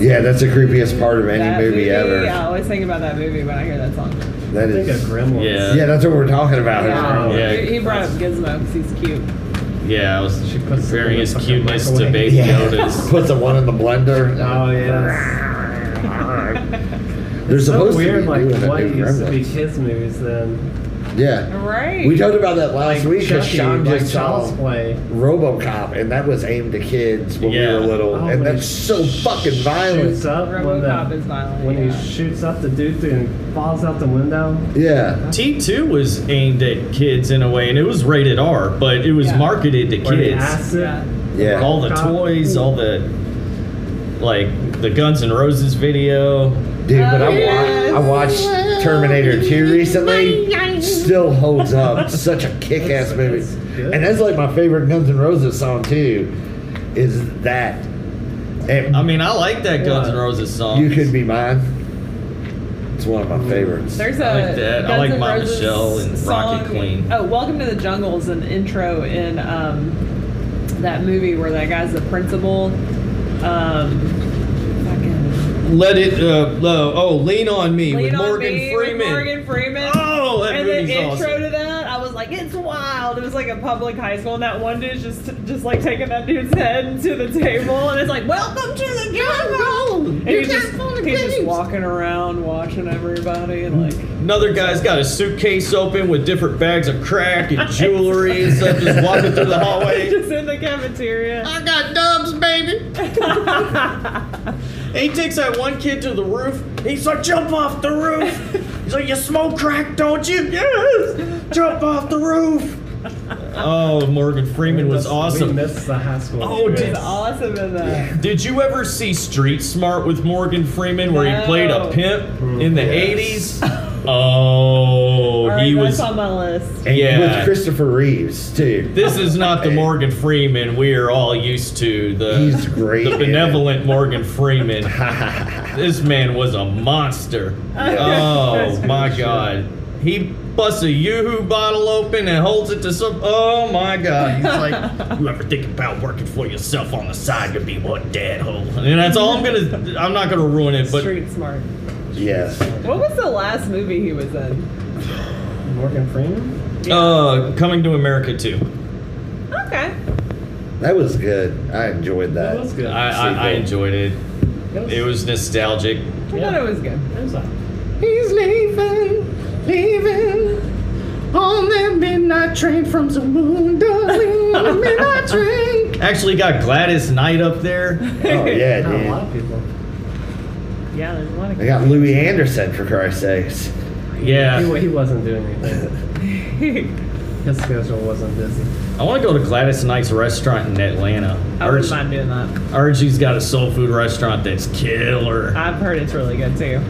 B: Yeah, that's the creepiest part of any
D: that
B: movie, ever.
D: Yeah, I always think about that movie when I hear that song.
B: That
C: I think of
B: is.
C: Gremlins.
A: Yeah.
B: Yeah, that's what we're talking about.
D: Yeah.
A: Yeah.
D: He- He brought up Gizmo because he's cute.
A: Yeah, I was
C: She puts it
A: comparing
C: in
A: his
C: the fucking
A: cuteness to
C: microwave.
A: Baby
B: Yeah.
A: Yoda's.
B: Put the one in the blender.
C: Oh yeah.
B: They're
C: It's so
B: supposed
C: weird,
B: to be
C: like
B: doing a
C: what
B: new
C: used to be
B: Gremlins.
C: kids movies then.
B: Yeah.
D: right.
B: We talked about that last
C: Like
B: week because
C: Chucky,
B: Sean
C: like
B: just
C: Child's
B: saw
C: Play.
B: RoboCop, and that was aimed to kids when
A: Yeah.
B: we were little,
C: Oh,
B: and
C: when
B: that's
C: he
B: so fucking violent.
C: Shoots up when the-
D: RoboCop is violent,
C: When
D: yeah.
C: he shoots up the dude through and falls out the window.
B: Yeah.
A: T2 was aimed at kids in a way, and it was rated R, but it was
D: Yeah.
A: marketed to
C: Where the
A: kids.
C: acid.
D: Yeah.
B: Yeah.
A: All the toys, all the like the Guns N' Roses video.
B: Dude, but I,
D: Oh, yes.
B: wa- I watched Terminator 2 recently. Still holds up. Such a kick ass
C: That's-
B: movie.
C: that's good.
B: And that's like my favorite Guns N' Roses song, too, is that. And
A: I mean, I like that Guns N'
C: Yeah.
A: Roses song.
B: You Could Be Mine. It's one of my favorites.
D: There's a
A: I like that. I
D: Guns
A: like
D: N'
A: My
D: Roses
A: Michelle and
D: song.
A: Rocket Queen.
D: Oh, Welcome to the Jungle is an intro in um, that movie where that guy's the principal. Um, fucking
A: Let it. Uh, lo- oh, lean on me with
D: Lean on
A: Morgan
D: Me with
A: Freeman.
D: Morgan Freeman.
A: Oh, that
D: and the
A: movie's
D: intro
A: awesome.
D: to that, I was like, it's wild. It was like a public high school, and that one dude's just just like taking that dude's head to the table, and it's like, welcome to the jungle. And he's just, he's just walking around, watching everybody, and like.
A: Another guy's got a suitcase open with different bags of crack and jewelry and stuff, just walking through the hallway.
D: just in the cafeteria.
A: I got dubs, baby. And he takes that one kid to the roof. He's like, jump off the roof. He's like, you smoke crack, don't you? Yes. Jump off the roof. Oh, Morgan Freeman was
C: We
A: awesome.
C: missed the high school.
A: Oh,
C: experience.
A: did-
D: He's awesome in that.
A: Did you ever see Street Smart with Morgan Freeman where he played a
D: No.
A: pimp in the
B: Yes.
A: 80s? Oh,
D: All right,
A: he
D: that's
A: was.
D: on my list.
B: And
A: Yeah.
B: With Christopher Reeves, too.
A: This is not the Morgan Freeman we are all used to. The
B: He's great.
A: the benevolent Morgan Freeman. this man was a monster. Oh my god. He busts a yoo-hoo bottle open and holds it to some. Oh my god. He's like, you ever think about working for yourself on the side to be one dad hole? And that's all I'm gonna. I'm not gonna ruin it, but
D: Street smart.
B: Yes.
D: What was the last movie he was in?
C: Morgan Freeman?
A: uh, coming to America too.
D: Okay.
B: That was good. I enjoyed that.
C: That was good.
A: I, I, I enjoyed it.
C: That
A: It was nostalgic.
D: I
C: Yeah.
D: thought it was good.
C: that was a-
A: He's leaving, leaving on that midnight train from Zamunda. midnight train. Actually, got Gladys Knight up there.
B: Oh, yeah,
C: not a lot
B: dude.
C: of people.
D: Yeah, there's a lot of
B: They got Louis Anderson, for Christ's sakes.
A: Yeah.
C: He, he wasn't doing anything.
D: good.
C: His schedule wasn't busy.
A: I want to go to Gladys Knight's restaurant in Atlanta.
D: I wouldn't mind doing that.
A: Archie's got a soul food restaurant that's killer.
D: I've heard it's really good too.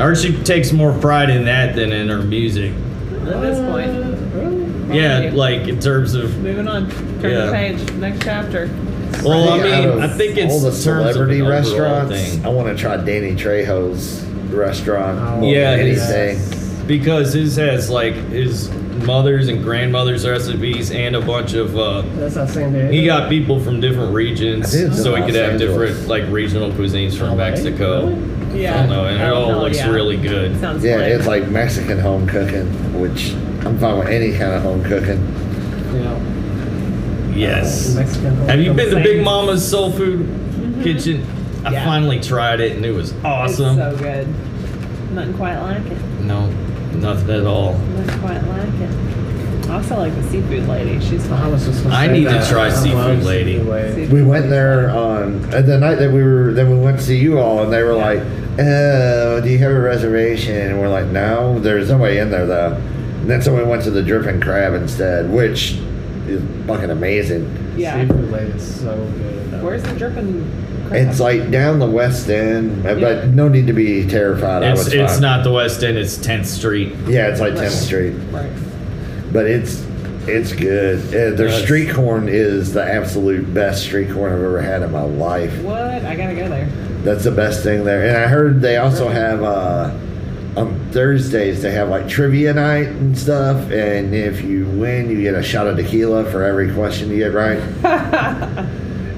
A: Archie takes more pride in that than in her music.
D: At this
C: Uh,
D: point,
C: point.
A: Yeah,
D: you.
A: like in terms of.
D: moving on. Turn
A: Yeah.
D: the page. Next chapter.
A: Well, I
B: think out
A: mean,
B: of
A: I think it's
B: all the
A: in terms of an
B: celebrity
A: overall
B: restaurants.
A: thing.
B: I want to try Danny Trejo's restaurant.
C: Oh,
B: more
A: Yeah,
B: than
A: his-
B: anything.
A: because his has like his mother's and grandmother's recipes and a bunch of. uh
C: That's not San Diego.
A: He got people from different regions,
B: I think it's
A: so
B: in
A: he could
B: Los
A: have
B: Angeles.
A: different like regional cuisines from
C: Oh, right?
A: Mexico.
D: Yeah.
A: I don't know, and it all
D: Oh,
A: looks
D: yeah.
A: really good.
D: Sounds
B: Yeah,
D: like
B: it's like Mexican home cooking, which I'm fine with any kind of home cooking.
C: Yeah.
A: Yes.
C: Mexican.
A: Have you been to
C: Same.
A: Big Mama's Soul Food Kitchen? I
D: Mm-hmm. Yeah.
A: finally tried it and it was awesome.
D: It's so good. Nothing quite like it.
A: no, nothing at all.
D: Nothing quite like it. I also like the seafood lady. She's
C: I
D: fine.
C: was just gonna
A: I
C: say
A: need to
C: that.
A: try
C: I love
A: seafood lady.
C: seafood lady.
B: We went there on uh, the night that we were then we went to see you all, and they were like, "Oh, do you have a reservation?" And we're like, "No, there's nobody in there though." And then someone went to the Dripping Crab instead, which is fucking amazing.
D: Yeah.
C: Seafood lady is so good.
D: Where's the dripping? crab?
B: It's like down the West End, uh,
D: Yeah.
B: but no need to be terrified. I
A: It's
B: was
A: it's
B: fine.
A: not the West End, it's 10th Street.
B: Yeah, it's like
D: Right.
B: 10th Street,
D: Right.
B: but it's it's good. Uh, their
A: Yes.
B: street corn is the absolute best street corn I've ever had in my life.
D: What? I gotta go there.
B: That's the best thing there. And I heard they also have uh, on Thursdays they have like trivia night and stuff. And if you win, you get a shot of tequila for every question you get right.
D: Oh,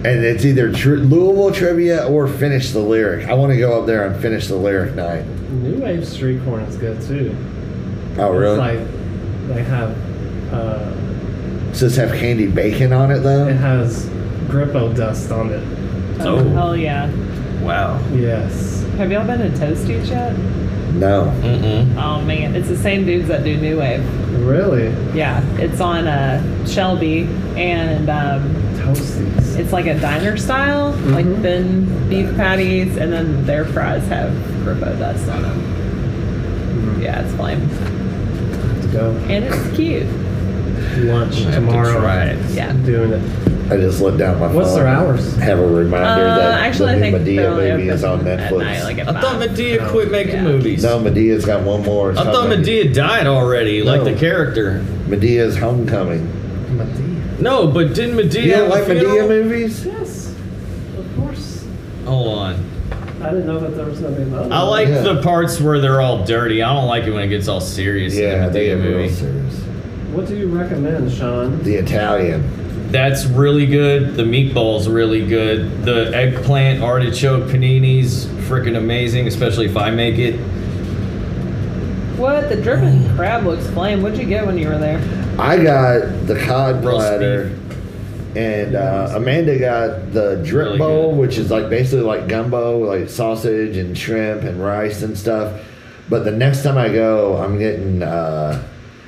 B: and it's either tri- Louisville trivia or finish the lyric. I want to go up there and finish the lyric night.
C: New Wave Street Corn is good too.
B: Oh really?
C: It's like they have uh,
B: Does this have candy bacon on it though?
C: it has Grippo dust on it.
A: So-
D: Oh, hell yeah.
A: Wow.
C: Yes.
D: Have y'all been to Toasties yet?
B: No.
A: Mm-mm.
D: Oh man, it's the same dudes that do New Wave.
C: Really?
D: Yeah, it's on uh, Shelby, and um,
C: Toasties.
D: it's like a diner style, like
C: Mhm.
D: thin beef patties, and then their fries have Grippo dust on them.
C: Mm.
D: Yeah, it's flame,
C: Let's go.
D: and it's cute.
C: Lunch
A: I have to
C: tomorrow.
A: try it.
D: Yeah.
C: Doing it.
B: I just looked down my phone.
C: What's their hours?
B: Have a reminder
D: Uh,
B: that
D: actually, I
B: the new
D: think they're
B: Medea
D: only
B: movie is on
D: open at
B: Netflix.
D: night, like at
A: I thought
D: five.
A: Medea quit making
D: Yeah.
A: movies.
B: no, Medea's got one more. It's
A: I
B: not
A: thought
B: Medea.
A: Medea died already, like
B: No.
A: the character.
B: Medea's Homecoming.
C: Madea.
A: No, but didn't Medea
B: You
A: have
B: don't
A: a
B: like Medea
A: funeral?
B: movies?
C: Yes. Of course.
A: Hold on.
C: I didn't know that there was gonna be another.
A: I like
B: Yeah.
A: the parts where they're all dirty. I don't like it when it gets all serious. in
B: Yeah,
A: the
B: they
A: Medea
B: get real
A: movie.
B: serious.
C: What do you recommend, Sean?
B: The Italian.
A: That's really good. The meatball's really good. The eggplant artichoke panini's freaking amazing, especially if I make it.
D: What? The dripping crab looks flame. What'd you get when you were there?
B: I got the cod
A: Roast
B: bladder, and uh, Amanda got the drip
A: Really
B: bowl,
A: good.
B: which is like basically like gumbo, like sausage and shrimp and rice and stuff. But the next time I go, I'm getting uh,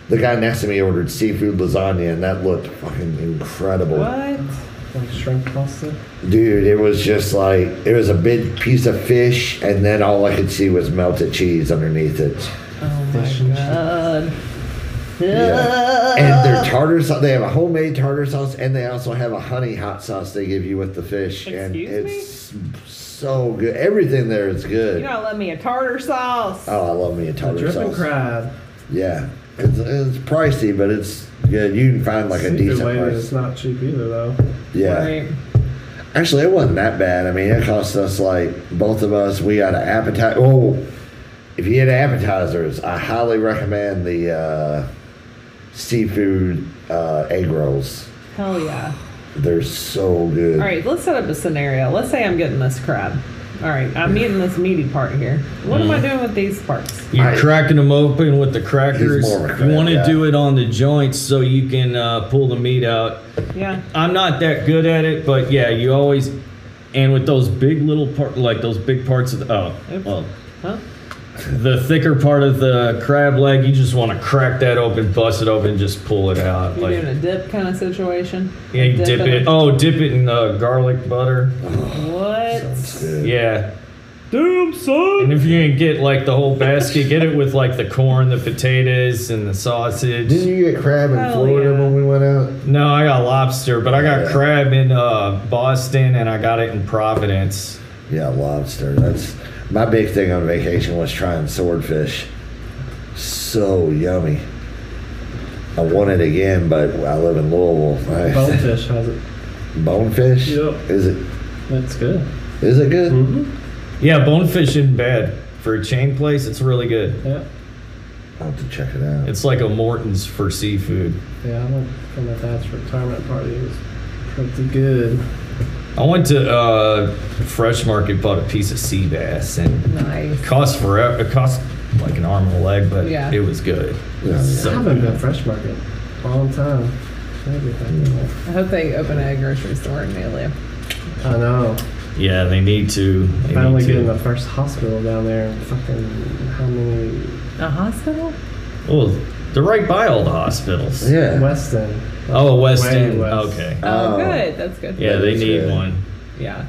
B: the guy next to me ordered seafood lasagna, and that looked fucking incredible.
D: What?
C: Like shrimp pasta?
B: Dude, it was just like it was a big piece of fish, and then all I could see was melted cheese underneath it.
D: Oh
C: Fish and
D: my god.
B: Yeah. And their tartar sauce, they have a homemade tartar sauce, and they also have a honey hot sauce they give you with the fish. and
D: Excuse
B: it's so good. Everything there is good.
D: You're not letting me a tartar sauce.
B: oh, I love me a
C: The
B: tartar
C: dripping
B: sauce.
C: crab.
B: Yeah. It's, it's pricey, but it's good. You can find like a
C: Seafood
B: decent
C: lady
B: price.
C: is not cheap either though.
B: Yeah.
D: Right.
B: Actually, it wasn't that bad. I mean, it cost us like both of us. We got an appetizer. Oh, if you had appetizers, I highly recommend the uh, seafood uh, egg rolls.
D: Hell yeah.
B: They're so good.
D: All right, let's set up a scenario. Let's say I'm getting this crab. All right, I'm eating this meaty part here. What am I
A: Mm-hmm.
D: doing with these parts?
A: You're
B: I-
A: cracking them open with the crackers.
B: He's more of a
A: you
B: crack
A: want to
B: guy.
A: do it on the joints so you can uh, pull the meat out.
D: Yeah.
A: I'm not that good at it, but yeah, you always and with those big little part, like those big parts of the oh,
D: Oops.
A: well,
D: Huh?
A: the thicker part of the crab leg, you just want to crack that open, bust it open, just pull it out.
D: You're
A: like
D: doing a dip kind of situation.
A: yeah, you dip, it.
D: in-
A: Oh, dip it in uh, garlic butter.
D: What?
B: Sounds good.
A: Yeah,
D: Damn son.
A: And if you can get like the whole basket, get it with like the corn, the potatoes, and the sausage.
B: Didn't you get crab in
D: Hell
B: Florida
D: yeah.
B: when we went out?
A: No, I got lobster, but I got
B: Yeah.
A: crab in uh, Boston and I got it in Providence.
B: Yeah, lobster. That's my big thing on vacation was trying swordfish. So yummy. I want it again, but I live in Louisville. I-
C: Bonefish has it.
B: Bonefish?
C: Yep.
B: Is it
C: That's good.
B: is it good?
C: Mm-hmm.
A: Yeah, bonefish in bed for a chain place. It's really good.
C: Yeah.
B: I'll have to check it out.
A: It's like a Morton's for seafood.
C: Yeah, I went for my dad's retirement party. It was pretty good.
A: I went to uh, Fresh Market, bought a piece of sea bass, and
D: Nice.
A: it cost forever. It cost like an arm and a leg, but
D: Yeah.
A: it was good.
B: Oh, Yeah,
A: So
C: I haven't been fresh market in a long time. Maybe if I can-
D: I hope they open a grocery store in Amelia.
C: I know.
A: yeah, they need to. They
C: Finally
A: need to.
C: getting the first hospital down there. and Fucking how many?
D: A hospital?
A: Well, Oh, they're right by all the hospitals.
B: yeah.
C: Weston.
A: Oh, West
C: Way
A: End.
C: west.
A: Okay.
D: Oh,
B: Oh.
D: good. That's good.
A: Yeah, they
B: That's
A: need
B: good.
A: one
D: Yeah.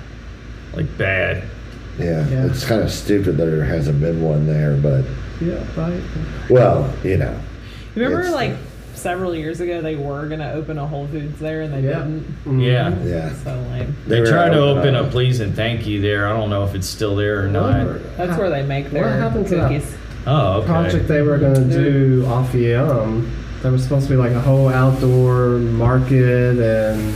A: like bad.
B: yeah.
C: Yeah.
B: It's kind of stupid that there hasn't been one there, but
C: Yeah, right.
B: well, you know.
D: Remember,
B: It's-
D: like several years ago, they were gonna open a Whole Foods there, and they
C: Yeah.
D: didn't.
C: Mhm.
A: Yeah.
B: Yeah.
D: So lame.
A: They,
B: were
A: tried to
B: out,
A: open
B: uh,
A: a please and thank you there. I don't know if it's still there or not.
D: That's where they make their
C: What happened to that?
D: cookies.
A: Oh, okay.
C: project they were gonna do off Yum. There was supposed to be like a whole outdoor market and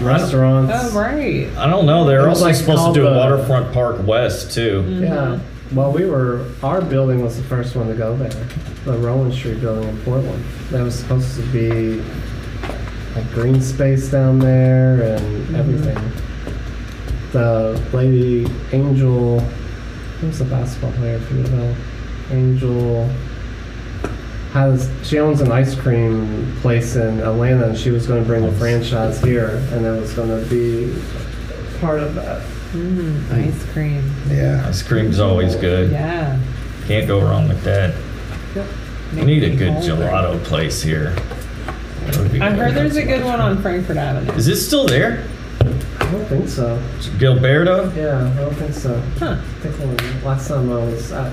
A: Right.
C: restaurants.
D: Oh right.
A: I don't know. They're
C: It was
A: also
C: like
A: supposed to
C: called
A: do
C: the-
A: Waterfront Park West too.
C: Yeah. Well, we were, our building was the first one to go there, the Rowan Street building in Portland. That was supposed to be a green space down there and everything. The lady Angel, who's the basketball player for the Devil? Angel has she owns an ice cream place in Atlanta, and she was going to bring the franchise here, and it was going to be part of that.
D: Mm, ice cream.
B: Yeah.
A: Ice cream's always good.
D: Yeah.
A: Can't go wrong with that. We
D: Make
A: need
D: me
A: a good
D: hungry.
A: gelato place here. That would be
D: I heard
A: good.
D: there's a good one on Frankfurt Avenue.
A: Is it still there?
C: I don't think so.
A: It's Gilberto?
C: Yeah, I don't think so.
D: Huh.
C: I think when, last time I was at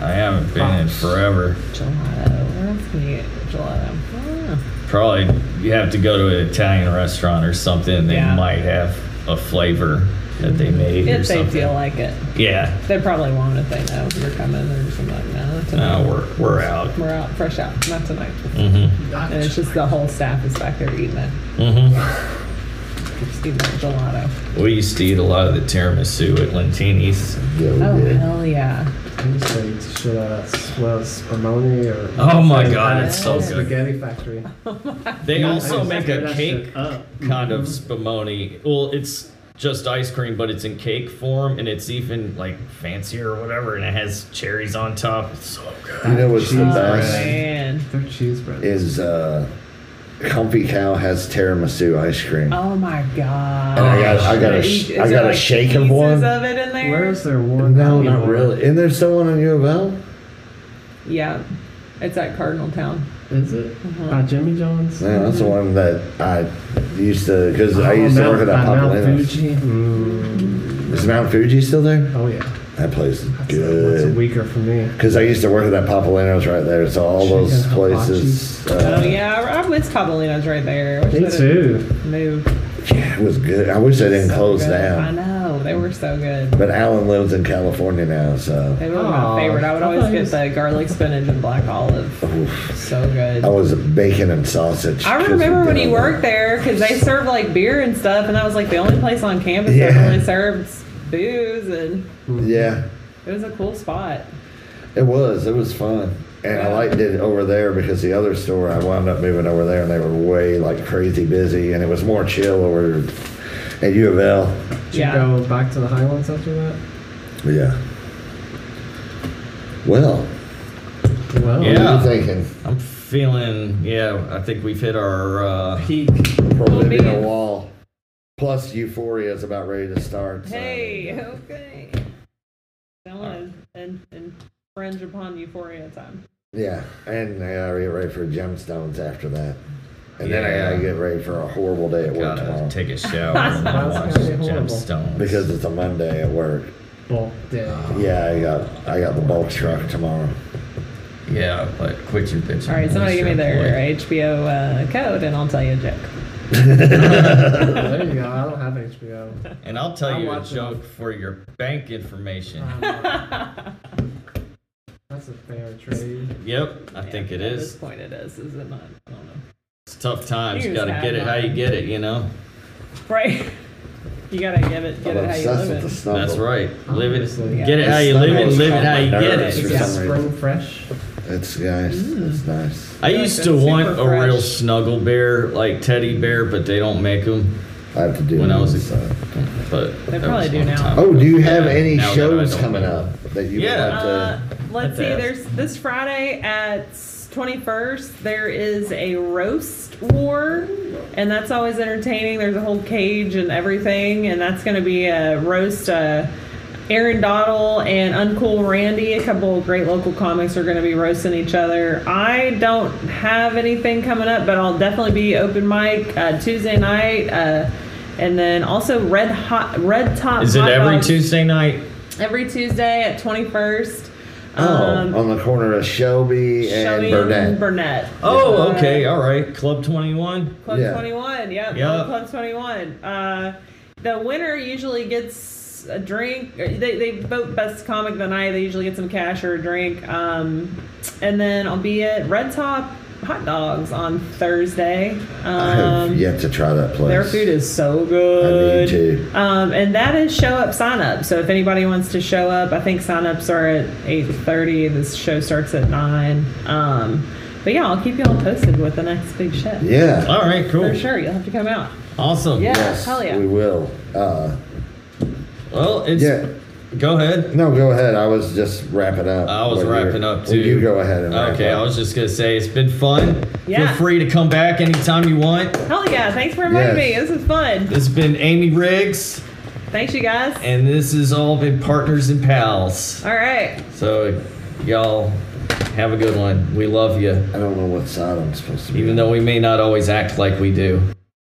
A: I haven't been in forever.
D: Gelato. Where else can you get gelato? Ah.
A: Probably you have to go to an Italian restaurant or something. They
D: Yeah.
A: might have a flavor that they made or
D: If they
A: something.
D: feel like it.
A: Yeah.
D: They probably won't if they know you're coming or something like that.
A: No, we're, we're out.
D: We're out, fresh out, not tonight.
A: Mm-hmm.
D: And it's just the whole staff is back there eating it,
A: Mm-hmm.
D: just eating that gelato.
A: We used to eat a lot of the tiramisu at Lentini's.
B: Yeah, we
D: Oh
B: did.
D: hell yeah!
C: I used to eat the shit out of that was Spumoni or
A: Oh my God, it's so good.
C: Spaghetti Factory.
A: They
C: I
A: also
C: used to
A: make
C: tear
A: a
C: that
A: cake
C: shit up. Mm-hmm.
A: kind of spumoni. Well, it's just ice cream, but it's in cake form, and it's even like fancier or whatever, and it has cherries on top. It's so good.
B: You know what's the
C: Cheese
B: best?
D: Oh, man!
C: Their cheese bread.
B: Is uh Comfy Cow has tiramisu ice cream.
D: Oh my god!
B: And I got I got a
D: Is
B: sh-
D: it
B: I got a
D: like
B: shake of
D: pieces
B: one.
D: of it in there.
C: Where is their warm?
B: No, not really. Isn't there someone on U of L?
D: Yeah, it's at Cardinal Town.
C: Is it? By Jimmy John's?
B: Yeah, that's the one that I used to because I
C: Oh,
B: used to
C: Mount-
B: work at
C: by
B: that
C: Mount
B: Papalino.
C: Fuji. Mm.
B: Is Mount Fuji still there?
C: Oh yeah.
B: That place is
C: That's That's
B: good.
C: weaker for me.
B: Because I used to work at that Papalino's right there, so all those
C: Chicken
B: places. Uh,
D: oh yeah, I, I was Papolino's right there. I wish
C: Me
D: they'd
C: too.
D: Moved.
B: yeah, it was good. I wish they didn't
D: So
B: close
D: good. I
B: down.
D: know they were so good.
B: But Alan lives in California now, so
D: They were
C: Aw,
D: my favorite. I would
C: I
D: always
C: thought you
D: get
C: was-
D: the garlic spinach and black olive.
B: oof,
D: So good.
B: I was bacon and sausage.
D: I
B: 'cause
D: remember
B: of
D: when you
B: dinner.
D: worked there because they served like beer and stuff, and that was like the only place on campus
B: Yeah.
D: that really served booze, and
B: Yeah,
D: it was a cool spot.
B: it was. It was fun, and I liked it over there because the other store I wound up moving over there, and they were way like crazy busy, and it was more chill over at U of L.
C: Did
D: Yeah.
C: you go back to the Highlands after that?
B: Yeah. Well,
C: Well,
A: Yeah.
B: what are you thinking?
A: I'm feeling, yeah, I think we've hit our. Uh,
C: peak.
B: Probably
D: Oh,
B: been a
D: man.
B: wall. Plus, Euphoria is about ready to start. so-
D: Hey, okay. Don't want to infringe upon euphoria time.
B: Yeah, and I gotta get ready for gemstones after that, and then I
A: Yeah.
B: gotta get ready for a horrible day at work
A: gotta
B: tomorrow
A: take a shower and then watch
C: That's gonna be horrible.
A: Gemstones.
B: because it's a Monday at work.
C: bulk
A: Uh-huh.
C: day.
B: Yeah, I got I got the bulk truck tomorrow.
A: Yeah, but quit your bitching.
D: All right, somebody give me their
A: right?
D: HBO uh, code, and I'll tell you a joke.
C: There you go. I don't have HBO.
A: And I'll tell
C: I'm
A: you a
C: watching
A: joke for your bank information.
D: Uh,
C: Um, That's a fair trade.
A: Yep, I think it
D: At this
A: is.
D: point, it is. Is it not? I don't know.
A: It's tough times.
D: You
A: You gotta
D: just
A: get
D: have
A: it how you
D: mine.
A: get it, you know?
B: Uh-huh.
D: Right. You gotta give it, get
B: I'm
D: it how you
B: obsessed with
D: live
B: the
D: it.
B: snuggle.
A: That's right. Live
C: Obviously.
A: it,
D: Yeah.
A: get it how you live it, live it how you get
B: It's
A: it.
B: for
C: Is
B: some
C: it
B: reason.
C: spring fresh?
B: It's nice.
D: Mm.
B: It's nice.
A: I
D: Like
A: used
D: a
A: to want
D: super
A: a real
D: fresh-
A: snuggle bear, like teddy bear, but they don't make them.
B: I have to do.
A: When I was a-
B: this, uh,
A: But
D: They
A: that
D: probably
A: was a
D: do
A: long
D: now.
A: time
B: Oh,
A: ago.
B: do you have
A: Yeah,
B: any
A: now that I
B: shows
A: don't
B: coming
A: know.
B: up that you
A: Yeah.
B: would like
D: Uh,
B: to?
D: let's see.
A: That's-
D: There's this Friday at 21st. There is a roast war, and that's always entertaining. There's a whole cage and everything, and that's going to be a roast. Uh, Aaron Doddle and Uncool Randy, a couple of great local comics, are going to be roasting each other. I don't have anything coming up, but I'll definitely be open mic uh, Tuesday night, uh, and then also Red Hot Red Top.
A: Is it
D: Hot
A: every
D: Dogs
A: Tuesday night?
D: every Tuesday at 21st.
B: oh, on the corner of Shelby and
D: Uh, um, Shelby
B: Burnett.
D: Burnett.
A: Oh,
D: Uh,
A: okay, all right. Club 21.
D: Club
B: Yeah.
D: 21. Yep.
A: Yep.
D: Club 21. Uh, the winner usually gets a drink. They, they vote best comic of the night. They usually get some cash or a drink. Um, and then I'll be at Red Top Hot Dogs on Thursday.
B: I have
D: Um,
B: yet to try that place.
D: Their food is so
B: I
D: good.
B: need to.
D: Um, and that is show up sign up. So if anybody wants to show up, I think sign ups are at eight thirty. This show starts at nine. Um, but yeah, I'll keep y'all posted with the next big show.
B: Yeah.
A: All right, cool.
D: For sure, you'll have to come out.
A: Awesome.
D: Yeah,
B: Yes,
D: hell yeah.
B: we will. Uh,
A: Well, it's.
B: yeah.
A: Go ahead.
B: No, go ahead. I was just wrapping up.
A: I was
B: when you-
A: wrapping up
B: when
A: too.
B: You go ahead and wrap
A: Okay,
B: up.
A: I was just gonna say it's been fun.
D: Yeah.
A: Feel free to come back anytime you want.
D: Hell yeah! Thanks for inviting me.
B: Yes.
D: This is fun.
A: This has been Amy Riggs,
D: Thanks, you guys.
A: and this has all been Partners and Pals.
D: All right.
A: So, y'all, have a good one. We love you,
B: I don't know what side I'm supposed to be.
A: even though we may not always act like we do.